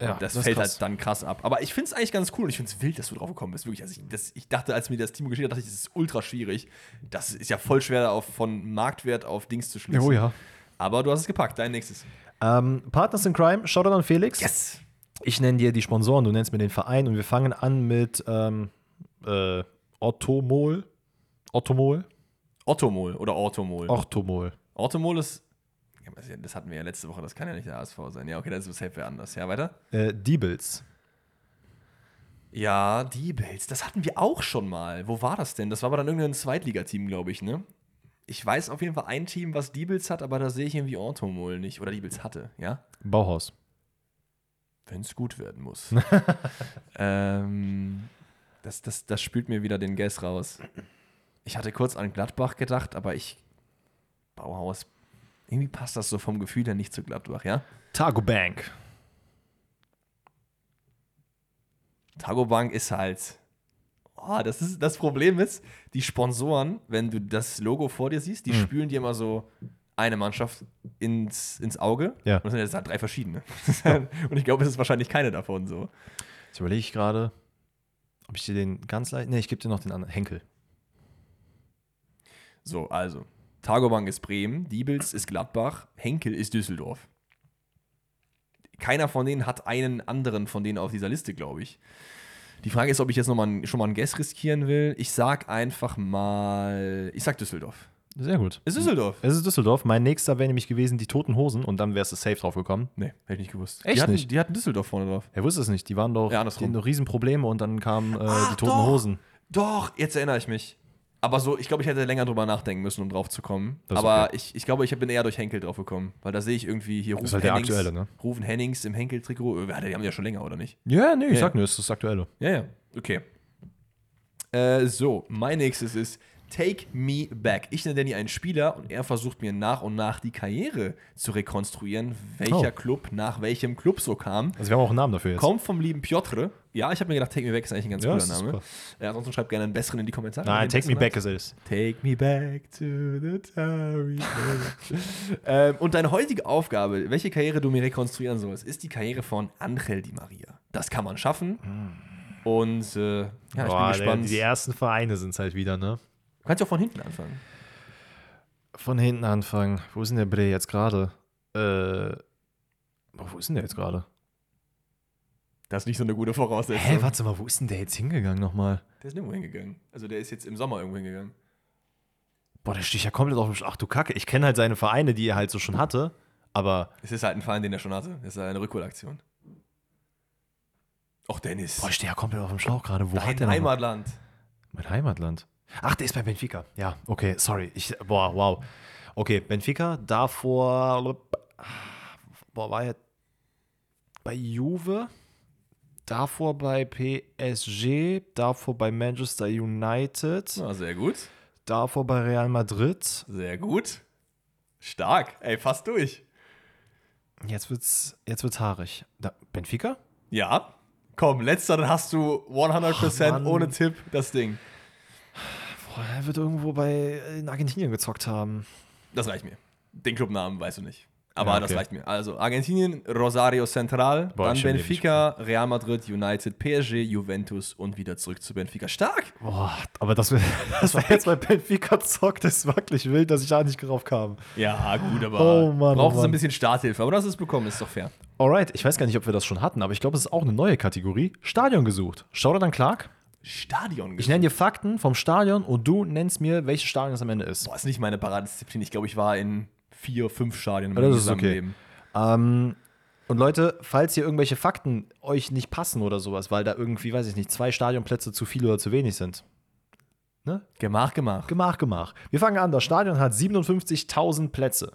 Ja, das, ist fällt krass. halt dann krass ab. Aber ich finde es eigentlich ganz cool und ich finde es wild, dass du drauf gekommen bist. Wirklich, also ich, das, ich dachte, als mir das Team geschickt hat, dachte ich, das ist ultra schwierig. Das ist ja voll schwer, da auf, von Marktwert auf Dings zu schließen. Oh ja. Aber du hast es gepackt. Dein nächstes. Ähm, Partners in Crime, Shoutout an Felix. Yes! Ich nenne dir die Sponsoren, du nennst mir den Verein und wir fangen an mit ähm, äh, Ottomol. Ottomol? Ottomol oder Ortomol. Ortomol. Ortomol ist. Ja, aber Das hatten wir ja letzte Woche, das kann ja nicht der ASV sein. Ja, okay, das ist safe wer anders. Ja, weiter. Äh, Diebels. Ja, die Bills, das hatten wir auch schon mal. Wo war das denn? Das war aber dann irgendein Zweitligateam, glaube ich, ne? Ich weiß auf jeden Fall ein Team, was die Bills hat, aber da sehe ich irgendwie Ortomol nicht. Oder die Bills hatte, ja? Bauhaus. Wenn es gut werden muss. ähm, das, das, das spült mir wieder den Guess raus. Ich hatte kurz an Gladbach gedacht, aber ich. Bauhaus. Irgendwie passt das so vom Gefühl her nicht zu Gladbach, ja? Targo Bank. Tagobank ist halt. Oh, das, ist, das Problem ist, die Sponsoren, wenn du das Logo vor dir siehst, die spülen dir immer so eine Mannschaft ins, ins Auge. Ja. Und das sind jetzt halt drei verschiedene. Und ich glaube, es ist wahrscheinlich keine davon so. Jetzt überlege ich gerade, ob ich dir den ganz leicht. Ne, ich gebe dir noch den anderen. Henkel. So, also. Tagobank ist Bremen, Diebels ist Gladbach, Henkel ist Düsseldorf. keiner von denen hat einen anderen von denen auf dieser Liste, glaube ich. Die Frage ist, ob ich jetzt noch mal ein, schon mal einen Guess riskieren will. Ich sag einfach mal, ich sag Düsseldorf. Sehr gut. Ist Düsseldorf? Es ist Düsseldorf. Mein nächster wäre nämlich gewesen die Toten Hosen und dann wärst du safe drauf gekommen. Nee, hätte ich nicht gewusst. Echt die hatten, nicht? Die hatten Düsseldorf vorne drauf. Er wusste es nicht. Die waren doch, Ja, ja, andersrum. die hatten doch Riesenprobleme und dann kamen äh, Ach, die Toten doch. Hosen. Doch, jetzt erinnere ich mich. Aber so, ich glaube, ich hätte länger drüber nachdenken müssen, um drauf zu kommen. Das ist Aber okay. ich, ich glaube, ich bin eher durch Henkel drauf gekommen. Weil da sehe ich irgendwie hier Rufen ist halt der aktuelle, ne? Rufen Hennings im Henkel-Trikot. Äh, Die haben die ja schon länger, oder nicht? Ja, nee, ich sag nur, es ist das Aktuelle. Ja, ja. Okay. Äh, so, mein nächstes ist Take Me Back. Ich nenne Danny einen Spieler und er versucht mir nach und nach die Karriere zu rekonstruieren, welcher Oh. Club nach welchem Club so kam. Also wir haben auch einen Namen dafür jetzt. Kommt vom lieben Piotr. Ja, ich habe mir gedacht, Take Me Back ist eigentlich ein ganz Ja, cooler das ist Name. super. Ja, ansonsten schreibt gerne einen besseren in die Kommentare. Nein, Den Take Me besten Back Namen. ist es. Take me back to the Tower. ähm, und deine heutige Aufgabe, welche Karriere du mir rekonstruieren sollst, ist die Karriere von Angel Di Maria. Das kann man schaffen. Und äh, ja, ich Hm. Boah, bin gespannt. Die, die ersten Vereine sind es halt wieder, ne? du kannst ja auch von hinten anfangen. Von hinten anfangen. Wo ist denn der Bre jetzt gerade? Äh, boah, wo ist denn der jetzt gerade? Das ist nicht so eine gute Voraussetzung. Hä, warte mal, wo ist denn der jetzt hingegangen nochmal? Der ist nirgendwo hingegangen. Also der ist jetzt im Sommer irgendwo hingegangen. Boah, der steht ja komplett auf dem Sch Ach du Kacke, ich kenne halt seine Vereine, die er halt so schon hatte, aber Es ist halt ein Verein, den er schon hatte. Es ist eine Rückholaktion. Och, Dennis. boah, ich stehe ja komplett auf dem Schlauch gerade. Wo hat Dein der noch mal- Heimatland. Mein Heimatland. Ach, der ist bei Benfica. Ja, okay, sorry. Ich, boah, wow. Okay, Benfica, davor. Boah, war er bei Juve, davor bei PSG, davor bei Manchester United, Na, sehr gut. davor bei Real Madrid. Sehr gut. Stark. Ey, fast durch. Jetzt wird's, jetzt wird's haarig. Da, Benfica? Ja. Komm, letzter, dann hast du 100% Ach, Mann. ohne Tipp das Ding. Boah, er wird irgendwo bei äh, in Argentinien gezockt haben. Das reicht mir. Den Clubnamen weißt du nicht. Aber Ja, okay. das reicht mir. Also Argentinien, Rosario Central, Boah, dann ich hab mir Benfica, Real Madrid, United, PSG, Juventus und wieder zurück zu Benfica. Stark! Boah, aber dass wir, dass wir jetzt bei Benfica zockt, ist wirklich wild, dass ich da nicht drauf kam. Ja, gut, aber Oh Mann, oh braucht es ein Mann. bisschen Starthilfe. Aber das ist bekommen, ist doch fair. Alright, ich weiß gar nicht, ob wir das schon hatten, aber ich glaube, es ist auch eine neue Kategorie. Stadion gesucht. Schau dir dann Clark. Stadion Ich nenne dir Fakten vom Stadion und du nennst mir, welches Stadion es am Ende ist. Boah, ist nicht meine Paradedisziplin. Ich glaube, ich war in vier, fünf Stadien in das meinem ist okay. gesamten Leben. Ähm, und Leute, falls hier irgendwelche Fakten euch nicht passen oder sowas, weil da irgendwie, weiß ich nicht, zwei Stadionplätze zu viel oder zu wenig sind. Ne? Gemach, gemach. Gemach, gemach. Wir fangen an. Das Stadion hat 57.000 Plätze.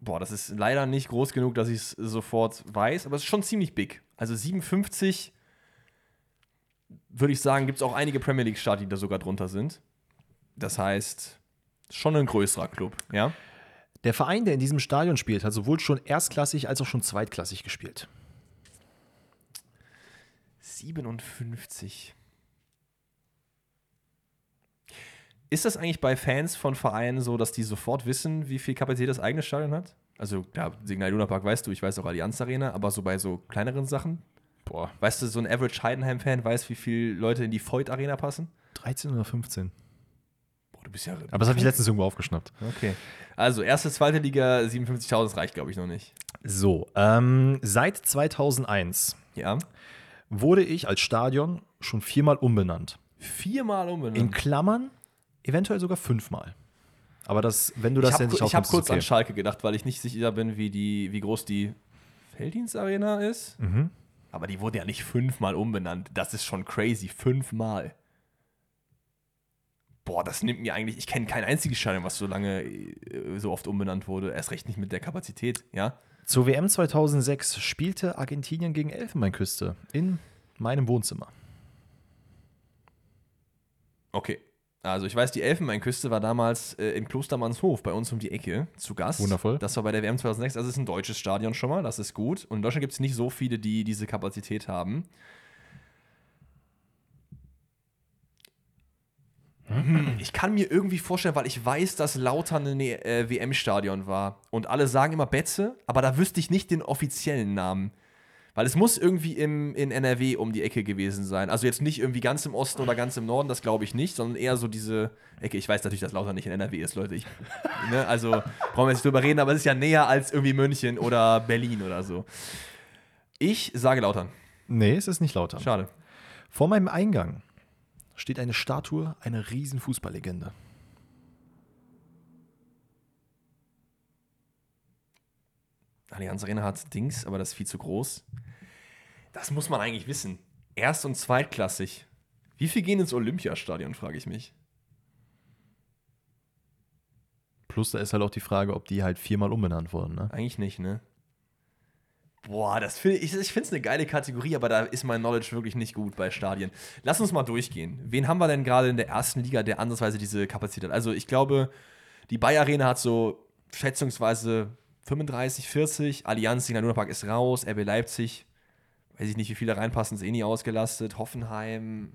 Boah, das ist leider nicht groß genug, dass ich es sofort weiß, aber es ist schon ziemlich big. Also 57, würde ich sagen, gibt es auch einige Premier League-Start, die da sogar drunter sind. Das heißt, schon ein größerer Club, ja? Der Verein, der in diesem Stadion spielt, hat sowohl schon erstklassig als auch schon zweitklassig gespielt. 57. Ist das eigentlich bei Fans von Vereinen so, dass die sofort wissen, wie viel Kapazität das eigene Stadion hat? Also, klar, Signal Iduna Park weißt du, ich weiß auch Allianz Arena, aber so bei so kleineren Sachen, Boah. Weißt du, so ein Average Heidenheim-Fan weiß, wie viele Leute in die Void Arena passen? 13 oder 15. Boah, du bist ja. Aber das habe ich letztens irgendwo aufgeschnappt. Okay. Also, erste, zweite Liga, 57.000, das reicht, glaube ich, noch nicht. So, ähm, seit 2001 Ja. wurde ich als Stadion schon viermal umbenannt. Viermal um, In umbenannt. Klammern eventuell sogar fünfmal. Aber das, wenn du das Ich habe ja nicht ich hab aufnimmst, kurz ist okay. an Schalke gedacht, weil ich nicht sicher bin, wie, die, wie groß die Felddienstarena ist. Mhm. Aber die wurde ja nicht fünfmal umbenannt. Das ist schon crazy. Fünfmal. Boah, das nimmt mir eigentlich. Ich kenne kein einziges Stadion, was so lange äh, so oft umbenannt wurde. Erst recht nicht mit der Kapazität, ja? Zur WM 2006 spielte Argentinien gegen Elfenbeinküste in meinem Wohnzimmer. Okay. Also ich weiß, die Elfenbeinküste war damals äh, in Klostermannshof bei uns um die Ecke zu Gast. Wundervoll. Das war bei der WM 2006. Also es ist ein deutsches Stadion schon mal, das ist gut. Und in Deutschland gibt es nicht so viele, die diese Kapazität haben. Hm, Ich kann mir irgendwie vorstellen, weil ich weiß, dass Lautern ein äh, WM-Stadion war. Und alle sagen immer Betze, aber da wüsste ich nicht den offiziellen Namen. Weil es muss irgendwie im, in NRW um die Ecke gewesen sein. Also jetzt nicht irgendwie ganz im Osten oder ganz im Norden, das glaube ich nicht, sondern eher so diese Ecke. Ich weiß natürlich, dass Lautern nicht in NRW ist, Leute. Ich, ne? Also brauchen wir jetzt nicht drüber reden, aber es ist ja näher als irgendwie München oder Berlin oder so. Ich sage Lautern. Nee, es ist nicht Lautern. Schade. Vor meinem Eingang steht eine Statue einer riesen Fußballlegende. Allianz Arena hat Dings, aber das ist viel zu groß. Das muss man eigentlich wissen. Erst- und zweitklassig. Wie viel gehen ins Olympiastadion, frage ich mich. Plus da ist halt auch die Frage, ob die halt viermal umbenannt wurden. Ne? Eigentlich nicht, ne? Boah, das find ich, ich finde es eine geile Kategorie, aber da ist mein Knowledge wirklich nicht gut bei Stadien. Lass uns mal durchgehen. Wen haben wir denn gerade in der ersten Liga, der ansatzweise diese Kapazität hat? Also ich glaube, die Bayer Arena hat so schätzungsweise 35, 40. Allianz, Signal Park ist raus. RB Leipzig, weiß ich nicht, wie viele reinpassen, ist eh nie ausgelastet. Hoffenheim,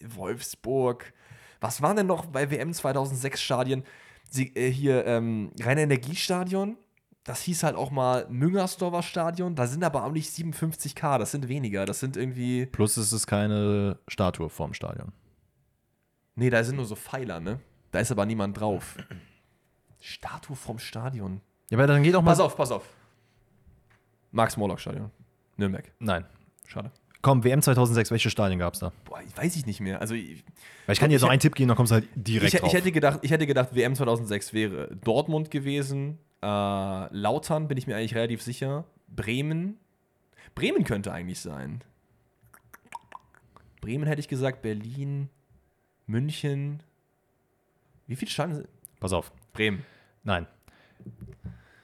Wolfsburg. Was waren denn noch bei WM 2006 Stadien? Sie, äh, hier ähm, Rhein-Energiestadion. Das hieß halt auch mal Müngersdorfer Stadion. Da sind aber auch nicht 57k, das sind weniger. Das sind irgendwie. Plus es ist keine Statue vorm Stadion. Nee, da sind nur so Pfeiler, ne? Da ist aber niemand drauf. Statue vom Stadion. Ja, aber dann geht auch mal. Pass auf, pass auf. Max-Morlock-Stadion. Nürnberg. Nein. Schade. Komm, WM 2006, welche Stadien gab es da? Boah, ich weiß ich nicht mehr. Also ich, Weil ich kann dir jetzt Ich- noch einen Tipp geben, dann kommst du halt direkt ich, drauf. ich, hätte gedacht, ich hätte gedacht, WM 2006 wäre Dortmund gewesen. Äh, Lautern bin ich mir eigentlich relativ sicher. Bremen. Bremen könnte eigentlich sein. Bremen hätte ich gesagt, Berlin, München. Wie viele Stadien sind? Pass auf. Bremen. Nein.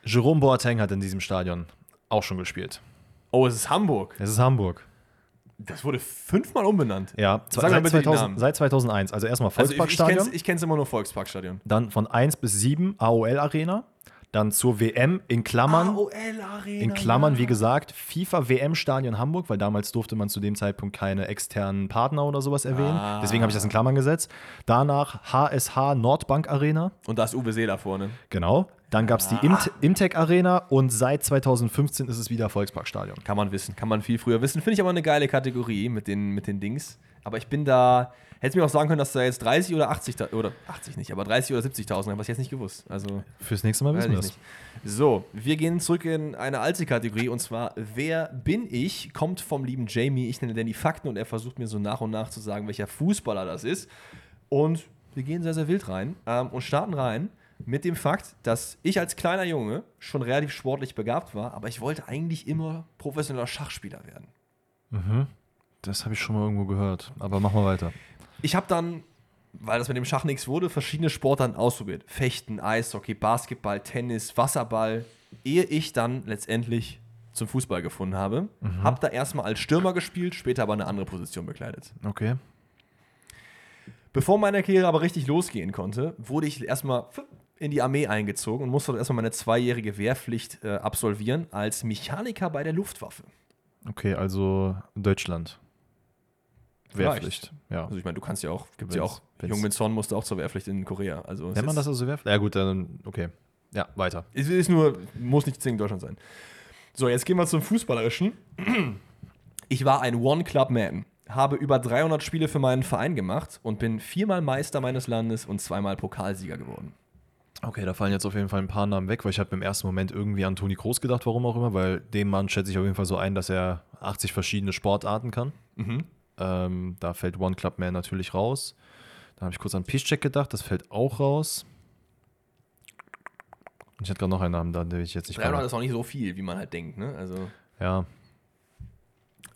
Jerome Boateng hat in diesem Stadion auch schon gespielt. Oh, es ist Hamburg. Es ist Hamburg. Das wurde fünfmal umbenannt. Ja, Sag mal seit, bitte die 2000, Namen. seit 2001. Also erstmal Also ich, ich Volksparkstadion, kenn's- ich kenne es immer nur Volksparkstadion. dann von 1 bis 7 AOL Arena, dann zur WM in Klammern. AOL-Arena. In Klammern, wie gesagt, FIFA WM Stadion Hamburg, weil damals durfte man zu dem Zeitpunkt keine externen Partner oder sowas erwähnen. Ah. Deswegen habe ich das in Klammern gesetzt. Danach HSH Nordbank Arena, Und da ist Uwe Seeler vorne. genau. Dann gab es die Imt Imtech Arena und seit 2015 ist es wieder Volksparkstadion. Kann man wissen, kann man viel früher wissen. Finde ich aber eine geile Kategorie mit den, mit den Dings. Aber ich bin da, hätte mir auch sagen können, dass da jetzt 30 oder 80, Ta- oder 80 nicht, aber 30 oder 70.000, aber ich jetzt nicht gewusst. Also, Fürs nächste Mal weiß wissen wir ich das. nicht. So, wir gehen zurück in eine alte Kategorie und zwar, wer bin ich? Kommt vom lieben Jamie. Ich nenne denn die Fakten und er versucht mir so nach und nach zu sagen, welcher Fußballer das ist. Und wir gehen sehr, sehr wild rein ähm, und starten rein mit dem Fakt, dass ich als kleiner Junge schon relativ sportlich begabt war, aber ich wollte eigentlich immer professioneller Schachspieler werden. Das habe ich schon mal irgendwo gehört, aber machen wir weiter. Ich habe dann, weil das mit dem Schach nichts wurde, verschiedene Sportarten ausprobiert. Fechten, Eishockey, Basketball, Tennis, Wasserball, ehe ich dann letztendlich zum Fußball gefunden habe. Mhm. Habe da erstmal als Stürmer gespielt, später aber eine andere Position bekleidet. Okay. Bevor meine Karriere aber richtig losgehen konnte, wurde ich erstmal in die Armee eingezogen und musste dort erstmal meine zweijährige Wehrpflicht äh, absolvieren als Mechaniker bei der Luftwaffe. Okay, also Deutschland. Vielleicht. Wehrpflicht. Ja. Also ich meine, du kannst ja auch, gibt's ja Wenn's- auch, wenn's- Jungmin Son musste auch zur Wehrpflicht in Korea. Also es Nennt man ist- das also Wehrpflicht? Ja gut, dann okay. Ja, weiter. Es ist nur, muss nicht zwingend Deutschland sein. So, jetzt gehen wir zum Fußballerischen. Ich war ein One-Club-Man, habe über 300 Spiele für meinen Verein gemacht und bin viermal Meister meines Landes und zweimal Pokalsieger geworden. Okay, da fallen jetzt auf jeden Fall ein paar Namen weg, weil ich habe im ersten Moment irgendwie an Toni Kroos gedacht, warum auch immer, weil dem Mann schätze ich auf jeden Fall so ein, dass er 80 verschiedene Sportarten kann. Ähm, da fällt One Club Man natürlich raus. Da habe ich kurz an Piszczek gedacht, das fällt auch raus. Ich hatte gerade noch einen Namen da, den ich jetzt nicht 300 gerade. ist auch nicht so viel, wie man halt denkt, ne? Also. Ja,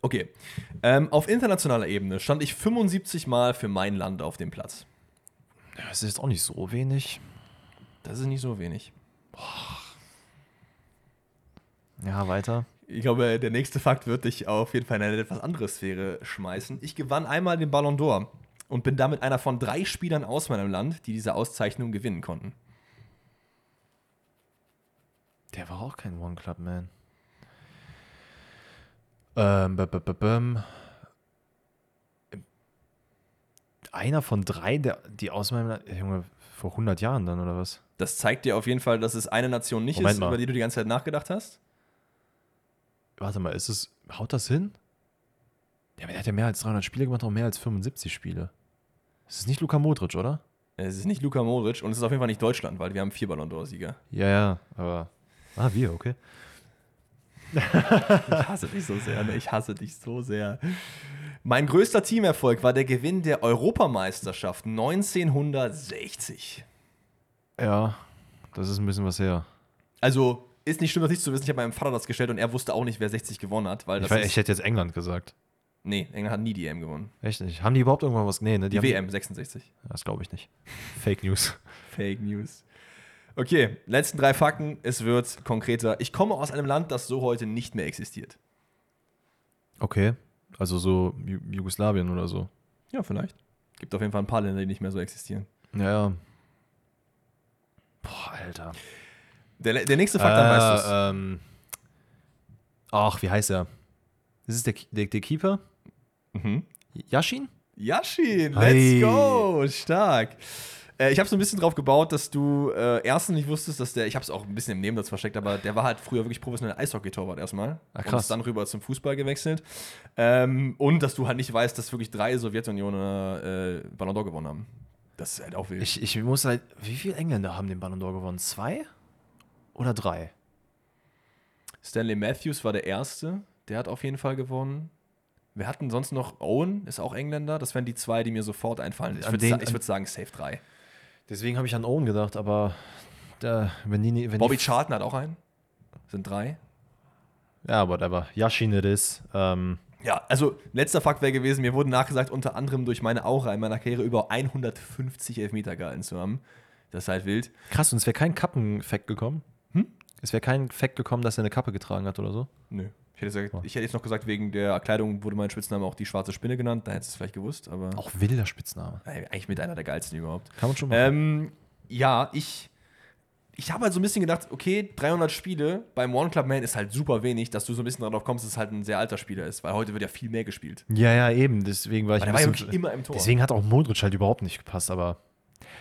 Okay. Ähm, auf internationaler Ebene stand ich 75 Mal für mein Land auf dem Platz. das ist jetzt auch nicht so wenig. Das ist nicht so wenig. Ja, weiter. Ich glaube, der nächste Fakt wird dich auf jeden Fall in eine etwas andere Sphäre schmeißen. Ich gewann einmal den Ballon d'Or und bin damit einer von drei Spielern aus meinem Land, die diese Auszeichnung gewinnen konnten. Der war auch kein One Club Man. Ähm, b -b -b -bäm. Einer von drei, der, die aus meinem La- Junge, vor 100 Jahren dann oder was? Das zeigt dir auf jeden Fall, dass es eine Nation nicht Moment ist, mal. über die du die ganze Zeit nachgedacht hast. Warte mal, ist es, haut das hin? Ja, aber der hat ja mehr als 300 Spiele gemacht, auch mehr als 75 Spiele. Es ist nicht Luka Modric, oder? Es ist nicht Luka Modric und es ist auf jeden Fall nicht Deutschland, weil wir haben vier Ballon d'Or-Sieger. Ja, ja, aber. Ah, wir, okay. Ich hasse dich so sehr. Ne? Ich hasse dich so sehr. Mein größter Teamerfolg war der Gewinn der Europameisterschaft 1960. Ja, das ist ein bisschen was her. Also ist nicht schlimm, das nicht zu wissen. Ich habe meinem Vater das gestellt und er wusste auch nicht, wer 60 gewonnen hat. Weil das Ich, weiß, ist, ich hätte jetzt England gesagt. nee, England hat nie die EM gewonnen. Echt nicht. Haben die überhaupt irgendwann was? Nee, ne? Die, haben- WM 66. Das glaube ich nicht. Fake News. Fake News. Okay, letzten drei Fakten. Es wird konkreter. Ich komme aus einem Land, das so heute nicht mehr existiert. Okay. Also so Ju Jugoslawien oder so. Ja, vielleicht. Gibt auf jeden Fall ein paar Länder, die nicht mehr so existieren. Ja, ja. Boah, Alter. Der, le- der nächste Fakt, dann weißt du es. äh, ähm, Ach, wie heißt er? Ist es der, Ki- der, der Keeper? Mhm. Yashin? Yashin, let's Hey. go, stark. Äh, ich habe so ein bisschen drauf gebaut, dass du äh, erstens nicht wusstest, dass der, ich habe es auch ein bisschen im Nebensatz versteckt, aber der war halt früher wirklich professioneller Eishockey-Torwart erstmal. Ah, Und krass. ist dann rüber zum Fußball gewechselt. Ähm, und dass du halt nicht weißt, dass wirklich drei Sowjetunioner äh, Ballon d'Or gewonnen haben. Das ist halt auch wild. Ich, ich muss halt. Wie viele Engländer haben den Ballon d'Or gewonnen? Zwei? Oder drei? Stanley Matthews war der Erste, der hat auf jeden Fall gewonnen. Wir hatten sonst noch Owen, ist auch Engländer. Das wären die zwei, die mir sofort einfallen. Ich An würde den- sa ich würd sagen, safe drei. Deswegen habe ich an Owen gedacht, aber da, wenn die. nie- Wenn Bobby die, Charlton hat auch einen. Sind drei. Ja, whatever. Yashin it is. Ähm, Ja, also letzter Fakt wäre gewesen, mir wurde nachgesagt, unter anderem durch meine Aura in meiner Karriere über 150 Elfmeter gehalten zu haben. Das ist halt wild. krass, und es wäre kein Kappen-Fact gekommen. Hm? Es wäre kein Fact gekommen, dass er eine Kappe getragen hat oder so. Nö. Ich hätte, gesagt, ich hätte jetzt noch gesagt, wegen der Kleidung wurde mein Spitzname auch die schwarze Spinne genannt. Da hättest du es vielleicht gewusst, aber Auch wilder Spitzname. Ey, eigentlich mit einer der geilsten überhaupt. Kann man schon machen. Ähm, ja, ich, ich habe halt so ein bisschen gedacht, okay, 300 Spiele beim One Club Man ist halt super wenig, dass du so ein bisschen darauf kommst, dass es halt ein sehr alter Spieler ist, weil heute wird ja viel mehr gespielt. Ja, ja, eben. Deswegen war ich Weil der war ja wirklich immer im Tor. Deswegen hat auch Modric halt überhaupt nicht gepasst, aber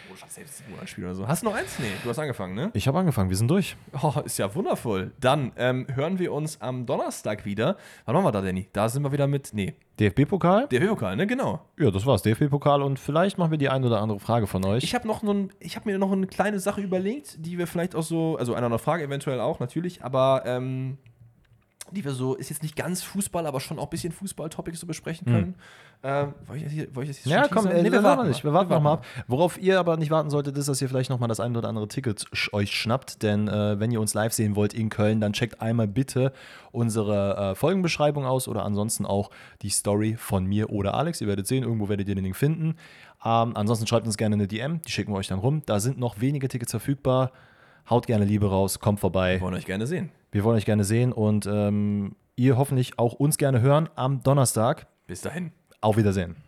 Oh, ich hab selbst ein Spiel oder so. Hast du noch eins? Nee, du hast angefangen, ne? ich habe angefangen. Wir sind durch. Oh, ist ja wundervoll. Dann ähm, hören wir uns am Donnerstag wieder. Wann waren wir da, Danny? Da sind wir wieder mit, nee, DFB-Pokal? der Höhokal, ne? Genau. Ja, das war's. DFB-Pokal und vielleicht machen wir die ein oder andere Frage von euch. Ich habe noch nun, ich habe mir noch eine kleine Sache überlegt, die wir vielleicht auch so, also eine andere Frage eventuell auch natürlich, aber ähm, die wir so, ist jetzt nicht ganz Fußball, aber schon auch ein bisschen Fußball-Topics so besprechen können. Ähm, wollte ich das hier, wollte ich das hier Hm. ja, schon komm, teasern? äh, Nee, wir warten noch nicht. Wir warten noch mal mal. ab. Worauf ihr aber nicht warten solltet, ist, dass ihr vielleicht noch mal das ein oder andere Ticket sch euch schnappt. Denn äh, wenn ihr uns live sehen wollt in Köln, dann checkt einmal bitte unsere äh, Folgenbeschreibung aus oder ansonsten auch die Story von mir oder Alex. Ihr werdet sehen, irgendwo werdet ihr den Link finden. Ähm, ansonsten schreibt uns gerne eine DM, die schicken wir euch dann rum. Da sind noch wenige Tickets verfügbar. Haut gerne Liebe raus, kommt vorbei. Wir wollen euch gerne sehen. Wir wollen euch gerne sehen und ähm, ihr hoffentlich auch uns gerne hören am Donnerstag. Bis dahin. Auf Wiedersehen.